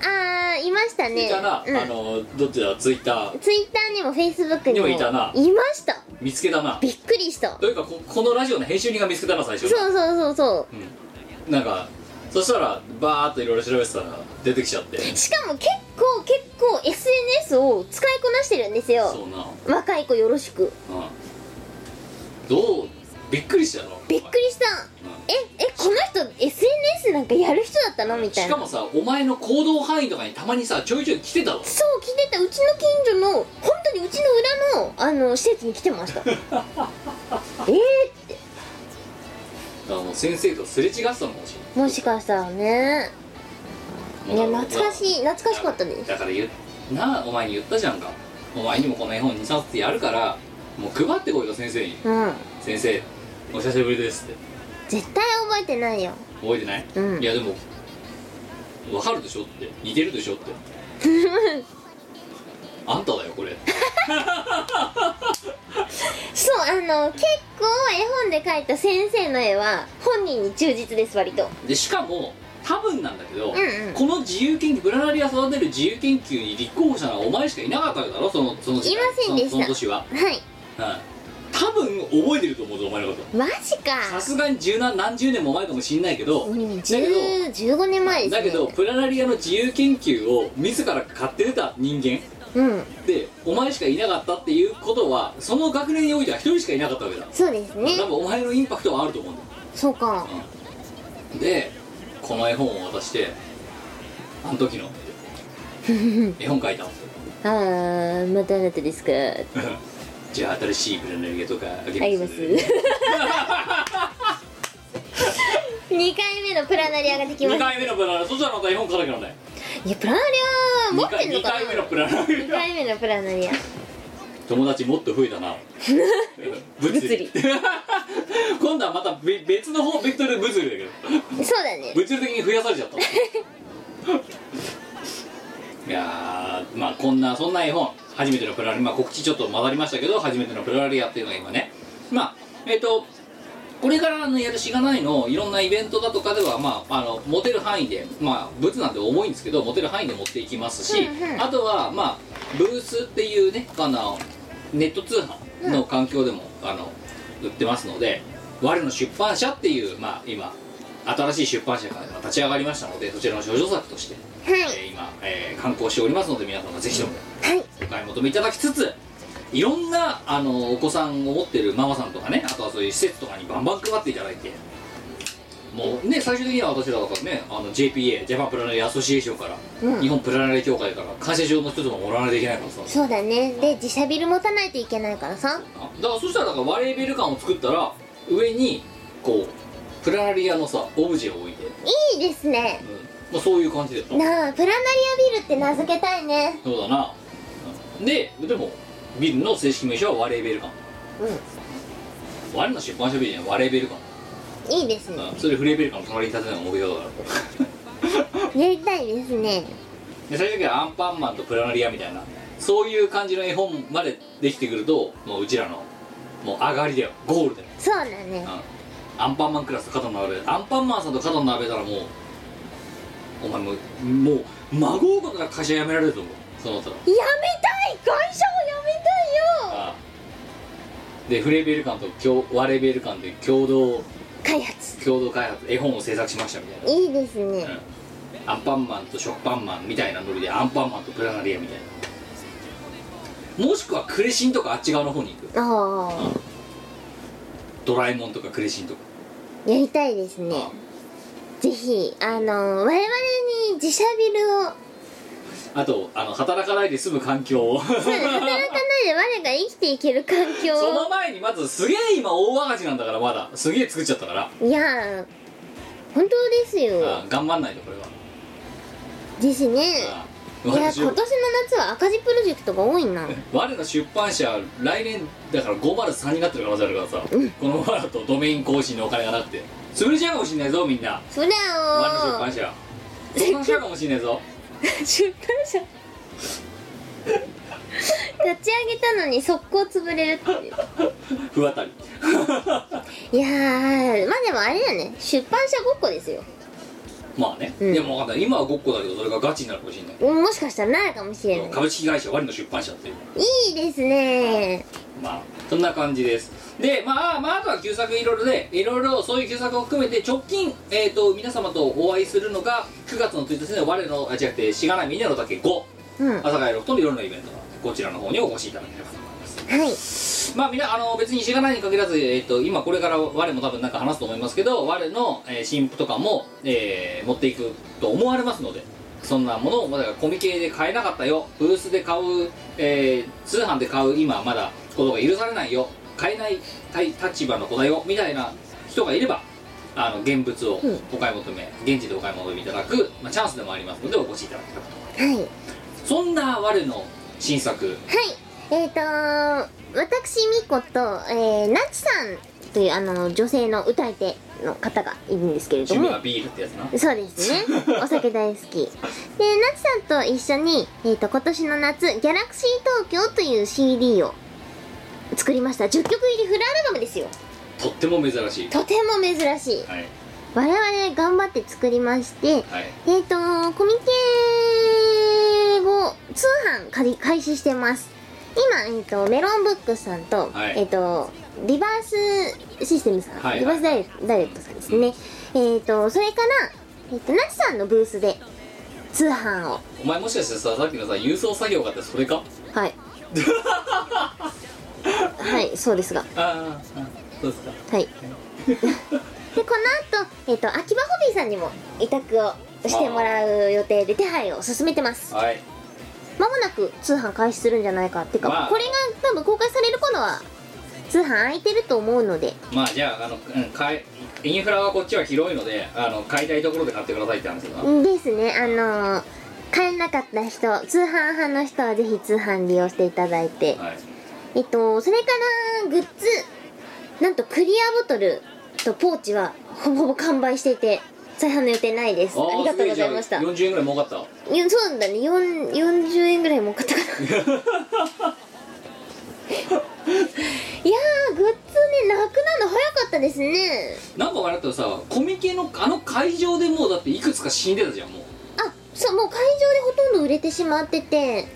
Speaker 2: ああいましたね
Speaker 1: いたな、
Speaker 2: うん、
Speaker 1: あのどっちだツイッター
Speaker 2: ツイッターにもフェイスブックにも
Speaker 1: にもいたない
Speaker 2: ました
Speaker 1: 見つけたな
Speaker 2: びっくりした
Speaker 1: というかここのラジオの編集人が見つけたな最
Speaker 2: そう
Speaker 1: 初
Speaker 2: そうそうそ
Speaker 1: なんかそしたらバーっといろいろ調べてたら出てきちゃって
Speaker 2: うしかも結構結構 SNS を使いこなしてるんですよ
Speaker 1: そうな
Speaker 2: 若い子よろしく
Speaker 1: うんどうびっくりしたの
Speaker 2: びっくりしたええこの人 SNS なんかやる人だったのみたい
Speaker 1: し
Speaker 2: な
Speaker 1: かもさお前の行動範囲とかにたまにさちょいちょい来てたわ
Speaker 2: そう来てたうちの近所の本当にうちの裏のあの施設に来て
Speaker 1: *laughs*
Speaker 2: ましたええ
Speaker 1: あの先生とすれ違ってたのかもし
Speaker 2: ー、もしかしたらねい
Speaker 1: れな
Speaker 2: や
Speaker 1: い
Speaker 2: 懐かし
Speaker 1: い
Speaker 2: い懐かしかったです
Speaker 1: だから言うなあお前に言ったじゃんかお前にもこの絵本2冊やるからもう配ってこいと先生に
Speaker 2: うん
Speaker 1: 「先生お久しぶりです」って
Speaker 2: 絶対覚えてないよ
Speaker 1: 覚えてない、
Speaker 2: うん
Speaker 1: いやでもわかるでしょって似てるでしょって
Speaker 2: *laughs*
Speaker 1: あんただよこれ
Speaker 2: そうあの結構絵本で描いた先生の絵は本人に忠実です割と
Speaker 1: でしかも多分なんだけど、
Speaker 2: んうん
Speaker 1: この自由研究ブラナリア育てる自由研究に立候補したのはお前しかいなかったわけだろそのその時代
Speaker 2: いませんでした
Speaker 1: そのその年は、
Speaker 2: はい
Speaker 1: はい多分覚えてると思うぞお前のこと
Speaker 2: マジか
Speaker 1: さすがに十何何十年も前かもしんないけど、
Speaker 2: うん
Speaker 1: だけど
Speaker 2: 10 15年前ですね
Speaker 1: だけどプラナリアの自由研究を自ら買って出た人間
Speaker 2: うん
Speaker 1: でお前しかいなかったっていうことはその学年においては一人しかいなかったわけだ
Speaker 2: そうですね
Speaker 1: 多分お前のインパクトはあると思うんだ
Speaker 2: そうか
Speaker 1: でこの絵本を渡して「あの
Speaker 2: *laughs*
Speaker 1: 時の」絵本書いたんですよ
Speaker 2: ああまたあなたですか
Speaker 1: *laughs* じゃあ新しいブラナリアとかあげます
Speaker 2: あります2回目のプラナリアができま
Speaker 1: 2
Speaker 2: す
Speaker 1: 回目のプラナリアそしたらまた絵本書かなきゃならない
Speaker 2: いやプラナリア持ってんの
Speaker 1: 2,
Speaker 2: かな
Speaker 1: 回目のプラナリ
Speaker 2: 2 *laughs*
Speaker 1: ア
Speaker 2: 回目のプラナリア
Speaker 1: 友達もっと増えた
Speaker 2: *laughs*
Speaker 1: な物理
Speaker 2: 物理
Speaker 1: *laughs* 今度はまたべ別の方ベクトル物理だけど
Speaker 2: そうだね
Speaker 1: 物理的に増やされちゃったいやーまあこんなそんな絵本初めてのプラリア、まあ、告知ちょっと混ざりましたけど初めてのプラリアっていうのが今ねまあえっ、とこれからのやるしがないのいろんなイベントだとかでは、まあ、あの持てる範囲で、まあ、ブツなんて重いんですけど持てる範囲で持っていきますし、
Speaker 2: うんうん
Speaker 1: あとは、まあ、ブースっていうねあのネット通販の環境でも、あの売ってますので我の出版社っていう、まあ、今新しい出版社が立ち上がりましたのでそちらの少女作として、
Speaker 2: はい
Speaker 1: えー今、えー刊行しておりますので皆様ぜひとも
Speaker 2: はい
Speaker 1: お買い求めいただきつついろんなあのお子さんを持ってるママさんとかねあとはそういう施設とかにバンバン配っていただいてもうね最終的には私らだからねあの JPA ジャパンプラナリアアソシエーションから、
Speaker 2: うん
Speaker 1: 日本プラナリア協会から感謝状の一つももらわないといけないからさ
Speaker 2: そうだねで自社ビル持たないといけないからさ
Speaker 1: だからそしたらだから割れビル感を作ったら上にこうプラナリアのさオブジェを置いて、
Speaker 2: いいですね
Speaker 1: まあ、そういう感じで
Speaker 2: なあプラナリアビルって名付けたいね
Speaker 1: そうだなででもビルの正式名称はワレーベルカン
Speaker 2: う
Speaker 1: ワレの出版社ビルじゃないワレーベルカン、
Speaker 2: んいいですね
Speaker 1: うん、それフレーベルカンの隣に立てるのが目標だから *laughs*
Speaker 2: やりたいですね
Speaker 1: で最終的にはアンパンマンとプラナリアみたいなそういう感じの絵本までできてくるともううちらのもう上がりだよゴールだよ、
Speaker 2: そうだね
Speaker 1: うん、アンパンマンクラスと肩の並べアンパンマンさんと肩の並べたらもうお前もうもう孫うことから会社辞められると思うその後
Speaker 2: やめたい会社をやめたいよ
Speaker 1: あでフレーベルカンと共ワレーベルカンで共同
Speaker 2: 開発
Speaker 1: 共同開発絵本を制作しましたみたい
Speaker 2: いいですね
Speaker 1: な、うんアンパンマンと食パンマンみたいなノリでアンパンマンとプラナリアみたいなもしくはクレシンとかあっち側の方に行く
Speaker 2: あ
Speaker 1: ドラえもんとかクレシンとか
Speaker 2: あやりたいですねぜひあの我々に自社ビル *laughs* を
Speaker 1: あとあの働かないで済む環境
Speaker 2: *laughs*
Speaker 1: を
Speaker 2: そうだ働かないで我が生きていける環境
Speaker 1: その前にまずすげえ今大赤字なんだからまだすげえ作っちゃったから、
Speaker 2: をいや本当ですよ
Speaker 1: あ頑張んないとこれは、
Speaker 2: ですね
Speaker 1: あ
Speaker 2: いや今年の夏は赤字プロジェクトが多いな
Speaker 1: 我の出版社来年だから503になってる可能性あるからさ、このままだとドメイン更新のお金がなくて潰れちゃうかもしんないぞみんな
Speaker 2: それ
Speaker 1: 我の出
Speaker 2: を
Speaker 1: 版社そんなしちゃうかもしんないぞ
Speaker 2: 出版社立ち上げたのに速攻潰れるっていう
Speaker 1: 不当たり *laughs*
Speaker 2: いやーまあでもあれだよね出版社ごっこですよ
Speaker 1: まあね、
Speaker 2: うん
Speaker 1: でも分かんない今はごっこだけどそれがガチになるかもしれない
Speaker 2: うんもしかしたらないかもしれない
Speaker 1: 株式会社ワニの出版社っていう
Speaker 2: いいですね
Speaker 1: まあそんな感じですでまあまああとは旧作いろいろでいろいろそういう旧作を含めて直近、えー、と皆様とお会いするのが9月の1日の我のあ違ってしがない峰の竹5
Speaker 2: うん
Speaker 1: 朝帰ロフトの夜のイベントなんでこちらの方にお越しいただければと思います
Speaker 2: はい
Speaker 1: まあみんなあの別に知らないに限らず、えっと今これから我も多分なんか話すと思いますけど我の、えー新譜とかも、えー持っていくと思われますのでそんなものをまだコミケで買えなかったよブースで買う、えー通販で買う今まだことが許されないよ買えないたい立場の子だよみたいな人がいればあの現物を
Speaker 2: うん
Speaker 1: お買い求め、現地でお買い求めいただく、まあ、チャンスでもありますのでお越しいただければと
Speaker 2: はいはい
Speaker 1: そんな我の新作
Speaker 2: えっ、ー、と私みこと、えー、なちさんというあの女性の歌い手の方がいるんですけれど
Speaker 1: 趣
Speaker 2: も
Speaker 1: 味はビールってやつな
Speaker 2: そうですねお酒大好きでなちさんと一緒に、えー、と今年の夏「ギャラクシー東京」という CD を作りました10曲入りフルアルバムですよ
Speaker 1: とっても珍しい
Speaker 2: とても珍しい
Speaker 1: はい
Speaker 2: 我々頑張って作りまして
Speaker 1: はい
Speaker 2: えっ、とコミケを通販借り開始してます今、えー、とメロンブックスさんと,、
Speaker 1: はい
Speaker 2: えー、とリバースシステムさん、
Speaker 1: はい
Speaker 2: リバースダイレダイレクトさんですね、えっ、とそれから、えー、とナチさんのブースで通販を
Speaker 1: お前もしかしてささっきのさ郵送作業があってそれか
Speaker 2: はい
Speaker 1: *laughs*
Speaker 2: はいそうですが
Speaker 1: ああそうですか
Speaker 2: はい *laughs* でこの後、えっと秋葉ホビーさんにも委託をしてもらう予定で手配を進めてます
Speaker 1: はい
Speaker 2: まもなく通販開始するんじゃないかっていうか、
Speaker 1: まあ
Speaker 2: これが多分公開される頃は通販空いてると思うので
Speaker 1: まあじゃああの、うん、買えインフラはこっちは広いのであの買いたいところで買ってくださいって話だな、
Speaker 2: ですねあのー買えなかった人通販派の人はぜひ通販利用していただいて、
Speaker 1: はい
Speaker 2: えっとそれからグッズなんとクリアボトルとポーチはほぼほぼ完売していて再販の予定ないですあ
Speaker 1: ー
Speaker 2: りがとうございまし
Speaker 1: す
Speaker 2: た
Speaker 1: げえじゃあ40円ぐらい儲かったわ
Speaker 2: よそうだねよん40円ぐらい儲かったかないやーグッズねなくなるの早かったですね
Speaker 1: なんかあれだったらさコミケのあの会場でもうだっていくつか死んでたじゃんもう
Speaker 2: あそうもう会場でほとんど売れてしまってて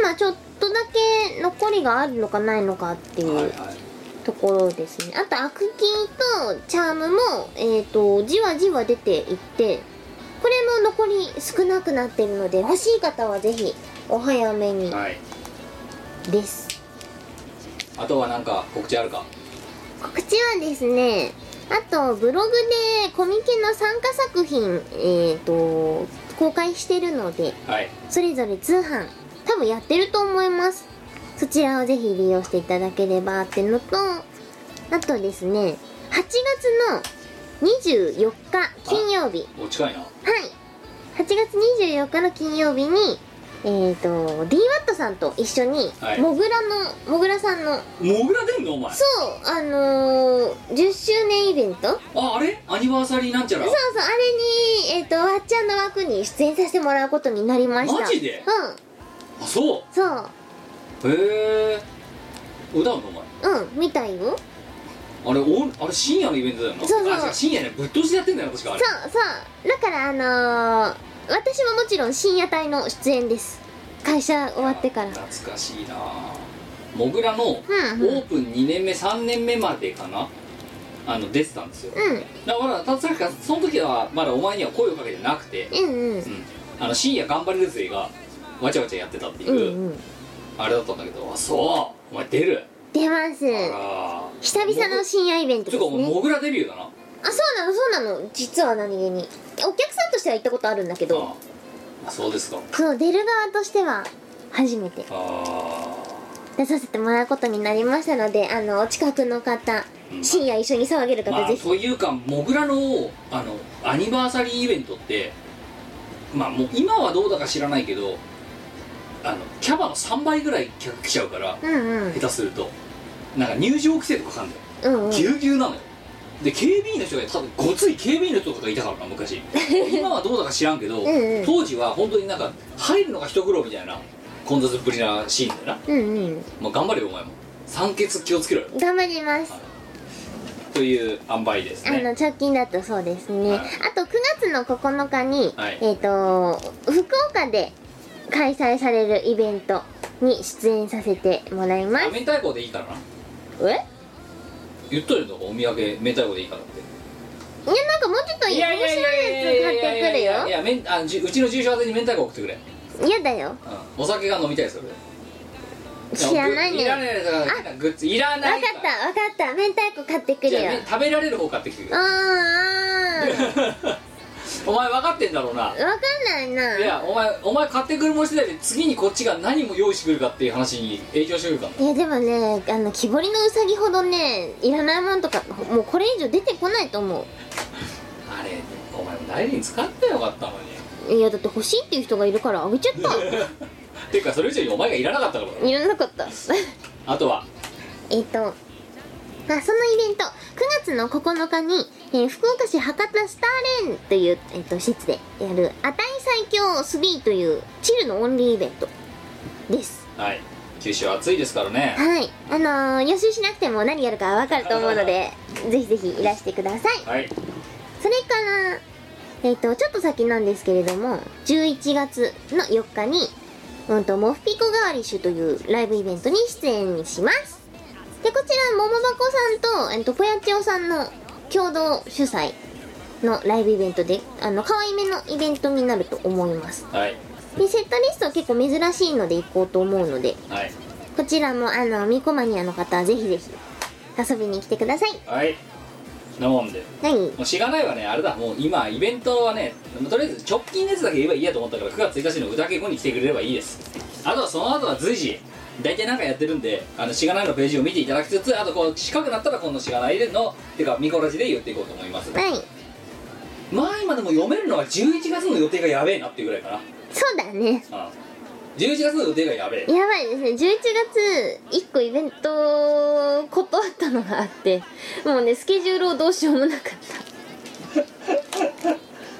Speaker 2: 今ちょっとだけ残りがあるのかないのかって
Speaker 1: はいいうはい
Speaker 2: ところですねあとアクキーとチャームも、えー、とじわじわ出ていってこれも残り少なくなってるので欲しい方はぜひお早めに
Speaker 1: はい
Speaker 2: です、
Speaker 1: あとはなんか告知あるか
Speaker 2: 告知はですねあとブログでコミケの参加作品、えー、と公開してるので
Speaker 1: はい
Speaker 2: それぞれ通販多分やってると思いますそちらをぜひ利用していただければってのとあとですね8月の24日金曜日
Speaker 1: お近いな
Speaker 2: はい8月24日の金曜日にえっ、ー、と DWAT さんと一緒に、
Speaker 1: はい
Speaker 2: モグラのモグラさんの
Speaker 1: モグラ出んのお前
Speaker 2: そうあのー、10周年イベントそう
Speaker 1: ああれアニバーサリーなんちゃら
Speaker 2: そうあれにえっ、とわっちゃんの枠に出演させてもらうことになりました
Speaker 1: マジで
Speaker 2: うん
Speaker 1: あそ
Speaker 2: そう
Speaker 1: うへえ歌うのお前
Speaker 2: うんみたいよ
Speaker 1: あれおあれ深夜のイベントだよな
Speaker 2: そうそう
Speaker 1: あ違深夜ねぶっ通しでやってんだよ確かあ
Speaker 2: そう
Speaker 1: れ
Speaker 2: そうだからあのー、私ももちろん深夜帯の出演です会社終わってからうん
Speaker 1: 懐かしいなあモグラのオ
Speaker 2: うんうん
Speaker 1: ープン2年目3年目までかなあの出てたんですよだからたさっきからその時はまだお前には声をかけてなくて、
Speaker 2: うんうん
Speaker 1: うん、あの深夜頑張れる勢がわちゃわちゃやってたっていうう、
Speaker 2: んうん
Speaker 1: あれだったんだけどあそうお前出る
Speaker 2: 出ます
Speaker 1: ああ
Speaker 2: 久々の深夜イベント
Speaker 1: つ
Speaker 2: で
Speaker 1: うか
Speaker 2: す
Speaker 1: お前
Speaker 2: ね
Speaker 1: モグラデビューだな
Speaker 2: あそうなのそうなの実は何気にお客さんとしては行ったことあるんだけ
Speaker 1: あ
Speaker 2: ど
Speaker 1: あそうですか
Speaker 2: そう出る側としては初めて
Speaker 1: あ
Speaker 2: 出させてもらうことになりましたのであのお近くの方
Speaker 1: うん
Speaker 2: 深夜一緒に騒げる
Speaker 1: あ
Speaker 2: 方、
Speaker 1: まあ、
Speaker 2: ぜひ、
Speaker 1: というかモグラのあのアニバーサリーイベントってまあもう今はどうだか知らないけどあのキャバの3倍ぐらい客来ちゃうから
Speaker 2: うんうん
Speaker 1: 下手するとなんか入場規制とかかかんだよ
Speaker 2: うんうん
Speaker 1: ぎゅうぎゅうなのよで警備員の人が多分ごつい警備員の人とかいたからな昔今はどうだか知らんけど
Speaker 2: *laughs* うんうん
Speaker 1: 当時は本当になんか入るのが一苦労みたいな混雑ぶりなシーンだよな
Speaker 2: うんうん
Speaker 1: もう頑張れよお前も酸欠気をつけろよ
Speaker 2: 頑張ります
Speaker 1: という塩梅です
Speaker 2: あ
Speaker 1: ね
Speaker 2: の直近だとそうですね、
Speaker 1: はい
Speaker 2: あと9月の9日に、
Speaker 1: はい
Speaker 2: えっ、と福岡で開催されるイベントに出演させてもらいます
Speaker 1: 明太子でいいからな
Speaker 2: えいや
Speaker 1: 言っとるとこお土産明太子でいいからって
Speaker 2: なんかもうちょっと面白いやつ買ってくる
Speaker 1: いやい
Speaker 2: よ
Speaker 1: やめんあじうちの住所宛てに明太子送ってくれ、
Speaker 2: 嫌だよ
Speaker 1: うん、お酒が飲みたいそれで
Speaker 2: 知らない
Speaker 1: い
Speaker 2: ね
Speaker 1: ら
Speaker 2: わ
Speaker 1: な
Speaker 2: か
Speaker 1: いやつだからグッズいら
Speaker 2: ったわ
Speaker 1: ないから
Speaker 2: かった明太子買ってくる
Speaker 1: じ
Speaker 2: よ
Speaker 1: ゃあめ食べられる方買ってきてく
Speaker 2: う
Speaker 1: れ
Speaker 2: ーん
Speaker 1: お前分かってんだろうな
Speaker 2: わかんないない
Speaker 1: やお前お前買ってくるもん次第で次にこっちが何も用意してくるかっていう話に影響してくるから
Speaker 2: いやでもねあの木彫りのうさぎほどねいらないもんとかもうこれ以上出てこないと思
Speaker 1: あれお前も代理に使ってよかったのに
Speaker 2: ういやだって欲しいっていう人がいるからあげちゃった
Speaker 1: ていうかそれ以上にお前がいらなかったから
Speaker 2: いらなかった *laughs*
Speaker 1: あとは
Speaker 2: えっと、まあ、そのイベント9月の9日に、えー福岡市博多スターレーンという、えっと施設でやる「値最強3」というチルのオンリーイベントです
Speaker 1: はい九州暑いですからね
Speaker 2: はいあのー予習しなくても何やるかわかると思うのでぜひぜひいらしてください
Speaker 1: はい
Speaker 2: それからえっ、とちょっと先なんですけれども11月の4日にうんとモフピコガーリッシュというライブイベントに出演しますでこちらももばこさんと,、えっとぽやっちおさんの共同主催のライブイベントであの可愛めのイベントになると思います
Speaker 1: はい
Speaker 2: でセットリスト結構珍しいので行こうと思うので
Speaker 1: はい
Speaker 2: こちらもあのミコマニアの方はぜひぜひ遊びに来てください
Speaker 1: はいなもんで
Speaker 2: 何
Speaker 1: もうしがないはねあれだもう今イベントはねとりあえず直近のやつだけ言えばいいやと思ったから9月1日の歌稽古に来てくれればいいですあとはその後は随時大体なんかやってるんであのしがないのページを見ていただきつつあとこう近くなったらこのしがないでのてかミコラジで言っていこうと思います
Speaker 2: はい
Speaker 1: 前までも読めるのは11月の予定がやべえなっていうぐらいかな
Speaker 2: そうだね
Speaker 1: うん11月の予定がやべえ
Speaker 2: やばいですね11月1個イベント断ったのがあってもうねスケジュールをどうしようもなかっ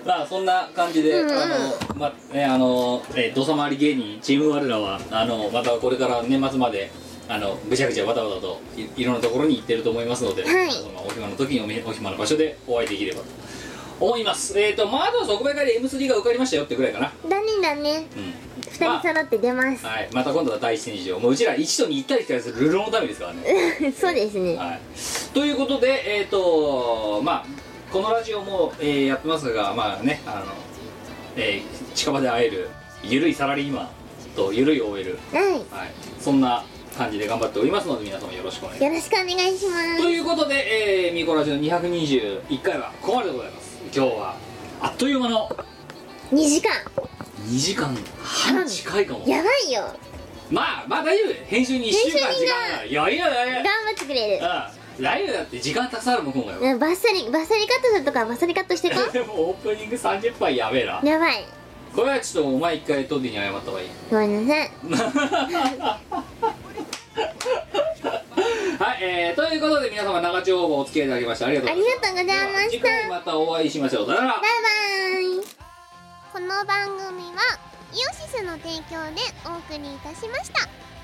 Speaker 1: まあそんな感じで、
Speaker 2: うんうん
Speaker 1: あのまあねあのえー土佐回り芸人チーム我らはあのまたこれから年末まであのぐちゃぐちゃわたわたといいろんなところに行ってると思いますので、
Speaker 2: はい
Speaker 1: そのお暇の時におみお暇の場所でお会いできればと思いますえっ、とまああとは即売会で M3 が受かりましたよってくらいかな
Speaker 2: ただねだね
Speaker 1: うん
Speaker 2: 2人揃って出ます、
Speaker 1: まあはい、また今度は第一戦場もううちら一とに行ったり来たりするルロのためですからね
Speaker 2: *laughs* そうですね
Speaker 1: はい、ということでえっ、とまあこのラジオも、えーやってますがまあねあの、えー近場で会えるゆるいサラリーマンとゆるい OL、
Speaker 2: は
Speaker 1: はい、そんな感じで頑張っておりますので皆様よろしくお願い
Speaker 2: い
Speaker 1: しま
Speaker 2: よろしくお願いしますす
Speaker 1: ということで、えー、ミコラジオ221回はここまででございます今日はあっという間の
Speaker 2: 2時間
Speaker 1: 2時間半近いかも
Speaker 2: やばいよ
Speaker 1: まあまあ大丈夫編集に1週間時間が余裕だ
Speaker 2: 頑
Speaker 1: ね
Speaker 2: 張ってくれる
Speaker 1: うん大丈夫だって時間たくさんあるもん今回は
Speaker 2: うんバッサリバッサリカットするとかバッサリカットしてこ
Speaker 1: *laughs*
Speaker 2: *laughs*
Speaker 1: でもオープニング30分やべえな
Speaker 2: やばい
Speaker 1: これはちょっとお前一回トディに謝った方がい *laughs* い
Speaker 2: ごめんなさい
Speaker 1: はい、えー、ということで皆様長丁場お付き合いいただきましてありがとう
Speaker 2: あ
Speaker 1: ご
Speaker 2: り
Speaker 1: ざい
Speaker 2: がとうござい
Speaker 1: ま
Speaker 2: ま
Speaker 1: した
Speaker 2: し
Speaker 1: 次
Speaker 2: た
Speaker 1: 回またお会いしましょうさよなら
Speaker 2: バイバイこの番組はイオシスの提供でお送りいたしました